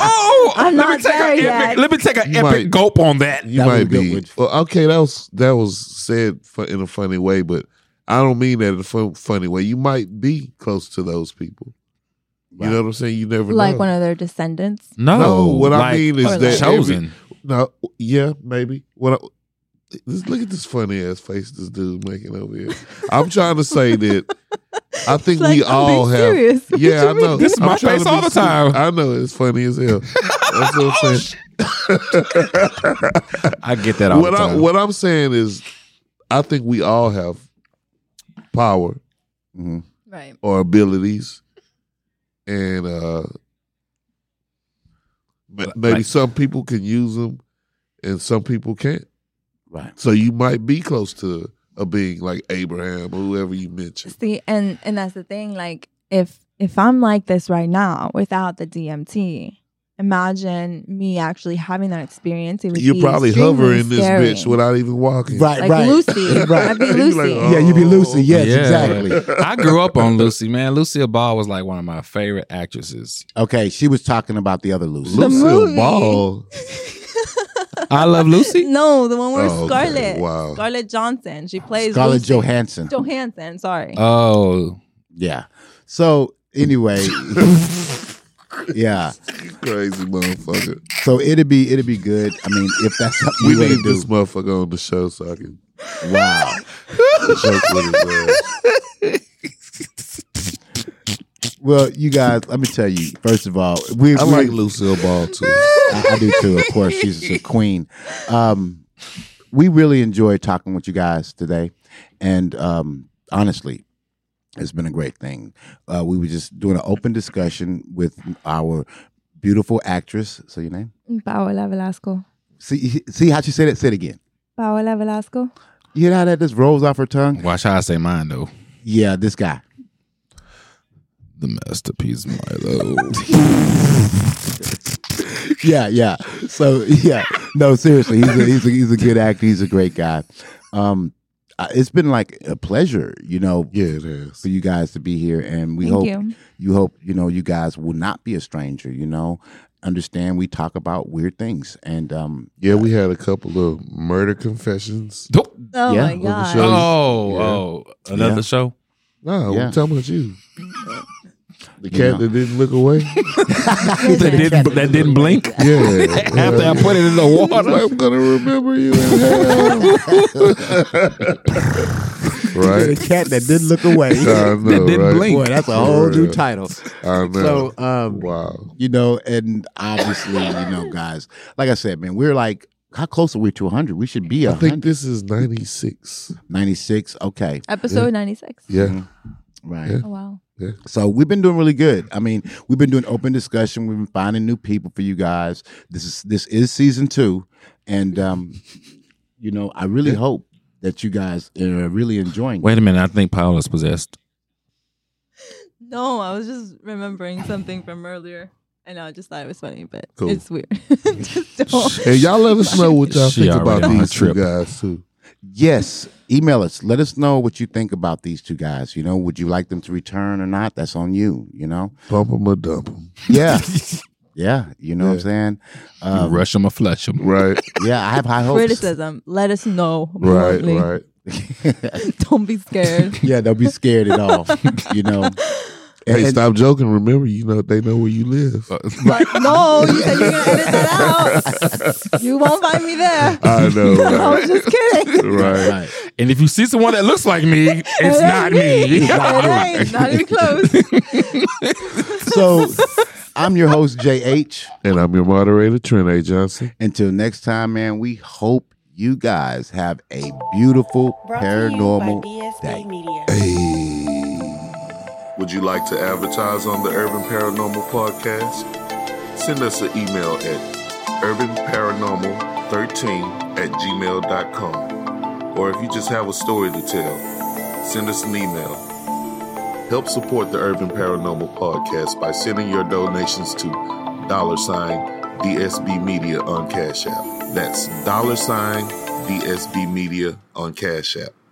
Speaker 4: oh,
Speaker 5: I'm
Speaker 4: let me
Speaker 5: not
Speaker 4: take a
Speaker 5: there
Speaker 4: epic-
Speaker 5: yet.
Speaker 4: Let me take an
Speaker 3: You
Speaker 4: epic
Speaker 3: might-
Speaker 4: gulp on that.
Speaker 3: You
Speaker 2: That was a
Speaker 3: might
Speaker 2: good
Speaker 3: be
Speaker 2: one.
Speaker 3: well. Okay, that was that was said fu- in a funny way, but I don't mean that in a fun, funny way. You might be close to those people.
Speaker 2: Right.
Speaker 3: You know what I'm saying? You never
Speaker 5: like
Speaker 3: know.
Speaker 5: one of their descendants.
Speaker 4: No,
Speaker 3: No, what I
Speaker 4: like,
Speaker 3: mean is
Speaker 5: Or
Speaker 3: that
Speaker 5: like-
Speaker 4: chosen.
Speaker 3: No, yeah, maybe. What? I, this, look at this funny ass face this dude making over here. I'm trying to say that I think
Speaker 5: Like,
Speaker 3: we
Speaker 5: I'm
Speaker 3: all
Speaker 5: being
Speaker 3: have.
Speaker 5: serious. What
Speaker 3: Yeah,
Speaker 5: you
Speaker 3: I
Speaker 5: mean?
Speaker 3: know.
Speaker 4: This is
Speaker 3: I'm
Speaker 4: my
Speaker 3: trying
Speaker 4: face
Speaker 3: to be
Speaker 4: all the
Speaker 3: serious.
Speaker 4: time. Oh,
Speaker 3: I know it's funny as hell. That's what I'm saying.
Speaker 4: I get that all
Speaker 3: what
Speaker 4: the
Speaker 3: I,
Speaker 4: time.
Speaker 3: what I'm saying is, I think we all have power
Speaker 4: Mm-hmm.
Speaker 2: Mhm.
Speaker 5: Right.
Speaker 3: or abilities, and uh, ma-
Speaker 4: Like-
Speaker 3: maybe
Speaker 4: like-
Speaker 3: some people can use them, and some people can't.
Speaker 2: Right.
Speaker 3: So you might be close to a being like Abraham or whoever you mentioned.
Speaker 5: See, and and that's the thing. Like, if if I'm like this right now without the DMT, imagine me actually having that experience. It would
Speaker 3: You're
Speaker 5: be
Speaker 3: probably
Speaker 5: extremely
Speaker 3: hovering this
Speaker 5: scary.
Speaker 3: bitch without even walking.
Speaker 2: Right,
Speaker 5: like
Speaker 2: right.
Speaker 5: Lucy.
Speaker 2: Right.
Speaker 5: I'd be
Speaker 3: You
Speaker 5: Lucy.
Speaker 3: like, "Oh,
Speaker 2: Yeah, you be Lucy. Yes,
Speaker 4: Yeah.
Speaker 2: exactly.
Speaker 4: I grew up on Lucy, man. Lucille Ball was like one of my favorite actresses.
Speaker 2: Okay, she was talking about the other Lucy.
Speaker 5: The
Speaker 3: Lucille
Speaker 5: movie.
Speaker 3: Ball.
Speaker 4: I love Lucy.
Speaker 5: No, the one where
Speaker 3: Oh, okay.
Speaker 5: Scarlett.
Speaker 3: Wow.
Speaker 5: Scarlett Johnson. She plays
Speaker 2: Scarlett Uh,
Speaker 5: Lucy.
Speaker 2: Johansson.
Speaker 5: Johansson. Sorry.
Speaker 4: Oh,
Speaker 2: yeah. So anyway, yeah.
Speaker 3: Crazy motherfucker.
Speaker 2: So it'd be it'd be good. I mean, if that's something
Speaker 3: We
Speaker 2: you wanna
Speaker 3: need this
Speaker 2: do.
Speaker 3: motherfucker on the show so I can
Speaker 2: Wow.
Speaker 3: joke with his ass.
Speaker 2: Well, you guys, let me tell you. First of all, we
Speaker 3: I
Speaker 2: we-
Speaker 3: like Lucille Ball too.
Speaker 2: I, I do too. Of course, she's a queen. Um, we really enjoyed talking with you guys today, and um, honestly, it's been a great thing. Uh, we were just doing an open discussion with our beautiful actress. So your name?
Speaker 5: Paola Velasco.
Speaker 2: See, see how she said it. Said again.
Speaker 5: Paola Velasco.
Speaker 2: You know how that just rolls off her tongue?
Speaker 4: Watch how I say mine though.
Speaker 2: Yeah, this guy.
Speaker 4: The masterpiece Milo.
Speaker 2: yeah, yeah. So yeah, no, seriously, he's a, he's a, he's a good actor. He's a great guy. Um, I- it's been like a pleasure, you know,
Speaker 3: Yeah, it is.
Speaker 2: for you guys to be here, and we
Speaker 5: Thank
Speaker 2: hope
Speaker 5: you.
Speaker 2: you hope you know you guys will not be a stranger. You know, understand we talk about weird things, and um,
Speaker 3: Yeah, we had a couple of murder confessions.
Speaker 4: Nope.
Speaker 5: Oh
Speaker 2: Yeah.
Speaker 5: my
Speaker 2: Well,
Speaker 5: god.
Speaker 3: Michelle-
Speaker 4: oh,
Speaker 3: Yeah.
Speaker 4: oh, another
Speaker 2: Yeah.
Speaker 4: show.
Speaker 3: No,
Speaker 2: Yeah.
Speaker 3: I'm talking about you. The
Speaker 2: You
Speaker 3: cat
Speaker 2: know.
Speaker 3: that didn't look away.
Speaker 4: that didn't that didn't blink
Speaker 3: Yeah.
Speaker 4: after I put it in the water.
Speaker 3: I'm gonna remember you in hell.
Speaker 2: a
Speaker 3: right?
Speaker 2: cat that didn't look away.
Speaker 3: I know,
Speaker 4: didn't
Speaker 3: right?
Speaker 4: blink.
Speaker 2: Boy, that's a whole new
Speaker 3: Yeah.
Speaker 2: title.
Speaker 3: I know.
Speaker 2: So, um,
Speaker 3: wow.
Speaker 2: you know, and obviously, you know, guys, like I said, man, we're like, how close are we to 100? We should be
Speaker 3: I
Speaker 2: 100.
Speaker 3: think this is 96.
Speaker 2: 96. Okay.
Speaker 5: Episode ninety six.
Speaker 4: Mm.
Speaker 3: Yeah.
Speaker 2: Right.
Speaker 3: Yeah.
Speaker 5: Oh wow.
Speaker 2: So we've been doing really good. I mean, we've been doing open discussion. We've been finding new people for you guys. This is this is season two, and um, you know, I really hope that you guys are really enjoying. it.
Speaker 4: Wait a minute, I think Paula's possessed.
Speaker 5: No, I was just remembering something from earlier. And I just thought it was funny, but
Speaker 3: Cool.
Speaker 5: it's weird. Just don't-
Speaker 3: Hey, y'all let us know what y'all
Speaker 4: She
Speaker 3: think
Speaker 4: already
Speaker 3: about
Speaker 4: on her
Speaker 3: these two
Speaker 4: trip.
Speaker 3: guys, too.
Speaker 2: Yes, email us. Let us know what you think about these two guys. You know, would you like them to return or not? That's on you. You know.
Speaker 3: Bump 'em or dump 'em.
Speaker 2: Yeah. yeah. You know what I'm saying? Um,
Speaker 4: Rush him or flush him.
Speaker 3: Right,
Speaker 2: Yeah, I have high hopes.
Speaker 5: criticism. Let us know.
Speaker 3: right,
Speaker 5: bluntly.
Speaker 3: right.
Speaker 5: Don't be scared.
Speaker 2: yeah, don't be scared at all. you know.
Speaker 3: Hey,
Speaker 2: And-
Speaker 3: stop joking. Remember, you know they know where you live.
Speaker 5: but no, you said you're gonna edit that out. You won't find me there.
Speaker 3: I know.
Speaker 5: I
Speaker 3: Right.
Speaker 5: was just kidding.
Speaker 3: right.
Speaker 2: Right.
Speaker 4: And if you see someone that looks like me, it's not me.
Speaker 5: It ain't. Not even close.
Speaker 2: So I'm your host, JH.
Speaker 3: And I'm your moderator, Trent A. Johnson.
Speaker 2: Until next time, man, we hope you guys have a beautiful
Speaker 8: Brought
Speaker 2: paranormal
Speaker 8: to you by BSB
Speaker 2: day.
Speaker 8: Media.
Speaker 7: Would you like to advertise on the Urban Paranormal Podcast? Send us an email at urbanparanormal13 at gmail.com. Or if you just have a story to tell, send us an email. Help support the Urban Paranormal Podcast by sending your donations to dollar sign DSB Media on Cash App. That's dollar sign DSB Media on Cash App.